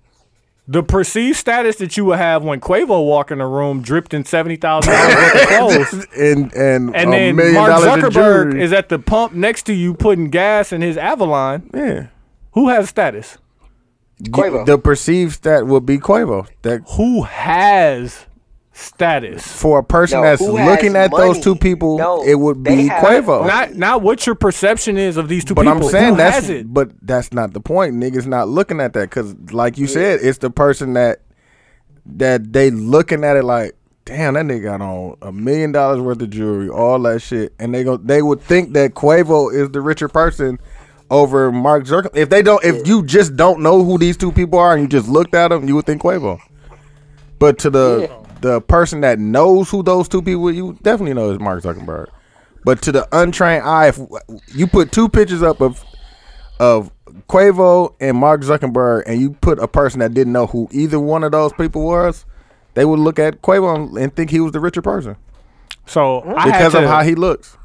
the perceived status that you would have when Quavo walk in the room dripped in seventy thousand dollars [LAUGHS] worth of clothes. and and And a then million Mark dollars in Zuckerberg jewelry. is at the pump next to you putting gas in his Avalon. yeah. Who has status? Quavo. The perceived stat would be Quavo. That Who has status? for a person No, that's who has looking at those money? two people, No, it would they be have- Quavo. Not not what your perception is of these two Oh. But people. I'm saying Who that's has it? but that's not the point. Niggas not looking at that because, like you said, it's the person that that they looking at it like, damn, that nigga got on a million dollars worth of jewelry, all that shit, and they go they would think that Quavo is the richer person over Mark Zuckerberg. If they don't, if you just don't know who these two people are and you just looked at them, you would think Quavo. But to the the person that knows who those two people, you definitely know is Mark Zuckerberg. But to the untrained eye, if you put two pictures up of of Quavo and Mark Zuckerberg, and you put a person that didn't know who either one of those people was, they would look at Quavo and, and think he was the richer person so I had because of to- how he looks.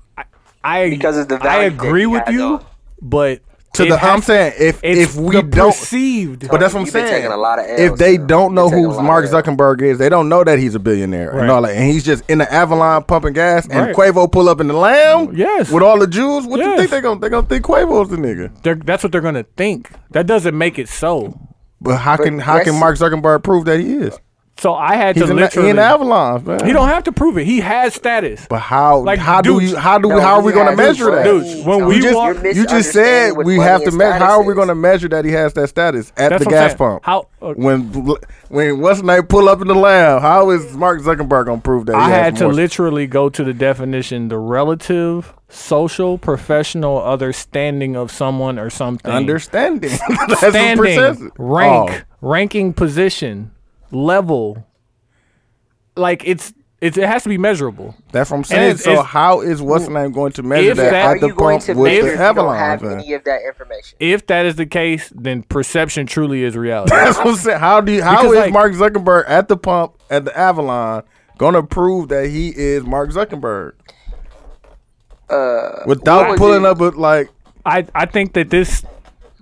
I Because of the I value agree that he with has you, on. but To it the I'm has- saying if if it's we the don't, perceived, but that's what I'm You've been saying. taking a lot of if Ls, they though. don't know You've been taking a who lot Mark of Ls. Zuckerberg is, they don't know that he's a billionaire Right. and all that, and he's just in the Avalon pumping gas, and Right. Quavo pull up in the Lamb, Yes. with all the Jews. What you Yes. think they gonna they gonna think Quavo's the nigga? they're, that's what they're gonna think. That doesn't make it so. But how can how can that's- Mark Zuckerberg prove that he is? So I had He's to in, the- he literally. in Avalon, man. he don't have to prove it. He has status. But how? Like, how do dude, you? How do? we no, how are he we going to has- measure that? Dude, uh, when we you just, walk- you just said we have to measure. How are we going to measure that he has that status at That's the what I'm gas saying. pump? How- uh, when bl- when what's night pull up in the lab? How is Mark Zuckerberg going to prove that? I he had has to more- literally go to the definition: the relative, social, professional, other standing of someone or something. understanding. [LAUGHS] That's what standing, perception- rank, Oh, ranking, position, level. Like it's it's it has to be measurable. that's what I'm saying. it's- so it's- how is what's name going to measure if that, that- at the pump with measure the if you Avalon? man? [LAUGHS] of that information? If that is the case, then perception truly is [LAUGHS] reality. That's what I'm saying. How do you, how Because, is like- Mark Zuckerberg at the pump at the Avalon gonna prove that he is Mark Zuckerberg? Without what pulling did- up with like I I think that this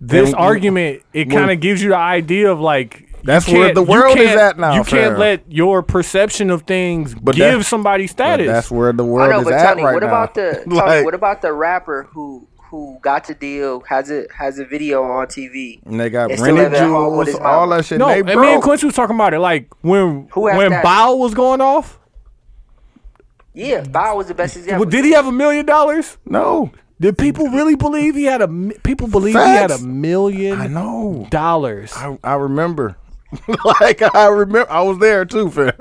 this Then- argument it well- kind of gives you the idea of like you That's where can't- the you world is can't- at now, You can't fam. let your perception of things that- give somebody but status. that's where the I world know, is but at Tony, right what now. about [LAUGHS] the Tony, like, what about the rapper who who got to deal has a has a video on TV? and they got and still rented live at home with jewels, his all mama? that shit. no, they and me and broke. Quincy was talking about it. Like when Who has when status? Bow was going off, Yeah, Bow was the best example. well, did he have a million dollars? no, Did people really believe he had a? mi- People believe he had a Facts. I million know. dollars, I, I remember. [LAUGHS] like I remember, I was there too, fam.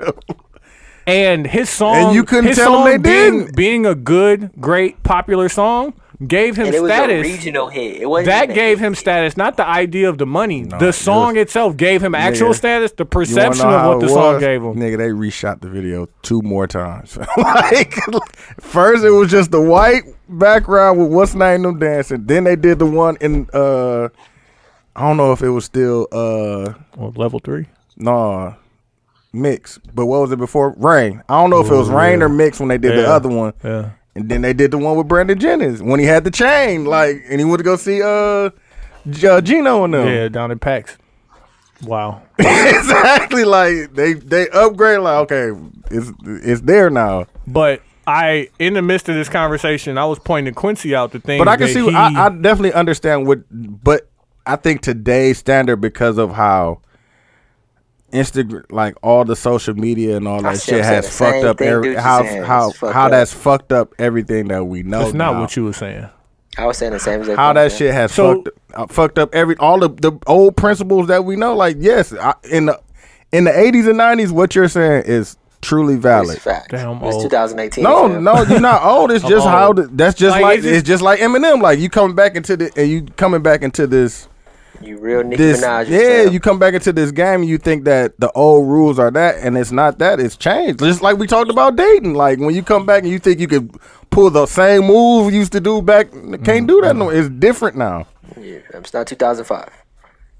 and his song And you couldn't his tell song them they being, didn't. being a good, great, popular song gave him and it was a status. regional hit. It wasn't That even a gave hit. him status, not the idea of the money. it the song was- itself gave him actual Nigga, status. The You wanna perception know of how what it the song was? gave him. Nigga, they reshot the video two more times. [LAUGHS] like, first it was just the white background with what's not in them dancing. Then they did the one in uh, I don't know if it was still uh, level three. nah, mix. But what was it before? Rain. I don't know if it was rain or mix when they did the Yeah. other one. Yeah. And then they did the one with Brandon Jennings when he had the chain, like, and he would go see uh, G- uh Gino and them. Yeah, down in PAX. Wow. [LAUGHS] exactly. Like they they upgrade. Like okay, it's it's there now. But I, in the midst of this conversation, I was pointing Quincy out the thing. But I can see. I, I definitely understand what. But I think today's standard because of how Instagram, like all the social media and all that still shit, said has the fucked same up thing every Dooch is how saying. how It's fucked how up. that's fucked up everything that we know. That's not now. what you were saying. I was saying the same exact how thing, that man. shit has So- fucked uh, fucked up every all the the old principles that we know. Like yes, I, in the in the eighties and nineties, what you're saying is truly valid. It's fact. Damn it was old. 2018. oh. No, fam. no, you're not old. It's just old. how the, that's just Like, like, it's it's, just- just like Eminem. Like you coming back into the and you coming back into this You real Nicki this Minaj. yeah. fam. You come back into this game. and You think that the old rules are that, and it's not that. It's changed. Just like we talked about dating. Like when you come back and you think you could pull the same move you used to do back, can't do that no. It's different now. Yeah, it's not 2005.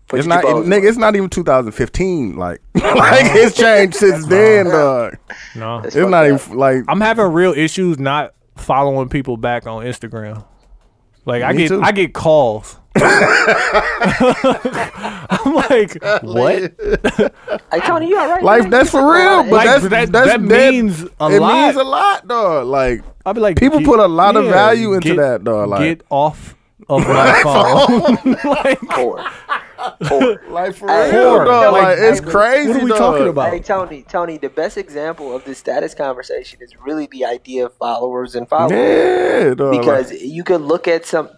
Put It's your not, it, balls nigga. It's not even 2015. Like, [LAUGHS] like it's changed since then, dog. No. That's It's fucked not up. even like I'm having real issues not following people back on Instagram. Like I Me get too. I get [LAUGHS] calls. I'm like, what? Hey, Tony, you all right? life. man? That's for real, but Like, that's, that- that's that means a it lot. means a lot, dog. Like I'll be like, People get- put a lot of yeah, value into get- that, dog. Like get off of [LAUGHS] my phone. [LAUGHS] like, Oh, Poor. life for Hey, real, yo, dog. like, Like it's hey, crazy. what are we dog. talking about? Hey, Tony, Tony, the best example of the status conversation is really the idea of followers and followers. Yeah, dog. like, because you could look at some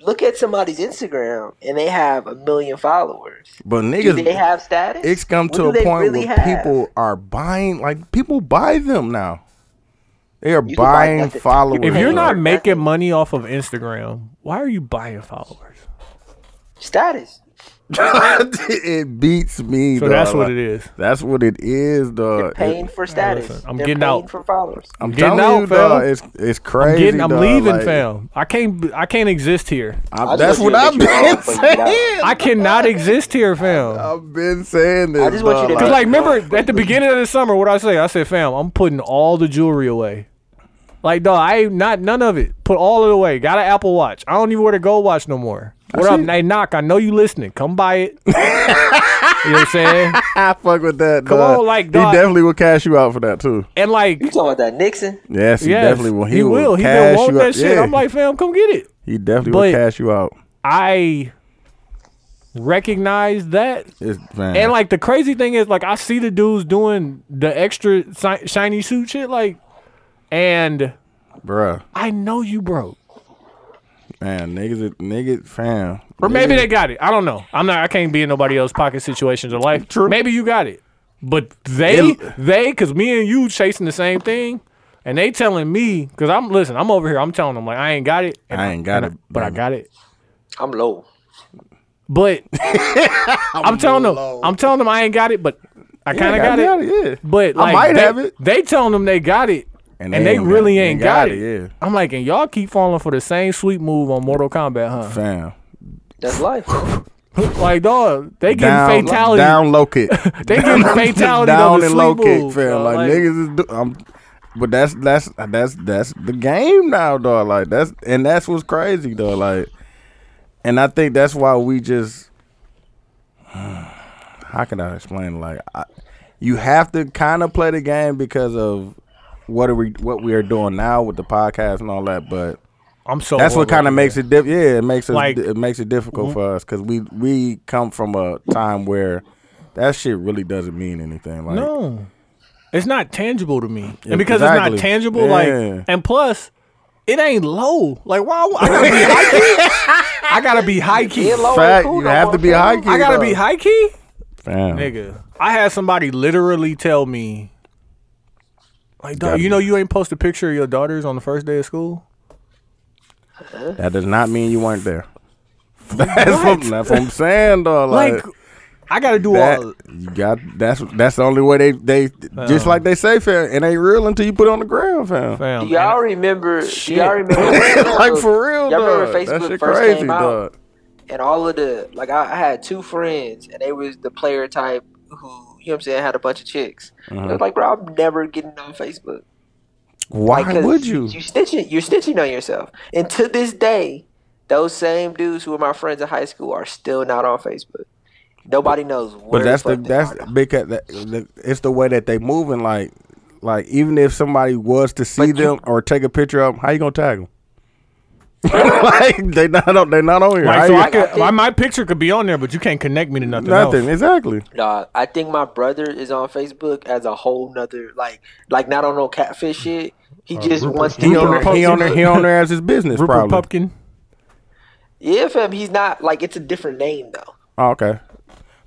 look at somebody's Instagram and they have a million followers. but Do they niggas, have status? it's come What to do a they point really where have? people are buying. Like people buy them now. They are You can buy buying nothing. followers. if you're dog. not making money off of Instagram, why are you buying followers? status. [LAUGHS] it beats me. So dog. that's what Like, it is. That's what it is, They're dog. paying It- for status. listen, I'm They're getting paying out. for followers. I'm getting telling out, you, fam. dog. It's it's crazy. I'm getting, I'm dog. leaving, Like, fam. I can't, be- I can't exist here. I- just that's want what you I've to get your own been fucking dollar. saying. I cannot exist here, [LAUGHS] fam. I've been saying this. I just want you to dog. Cause know- like, remember at the beginning of the summer, what I say? I said, fam, I'm putting all the jewelry away. Like, dog, I ain't not none of it. Put all of it away. Got an Apple Watch. I don't even wear the gold watch no more. What up? Hey, knock. I know you listening. Come buy [LAUGHS] it. you know what I'm saying? I fuck with that. Come dog. on, like, he dog. definitely will cash you out for that too. And like, You talking about that Nixon? Yes, he yes, definitely will. He, will. He been cash wanting you out. that shit. Yeah. I'm like, fam, come get it. he definitely but- will cash you out. I recognize that It's, man. And like the crazy thing is, like I see the dudes doing the extra si- shiny suit shit, like, and bruh, I know you broke, man, niggas, niggas, fam. or maybe Niggas- they got it. I don't know. I'm not. I can't be in nobody else's pocket situations or life. True. Maybe you got it, but they, It- they, because me and you chasing the same thing, and they telling me, because I'm listen, I'm over here, I'm telling them like I ain't got it, and I ain't got and it, but I man. got it. I'm low. But [LAUGHS] I'm telling them, I'm telling them I ain't got it, but I Yeah, kind of got, it. Yeah, But I like, might they, have it. They telling them they got it, and, they, ain't really got- ain't got, it. Yeah, I'm like, and y'all keep falling for the same sweet move on Mortal Kombat, huh? fam. That's life. [LAUGHS] like, dog, they getting Down, fatality. down low kick. [LAUGHS] They getting fatality [LAUGHS] on down the and sweet low kick, move. fam. dog. Like, niggas is. Do- I'm, but that's that's that's that's the game now, dog. Like that's and that's what's crazy, dog. Like, and I think that's why we just. [SIGHS] How can I explain? Like, I, you have to kind of play the game because of what are we what we are doing now with the podcast and all that, but. I'm so. That's what kind of overloaded. makes it Mm-hmm. diff- yeah, it makes us Like- it makes it difficult for us because we we come from a time where that shit really doesn't mean anything. Like, No, it's not tangible to me, Yeah, and because exactly. it's not tangible, Yeah. like, and plus, it ain't low. Like, why? I gotta be high [LAUGHS] key. I gotta be high key. Get low fact, ain't Oh, cool you no have more, to be fam. high key. I gotta though. be high key. Fam. Nigga, I had somebody literally tell me, like, dog, Gotta you be- know, you ain't post a picture of your daughters on the first day of school. That does not mean you weren't there. [LAUGHS] That's what, that's what I'm saying, though. Like, Like, I gotta do all. that, you got that's that's the only way they they just like they say, fam. It ain't real until you put it on the ground, fam. Fam, Do y'all remember? Do y'all Shit. [LAUGHS] remember? when like Facebook- for real, Y'all remember dog. when That Facebook shit first crazy, came out, dog. and all of the like, I, I had two friends, and they was the player type who you know what I'm saying had a bunch of chicks. Uh-huh. It was like, bro, I'm never getting on Facebook. Why Like, 'cause would you? You stitching. You're stitching on yourself. And to this day, those same dudes who were my friends in high school are still not on Facebook. Nobody knows. Where But that's the fuck they that's are. because that, the, it's the way that they moving. Like, like even if somebody was to see But you- them or take a picture of them, how you gonna tag them? [LAUGHS] like they not on, they not on here. Like, How so you- I could, think- my, my picture could be on there, but you can't connect me to nothing. nothing Else. exactly. Dog, I think my brother is on Facebook as a whole nother like like not on no catfish shit. He just wants to Uh, He on there, he on there, he on there as his business probably. Rupert Pupkin. Yeah, fam, he's not like it's a different name though. Oh, okay,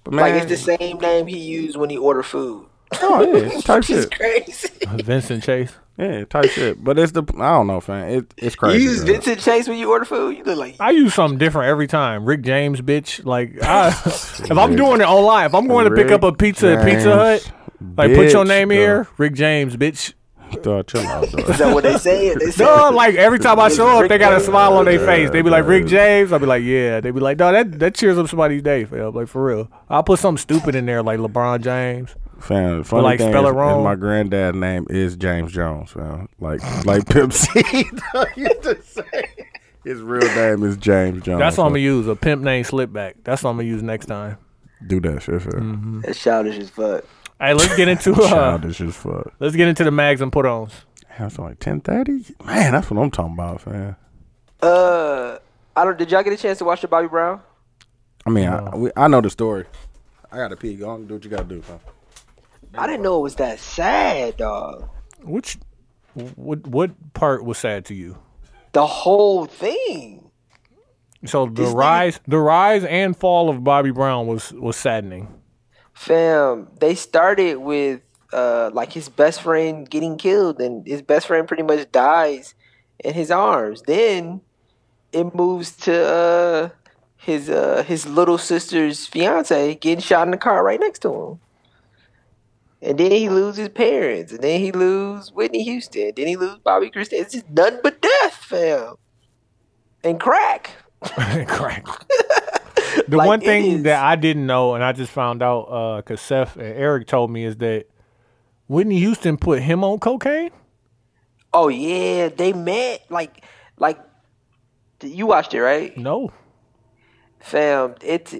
but man, Like it's the same name he used when he ordered food. oh [LAUGHS] yeah, type It's shit, crazy. Vincent Chase. yeah, type shit. But it's the I don't know, fam. It, it's [LAUGHS] You crazy. use bro. Vincent Chase when you order food. You look like I use something different every time. Rick James, bitch. Like, [LAUGHS] I, [LAUGHS] if I'm doing it online, if I'm going to pick up a Rick pizza at Pizza James, Hut, like, put your bitch, name though. here, Rick James, bitch. Dog, chill out, dog. is that what [LAUGHS] they say? They say No, like every time I show up, they got a smile on their face. They be like Rick James. I be like, yeah. They be like, no, that that cheers up somebody's day, fam. Like for real. I'll put something stupid in there, like LeBron James. Fam, funny like, thing spell is, it wrong. is my granddad's name is James Jones, fam. Like like Pimp C. [LAUGHS] You just say- His real name is James Jones. That's what I'm fam. gonna use. A pimp name slipback. That's what I'm gonna use next time. Do that shit, Mm-hmm. fam. that's childish as fuck. Hey, let's [LAUGHS] get into uh, Childish as fuck. let's get into the mags and put ons. Damn, it's like ten thirty. Man, that's what I'm talking about, fam. Uh, I don't. Did y'all get a chance to watch the Bobby Brown? I mean, I, we, I know the story. I gotta pee. Go on, do what you gotta do, fam. I didn't know it was that sad, dog. Which what what part was sad to you? The whole thing. So the This nigga- rise the rise and fall of Bobby Brown was was saddening. [LAUGHS] Fam, they started with uh like his best friend getting killed and his best friend pretty much dies in his arms. Then it moves to uh his uh his little sister's fiance getting shot in the car right next to him. And then he loses his parents, and then he lose Whitney Houston, then he lose Bobby Christian. It's just nothing but death, fam. And crack. Correct. The Like, one it thing is- that I didn't know, and I just found out because Seth and Eric told me, is that Whitney Houston put him on cocaine. Oh yeah, they met like like you watched it, right? No, Fam, it's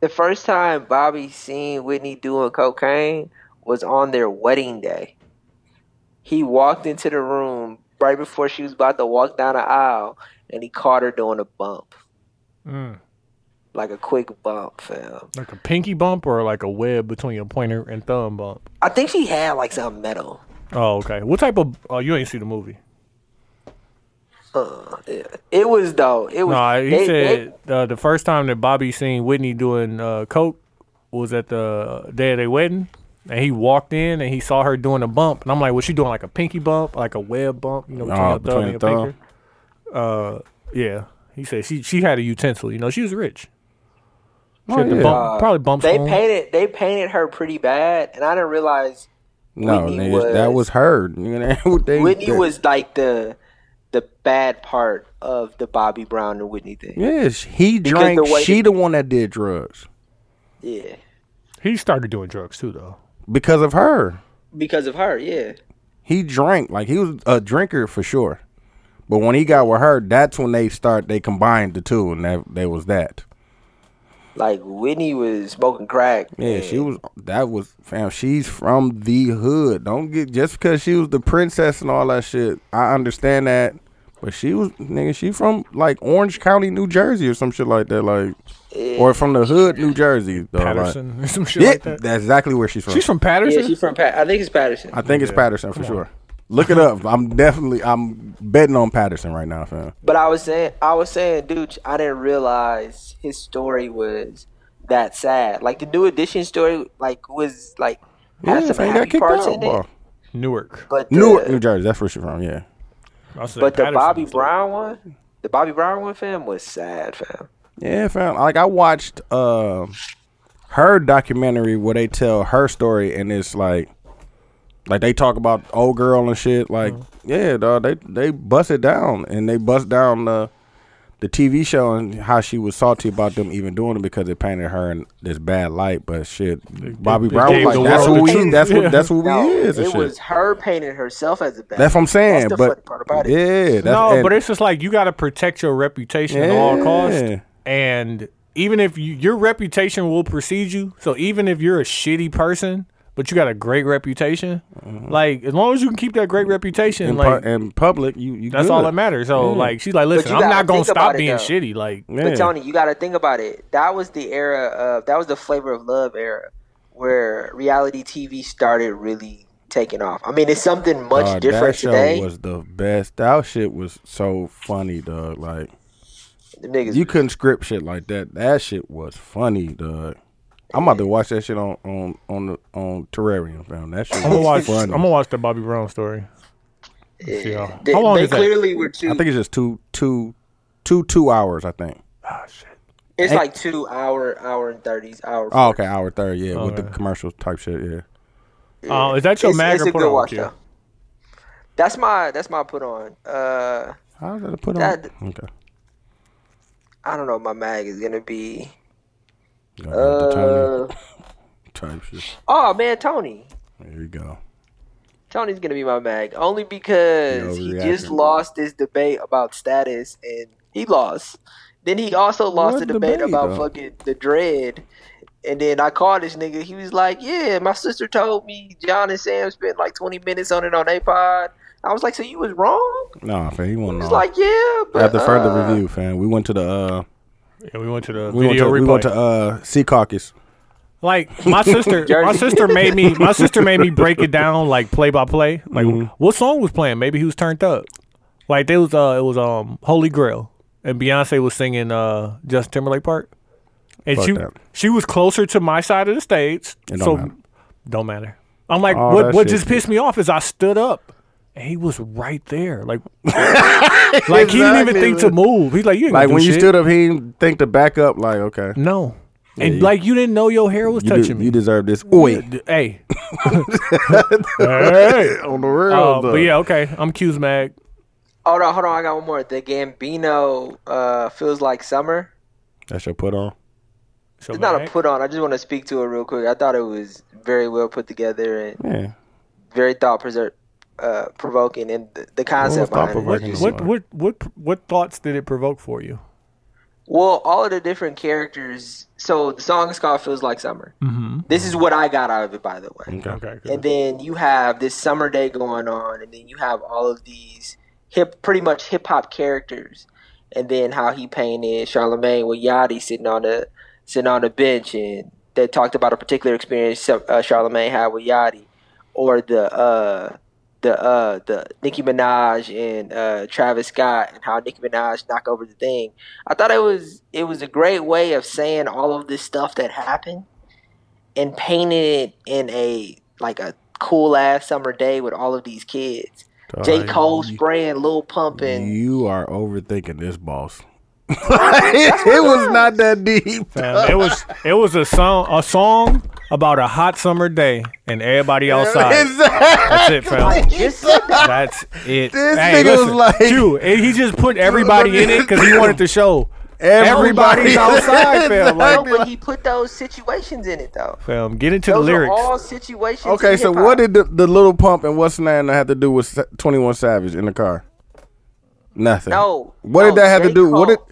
the first time Bobby seen Whitney doing cocaine was on their wedding day. He walked into the room right before she was about to walk down the aisle and he caught her doing a bump. Mm. Like a quick bump, fam. like a pinky bump or like a web between your pointer and thumb bump. I think she had like some metal. Oh, okay. What type of? Oh, you ain't see the movie. Uh, yeah. It was though. It was. No, he they- said uh, the first time that Bobby seen Whitney doing uh, coke was at the uh, day of their wedding, and he walked in and he saw her doing a bump, and I'm like, was she doing like a pinky bump, like a web bump, you know, between Oh, your thumb between and your the thumb. pinky? Uh, yeah. He said she she had a utensil, you know, she was rich. She had the Oh, yeah. bump, probably bumps. they, they on. painted they painted her pretty bad, and I didn't realize No, Whitney nigga, that was was- her. [LAUGHS] nigga. That what they- Whitney that- was like the the bad part of the Bobby Brown and Whitney thing. Yes, he Because drank. the way- she the one that did drugs Yeah. He started doing drugs too, though. because of her. Because of her, yeah. he drank like he was a drinker for sure but when he got with her that's when they start they combined the two and that they was that Like Whitney was smoking crack. yeah she was that was fam she's from the hood don't get just because she was the princess and all that shit i understand that but she was nigga she from like orange county new jersey or some shit like that like or from the hood new jersey though, like- Patterson [LAUGHS] or some shit yeah, like that. that's exactly where she's from She's from Patterson. Yeah, she's from Pat. I think it's Patterson. i think it's patterson for sure look it up i'm definitely i'm betting on patterson right now fam But I was saying, I was saying, dude, I didn't realize his story was that sad. Like the New Edition story, like was like had Yeah, some fam, he got happy kicked parts out, in bro. it. Newark. But the, Newark, New Jersey. That's where she's from. Yeah. I said but the Patterson. Bobby Brown one, the Bobby Brown one, fam, was sad, fam. Yeah, fam. Like I watched uh, her documentary where they tell her story, and it's like, like they talk about old girl and shit. Like, yeah, dog. They they bust it down, and they bust down the the TV show and how she was salty about them even doing it because it painted her in this bad light. But shit, Bobby they Brown gave was the like, that's world what the we. truth." That's Yeah. [LAUGHS] what that's what No, we is. And it shit. was her painting herself as a bad. that's what I'm saying. That's the funny but part about it. yeah, that's, no, and- but it's just like you got to protect your reputation at all Yeah. costs. And even if you, your reputation will precede you, so even if you're a shitty person, but you got a great reputation, like as long as you can keep that great reputation, in, like pu- in public, you, you that's good. all that matters. So Yeah. like she's like, listen, you I'm gotta not gonna think about stop it, being though. shitty. Like Yeah. But Tony, you got to think about it. That was the era of that was the flavor of love era, where reality TV started really taking off. I mean, it's something much Dog, different that show today. was the best. That shit was so funny, dog. Like the niggas, you couldn't script shit like that. That shit was funny, dog. I'm about to watch that shit on on on the, on Terrarium, fam. That shit. I'm gonna was watch. I'm Funny. gonna watch the Bobby Brown story. Let's see how- they, how long they is that? clearly were I two. think it's just two two two two hours. I think. It's like two hour, hour and thirties, hour. Oh, okay, hour thirty. Yeah, with the Okay. commercial type shit. Yeah. Uh, is that your it's, mag it's or a put good on watch with you? though. That's my that's my put on. Uh, How did I put on? That- okay. I don't know. what My mag is gonna be. Gotta have to Uh, turn it. type shit. oh man, Tony. There you go. Tony's gonna be my mag only because he You're just overreacting. lost this debate about status and he lost. Then he also lost What the debate, debate, about though? fucking the dread. And then I called this nigga. He was like, "Yeah, my sister told me John and Sam spent like 20 minutes on it on a pod." I was like, "So you was wrong?" Nah, fam. You want He to was know? like, "Yeah, but After further uh, review, fam, we went to the uh, Yeah, we went to the we went video to, replay. we went to uh, Sea Caucus. Like my sister, my Jersey. sister made me. My sister made me break it down like play by play. Like Mm-hmm. what song was playing? Maybe he was turned up. Like there was uh, it was um Holy Grail, and Beyonce was singing uh Justin Timberlake part, and Fuck she that. she was closer to my side of the stage. It don't so matter. don't matter. I'm like, Oh, what that what shit- just pissed me off is I stood up. And he was right there, [LAUGHS] like, like he didn't even Exactly, think to man. move. He's like, you ain't Like gonna do when you shit. stood up, he didn't think to back up. Like okay, no, and you- like you didn't know your hair was you, de- touching me. you deserve this. Oi, D- Hey. [LAUGHS] [LAUGHS] hey. on the real. Uh, though. but yeah, okay. I'm Q's Mag. Hold on, hold on. I got one more. The Gambino uh, feels like summer. That's your put on. So It's not a Mag. put on. I just want to speak to it real quick. I thought it was very well put together and Yeah, very thought preser- uh, provoking, and the, the was concept behind it. thought-provoking? what what what what thoughts did it provoke for you? Well, all of the different characters. So the song is called "Feels Like Summer." Mm-hmm. This is what I got out of it, by the way. okay. Okay. good. And then you have this summer day going on, and then you have all of these hip, pretty much hip hop characters, and then how he painted Charlemagne with Yachty sitting on the sitting on the bench, and they talked about a particular experience Sa- uh, Charlemagne had with Yachty, or the uh, the uh, the Nicki Minaj and uh, Travis Scott, and how Nicki Minaj knocked over the thing. I thought it was it was a great way of saying all of this stuff that happened and painted it in a like a cool ass summer day with all of these kids. J. Dog, Cole you- spraying Lil Pump and You are overthinking this, boss. [LAUGHS] it was not that [LAUGHS] deep. Um, it was it was a song a song about a hot summer day and everybody [LAUGHS] outside. That's it, fam. just said that. That's it. This nigga was like- Q, and he just put everybody in it because he wanted to show everybody's outside, fam. No, Like, but he put those situations in it though. fam, get into Those the are lyrics. all situations. Okay, in so hip-hop. what did the, the little pump and what's name have to do with Sa- Twenty One Savage in the car? Nothing. No, What did no, that have to J. do? What did Cole.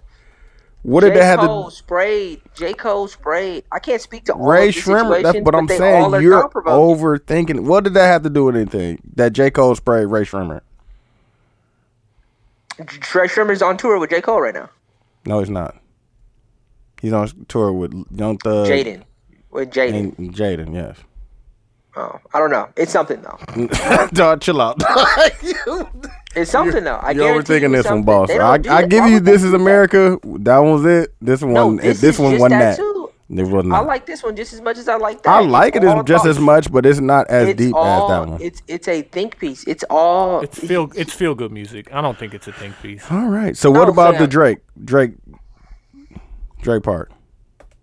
What did J. that have Cole to? sprayed. J. Cole sprayed. I can't speak to all Ray of the Shrimmer. That's situations, what I'm they saying. all are You're thought-provoking. overthinking. What did that have to do with anything? That J Cole sprayed Ray Shrimmer. Ray Shrimmer's on tour with J. Cole right now. No, he's not. He's on tour with Young Thug Jaden. With Jaden. Uh, and Jaden. Yes. [COUGHS] Oh, I don't know. It's something though. Dog, chill out. It's something though. [LAUGHS] I You're guarantee you overthinking this one, something. boss. They don't I, do I that. give Why you would they this is do that? America. That was it. This one. No, this, this, is one just wasn't that. that too. It was I not. like this one just as much as I like that. I like it It's all as just thoughts. as much, but it's not as It's deep all, as that one. It's it's a think piece. It's all. It's feel it's feel good music. I don't think it's a think piece. All right. So what No, about the fam. Drake? Drake. Drake part.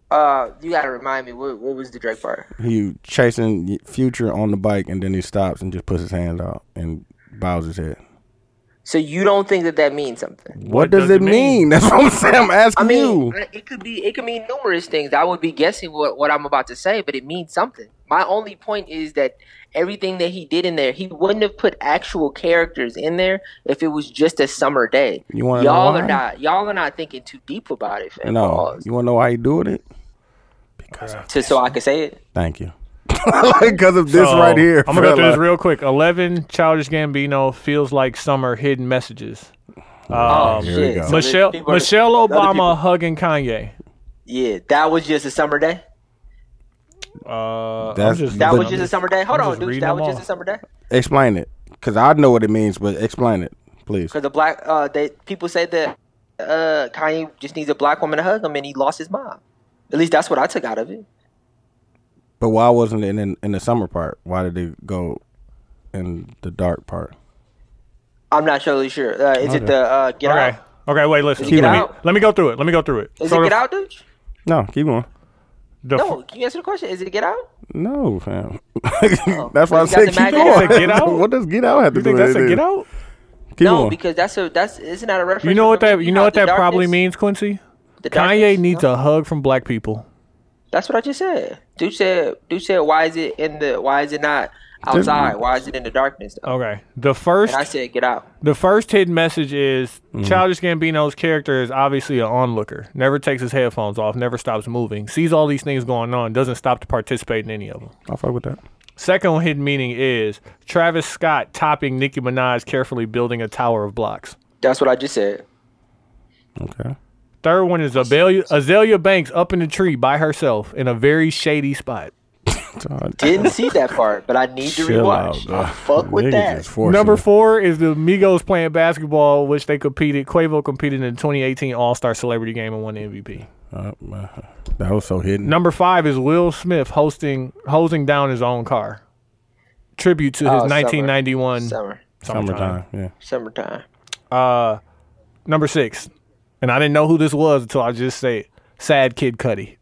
Uh, you gotta remind me. What, what was the Drake part? He chasing Future on the bike, and then he stops and just puts his hand out and bows his head. So you don't think that that means something? What, does, it mean? [LAUGHS] That's what I'm saying. I'm I asking mean, you. I- it could be it could mean numerous things. I would be guessing what what I'm about to say, but it means something. My only point is that everything that he did in there, he wouldn't have put actual characters in there if it was just a summer day. You wanna know y'all why? are not y'all are not thinking too deep about it. Fam. No. Pause. You want to know why he doing it? Because of, To, so I can say it. thank you. [LAUGHS] because of this So, right here. I'm gonna Oh, go fella. through this real quick. Eleven, Childish Gambino feels like summer hidden messages. Oh, Um, here we shit. go. So the Michelle people are- Michelle the other people- Obama hugging Kanye. Yeah, that was just a summer day. Uh, I'm That's- just- That But- was just a summer day. Hold I'm on, just dude. reading That them was all. just a summer day. Explain it, because I know what it means, but explain it, please. Because the black, uh, they people say that uh, Kanye just needs a black woman to hug him, and he lost his mom. At least that's what I took out of it. But why wasn't it in, in the summer part? Why did it go in the dark part? I'm not totally sure. Uh, is Okay. it the uh, get okay. out? Okay, wait, listen. Get Let me, out. let me go through it. Let me go through it. Is So it the- get out, dude? No, keep going. the- No, can you answer the question? Is it get out? No, fam. [LAUGHS] that's why I Oh, You got said the keep mag- going. That's a get [LAUGHS] out? what does get out have to You do think with that's a anything? get out? Keep no, going. because that's a that's isn't that a reference? You know what that from- you know what the that probably darkness? means, Quincy? The Kanye darkness? needs Huh? a hug from black people. That's what I just said. Dude said, dude said, why is it in the? Why is it not outside? Why is it in the darkness? Though? Okay. The first And I said, get out. The first hidden message is Childish Gambino's character is obviously an onlooker, never takes his headphones off, never stops moving, sees all these things going on, doesn't stop to participate in any of them. I fuck with that. Second hidden meaning is Travis Scott topping Nicki Minaj, carefully building a tower of blocks. That's what I just said. Okay. Third one is Azalea, Azalea Banks up in the tree by herself in a very shady spot. Didn't see that part, but I need to Chill out, rewatch. bro. I fuck with Niggas that. is forcing Number it. four is the Migos playing basketball, which they competed. Quavo competed in the 2018 All Star Celebrity Game and won the MVP. Uh, uh, that was so hidden. Number five is Will Smith hosting hosing down his own car. Tribute to his Oh, summer. 1991 Summer, Summertime. Yeah. summertime. Number six, and I didn't know who this was until I just said Sad Kid Cudi.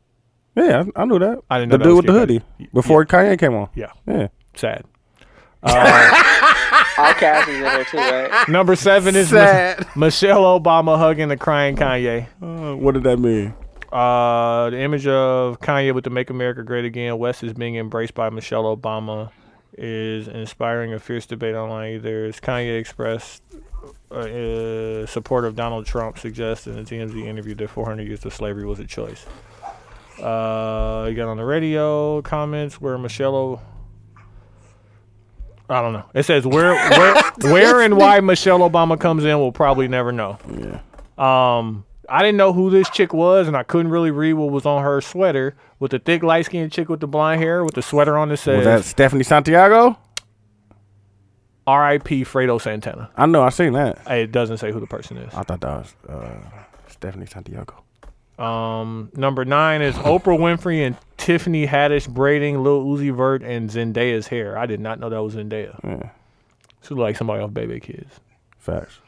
Yeah, I, I knew that. I didn't the know that dude was with the Kid hoodie before Kanye came on. Yeah, Yeah. sad. Outcast is in there too, right? Number seven [LAUGHS] is Mi- Sad. Michelle Obama hugging the crying Kanye. Uh, what did that mean? Uh, the image of Kanye with the "Make America Great Again" West is being embraced by Michelle Obama is inspiring a fierce debate online. Either as Kanye expressed uh, uh, support of Donald Trump, suggests in a TMZ interview that 400 years of slavery was a choice. Uh, you got on the radio comments where Michelle. O- I don't know. It says where, where, where, and why Michelle Obama comes in. We'll probably never know. Um, I didn't know who this chick was, and I couldn't really read what was on her sweater. With the thick, light skinned chick with the blonde hair, with the sweater on that Was that says Stephanie Santiago? "R.I.P. Fredo Santana." I know. I seen that. It doesn't say who the person is. I thought that was uh, Stephanie Santiago. Um, number nine is Oprah Winfrey and Tiffany Haddish braiding Lil Uzi Vert and Zendaya's hair. I did not know that was Zendaya. She looked like somebody off Baby Kids. Facts.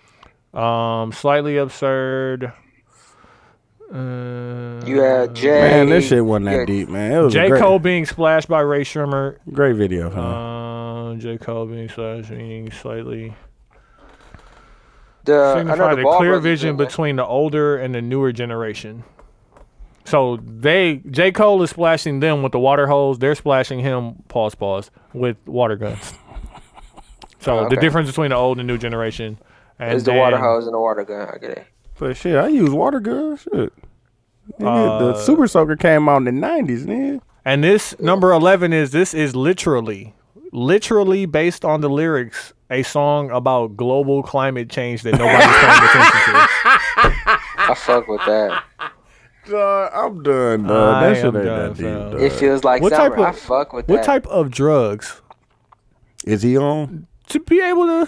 Um, slightly absurd. Uh, You had Jay. Man, this shit wasn't yeah. that deep, man. It was a J. great, Cole Uh, being splashed by Ray Shrimmer. great video. huh? Um, J. Cole being slashed, meaning slightly. The, I know Signify the the Ball clear Brothers vision did that. between the older and the newer generation. So they J. Cole is splashing them with the water hose. They're splashing him, pause, pause, with water [LAUGHS] guns. So Oh, the okay. difference between the old and new generation and It's the water then- hose and the water gun. I get it. But shit, I use water guns. Shit. Nigga, Uh, the Super Soaker came out in the nineties, nigga. And this number eleven is this is literally, literally based on the lyrics, a song about global climate change that nobody's paying attention to. I fuck with that. Dog, I'm done, dog. I that shit am ain't done, that deep, fam. dog. It feels like What summer. type of- I fuck with What that. type of drugs Is he on to be able to?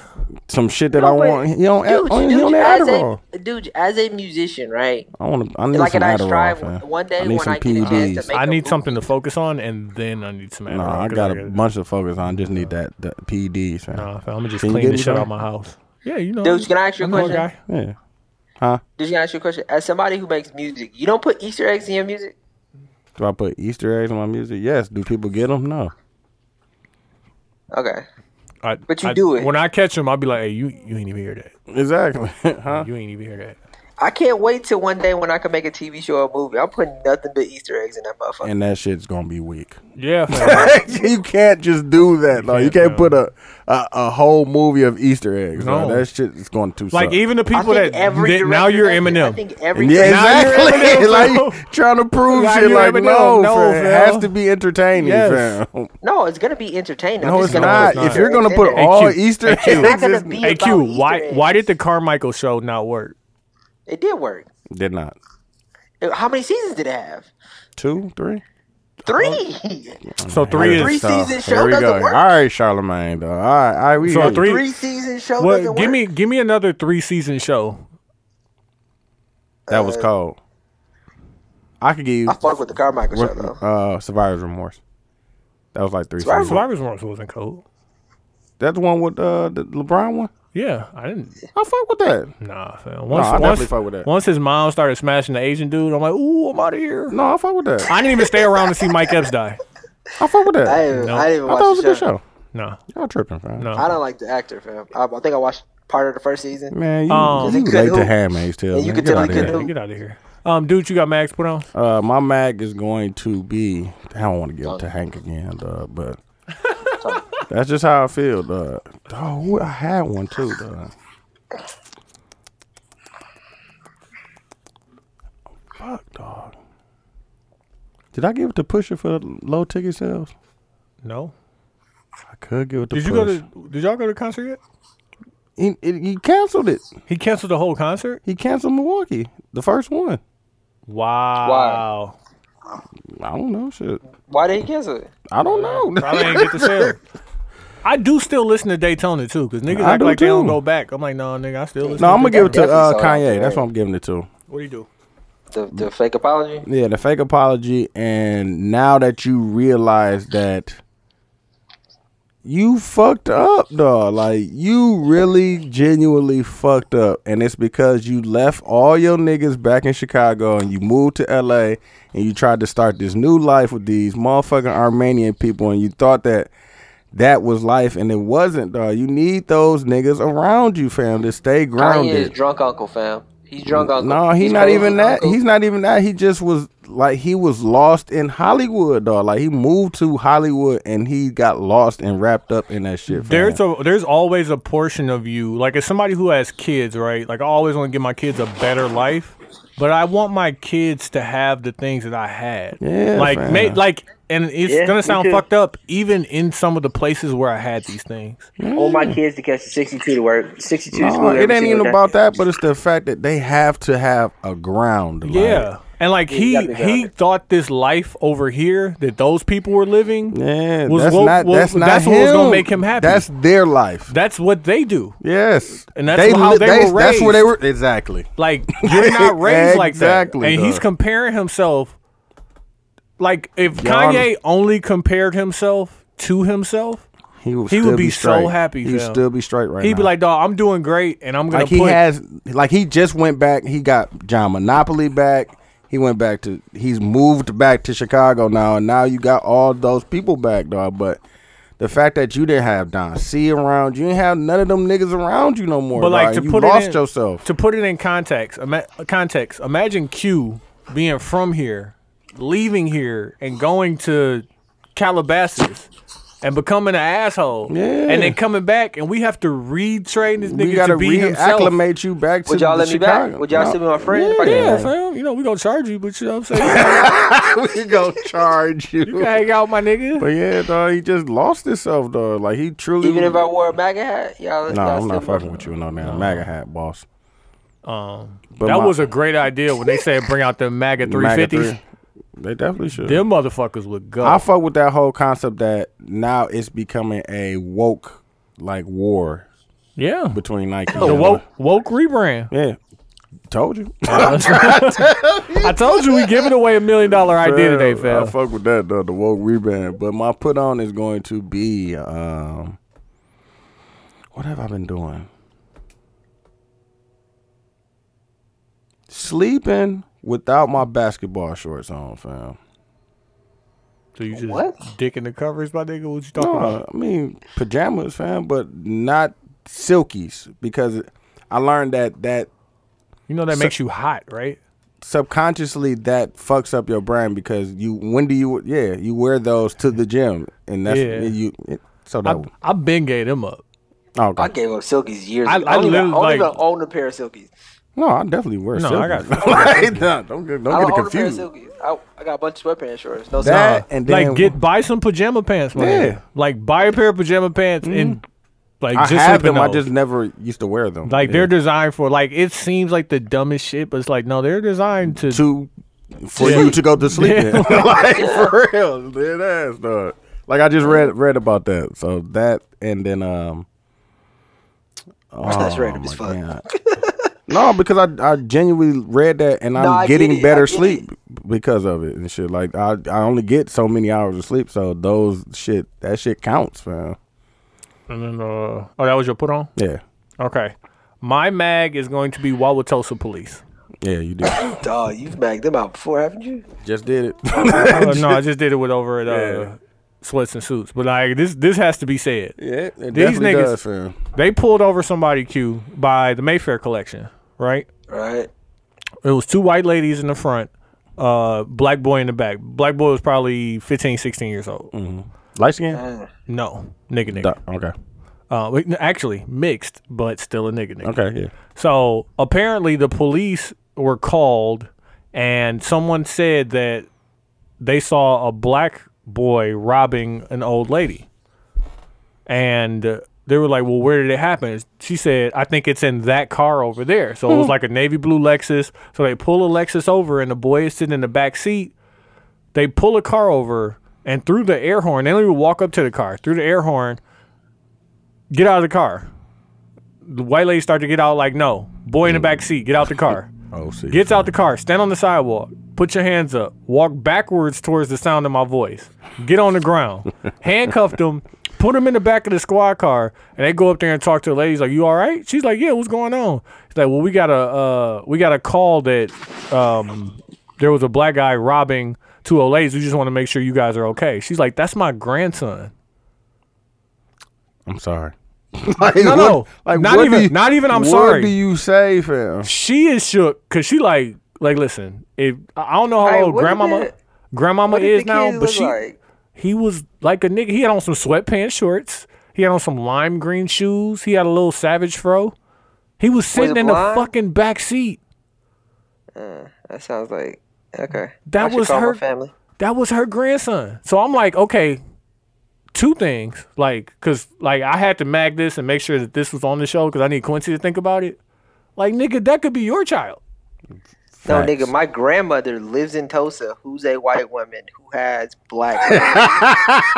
some shit that I but- want? He on, Dude, on, he dude, on that as Adderall. a, dude, as a musician, right? I want to. I need like some a nice Adderall, try. fam. One day I need when some I get a chance to PEDs. make I a need move. something to focus on, and then I need some. Adderall, Nah, I 'cause got a gotta- bunch of focus on. I just need that, that PEDs, fam. Nah, fam, I'm gonna just Can you clean get this me shit some? out my house. Yeah, you know. Dudes, can I ask you a I'm know question? Yeah. Did you ask you a question? As somebody who makes music, you don't put Easter eggs in your music. Do I put Easter eggs in my music? Yes. Do people get them? No. Okay. I, But you I- do it. When I catch him, I'll be like, "Hey, you, you ain't even hear that. Exactly. [LAUGHS] huh? You ain't even hear that." I can't wait till one day when I can make a TV show or movie. I'm putting nothing but Easter eggs in that motherfucker. and that shit's gonna be weak. Yeah, [LAUGHS] fam. [LAUGHS] you can't just do that. Like you can't, can't put a, a a whole movie of Easter eggs. No. Like, that shit is going too. like suck. even the people I that, think every that- now director you're does it. I Eminem. think every Yeah, Now you're exactly. [LAUGHS] Eminem, like bro. trying to prove Now shit. you're Like Eminem. no, No, fam. it fam. has to be entertaining, Yes. fam. no, it's gonna be entertaining. I'm No, just it's gonna not. put not. If Easter you're gonna eggs put in it. all AQ. Easter It's eggs, not gonna in- be- about AQ, Easter why eggs. why did the Carmichael show not work? it did work. did not How many seasons did it have? two, three. Three. [LAUGHS] So Here three is Three so, seasons show here we doesn't go. work. All right, Charlemagne. Though. All right, all right. We So hear you. three- Three season show well. doesn't Give work. me give me another three season show. That Uh, was cold. I could give you I fuck with the Carmichael show though. uh, Survivor's Remorse. That was like three. Survivor's seasons. Survivor's Remorse wasn't cold. That's the one with uh, the LeBron one. Yeah, I didn't. I fuck with that. Nah, fam. Once, I definitely once, fuck with that. once his mom started smashing the Asian dude, I'm like, ooh, I'm out of here. No, I fuck with [LAUGHS] that. I didn't even stay around to see Mike Epps die. I fuck with that. I I, didn't, No. I didn't thought it was watch a the good show. show. [LAUGHS] No, Y'all tripping, fam? no. I don't like the actor, fam. I, I think I watched part of the first season. Man, you, Um, you Cause he late to couldn't- Handmaid's Tale. and you man. could Get tell outta he here. couldn't Yeah, get out of here. Um, dude, you got Max put on? Uh, my mag is going to be. I don't want to give it Oh. to Hank again, dog, [LAUGHS] but that's just how I feel, dog. Oh, who- I had one too, dog. Fuck, dog. Did I give it to Pusher for the low ticket sales? No. I could give it to. Did you go to? Did y'all go to the concert yet? He, he canceled it. He canceled the whole concert. He canceled Milwaukee, the first one. Wow. I don't know shit. Why did he cancel it? I don't know. Probably ain't get to sell. [LAUGHS] I do still listen to Daytona too, because niggas I act do like they don't too. go back. I'm like, no, nigga, I still listen. No, I'm gonna give it to Definitely uh, sold out Kanye. today. That's what I'm giving it to. What do you do? The, the fake apology? Yeah, the fake apology, and now that you realize that you fucked up, dog. Like you really genuinely fucked up, and it's because you left all your niggas back in Chicago and you moved to LA and you tried to start this new life with these motherfucking Armenian people, and you thought that that was life, and it wasn't, dog. You need those niggas around you, fam, to stay Kanye is grounded. drunk uncle, fam. He's drunk uncle. No, he He's not crazy even that. uncle. He's not even that. He just was like he was lost in Hollywood, dog. Like he moved to Hollywood and he got lost and wrapped up in that shit. fam. There's a there's always a portion of you, like as somebody who has kids, right? Like I always want to give my kids a better life, but I want my kids to have the things that I had. Yeah, like fam. ma- like, and it's Yeah, gonna me sound too. fucked up, even in some of the places where I had these things. I want my kids to catch the 62 to work, 62 to no, school. it every ain't single even day. about that, but it's the fact that they have to have a ground. like- Yeah. And like you gotta he be he grounded. thought this life over here that those people were living yeah. was that's what- not. what- that's not. that's what was gonna him. make him happy. That's their life. that's what they do. Yes, And that's how li- they were That's where they raised. were exactly. Like [LAUGHS] you're not raised like that. Exactly, And he's dog. comparing himself. Like if Y'all- Kanye only compared himself to himself, He would. He would still be so straight. happy, He'd fam. still be straight right he'd now. be like, "Dog, I'm doing great, and I'm gonna like put." he has like he just went back he got john monopoly back he went back to he's moved back to chicago now and now you got all those people back dog but the fact that you didn't have Don C around, you didn't have none of them niggas around you no more. but like dog. to you put lost it in, yourself. To put it in context, ima- context. Imagine Q being from here, leaving here, and going to Calabasas. And becoming an asshole, Yeah. and then coming back, and we have to retrain this we nigga gotta to be himself. reacclimate you back to Would y'all the let me Chicago. back? Would y'all No. [LAUGHS] still be my friend? if I Yeah, came Yeah, back? fam. You know we gonna charge you, but you know what I'm saying. we [LAUGHS] gonna charge you. You hang out, my nigga. But yeah, dog, he just lost himself, dog. Like he truly. Even if I wore a MAGA hat, y'all. no, y'all I'm not still fucking with you no now. MAGA hat, boss. Um, But that my- was a great idea when they said bring out the MAGA MAGA 350s. three. They definitely should. Them motherfuckers would go. I fuck with that whole concept that now it's becoming a woke like war yeah. between Nike. The and- woke, woke rebrand. Yeah. Told [LAUGHS] you. I told you we giving away a million dollar idea today, I fam. fuck with that though, the woke rebound. But my put on is going to be um what have I been doing? Sleeping without my basketball shorts on, fam. So you just What? dicking the covers, my nigga? What you talking No, [LAUGHS] about? I mean pajamas, fam, but not silkies because I learned that that You know that So- makes you hot, right? subconsciously that fucks up your brain because you when do you yeah you wear those to the gym and that's Yeah. you it, so that I I've been gay them up. oh I God. gave up silkies years I- ago. I I, don't, even, literally, I don't even like- own a pair of silkies. no I definitely wear No, I silkies. [LAUGHS] got- Like, nah, don't get, don't I don't get it own a pair of confused silkies. I, I got a bunch of sweatpants shorts. No That- socks. and then- like get buy some pajama pants, man. Yeah. Mm-hmm. Like buy a pair of pajama pants and like I just have sleep in them I those. just never used to wear them like Yeah. they're designed for like it seems like the dumbest shit, but it's like no, they're designed to. to for Yeah. you to go to sleep Yeah. [LAUGHS] in. [LAUGHS] like for real, dead ass dog. Like I just read read about that. So that and then um. [LAUGHS] That's oh, random as my fuck. God. [LAUGHS] no, because I I genuinely read that and I'm No, I get getting it. better I get sleep because of it and shit. Like I I only get so many hours of sleep, so those shit that shit counts, man. And then, uh, oh, that was your put on. Yeah, Okay, my mag is going to be [LAUGHS] Wauwatosa Police. yeah, [LAUGHS] you did. Dog, you've bagged them out before, haven't you? just did it. Uh, no, I just did it with over at uh, Yeah. Sweats and Suits, but like this, this has to be said. [LAUGHS] yeah, it These definitely niggas- does, fam. They pulled over somebody Q by the Mayfair collection, right? Right. It was two white ladies in the front, uh, black boy in the back. Black boy was probably 15, 16 years old. Light skin. No, nigga, nigga. Mm. Duh, Okay. Uh, wait, no, actually mixed, but still a nigga, nigga. Okay. Yeah. So apparently, the police were called, and someone said that they saw a black boy robbing an old lady, and uh, they were like, "Well, where did it happen?" She said, "I think it's in that car over there." So it was like a navy blue Lexus. So they pull a Lexus over, and the boy is sitting in the back seat. They pull a car over, and through the air horn, they don't even walk up to the car. Through the air horn, get out of the car the white lady start to get out like no boy in the back seat get out the car Oh, see. gets out the car stand on the sidewalk put your hands up walk backwards towards the sound of my voice get on the ground handcuffed him put him in the back of the squad car and they go up there and talk to the ladies like you all right she's like yeah what's going on He's like well we got a uh, we got a call that um, there was a black guy robbing two old ladies we just want to make sure you guys are okay she's like that's my grandson I'm sorry. like, No, what- no. Not what do even- not even I'm what sorry. do you say, fam? she is shook because she like like listen if I don't know how Hey, old what did grandmama that- grandmama What did is the now, kids but look she like? he was like a nigga. He had on some sweatpants shorts. He had on some lime green shoes. He had a little savage fro. He was sitting in blind? the fucking back seat. That sounds like okay. That I should was call my her- family. That was her grandson. So I'm like, okay, two things. Like, cause like I had to mag this and make sure that this was on the show because I need Quincy to think about it. Like, nigga, that could be your child. No, Facts. nigga, my grandmother lives in Tulsa, who's a white woman who has [LAUGHS] black.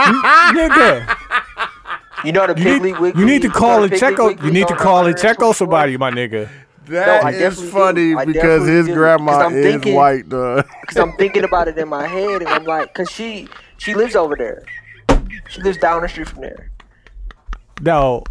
nigga. you know the You Piggly need, Wiggly. you need to know call the and Piggly check out. Wiggly You need to on call and 124th? check on somebody, my nigga. I That is definitely do. funny I because definitely his do. 'Cause grandma I'm is thinking- white, dog. [LAUGHS] Cause I'm thinking about it in my head, and I'm like, cause she she lives over there. She lives down the street from there. Now,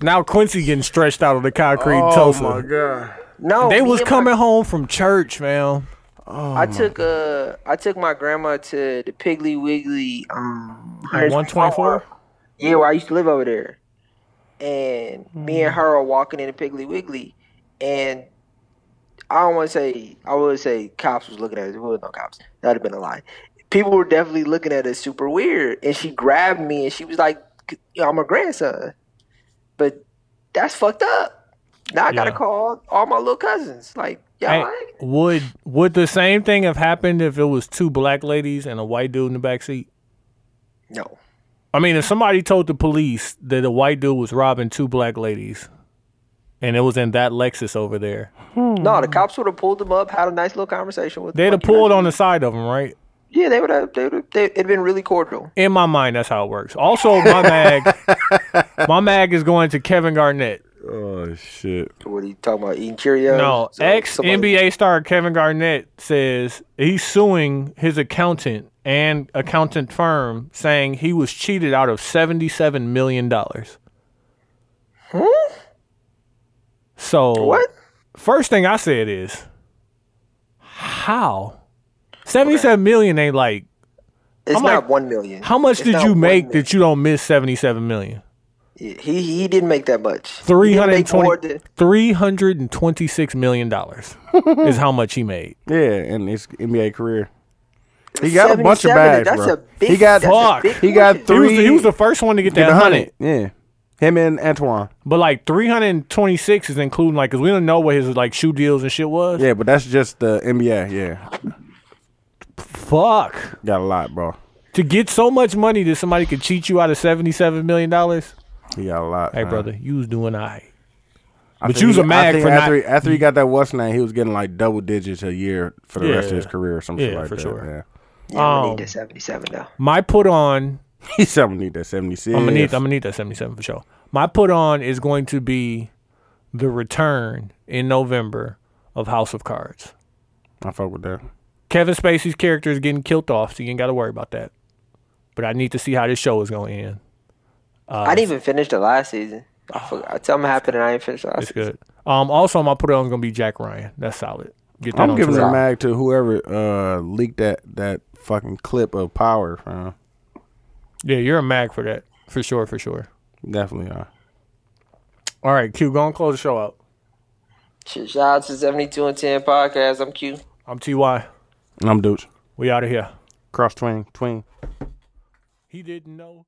now Quincy getting stretched out on the concrete in Tulsa. Oh god. No, They me was and my- coming home from church, man. Uh-huh. I took uh I took my grandma to the Piggly Wiggly um One twenty four. Yeah, where I used to live over there. And me Mm-hmm. and her are walking in the Piggly Wiggly, and I don't want to say I would say cops was looking at us. There was no cops. That'd have been a lie. People were definitely looking at us super weird. And she grabbed me and she was like, "You know, "I'm her grandson," but that's fucked up. Now I gotta Yeah. call all my little cousins. Like, y'all, Hey, ain't- would would the same thing have happened if it was two black ladies and a white dude in the back seat? no, I mean, if somebody told the police that a white dude was robbing two black ladies, and it was in that Lexus over there, no. The cops would have pulled them up, had a nice little conversation with. Mm-hmm. they'd them, have like, you pulled guys- on the side of them, right? Yeah, they would have. They would have. It'd been really cordial. In my mind, that's how it works. Also, my mag, my mag is going to Kevin Garnett. Oh shit. What are you talking about? Eating Cheerios? No, So ex somebody- NBA star Kevin Garnett says he's suing his accountant and accountant firm, saying he was cheated out of seventy-seven million dollars. So What? First thing I said is, how? Seventy-seven million ain't like It's I'm not like, one million. how much It's did not you one make million. that you don't miss seventy-seven million? He he didn't make that much. He didn't make more 320, than- 326 million [LAUGHS] dollars is how much he made. Yeah, and his NBA career. He got a bunch of 77, bags, that's bro. a big- he got that's a big he got He was, three. the, he was the first one to get that the 100. hundred. Yeah, him and Antoine. But like 326 is including like cuz we don't know what his like shoe deals and shit was. Yeah, but that's just the NBA. Yeah, Fuck. got a lot, bro. To get so much money that somebody could cheat you out of 77 million dollars. He got a lot. Hey man. brother, you was doing all right. I but think you was he- a mag I think for not- after, he- after he got that what's name, he was getting like double digits a year for the rest of Yeah. his career or something Yeah, like for that. [LAUGHS] sure. Yeah, we Um, need to 77 now. My put on Yeah, he's something need that seventy six. I'm gonna need I'm gonna need that 77 for sure. My put on is going to be the return in November of House of Cards. I fuck with that. Kevin Spacey's character is getting killed off, so you ain't got to worry about that. But I need to see how this show is going to end. I didn't even finish the last season. I forgot. I tell him happened and I didn't finish the last Ah. It's season. good. Um, also, my put on is going to be Jack Ryan. That's solid. Get that I'm on giving Twitter. the mag to whoever uh, leaked that that fucking clip of power. Fam. Yeah, you're a mag for that. For sure, for sure. Definitely uh, are. All right, Q, go and close the show out. Shit, Shout out to 72 and 10 podcast. I'm Q. I'm TY. And I'm dudes. We out of here. Cross twing, twing. He didn't know.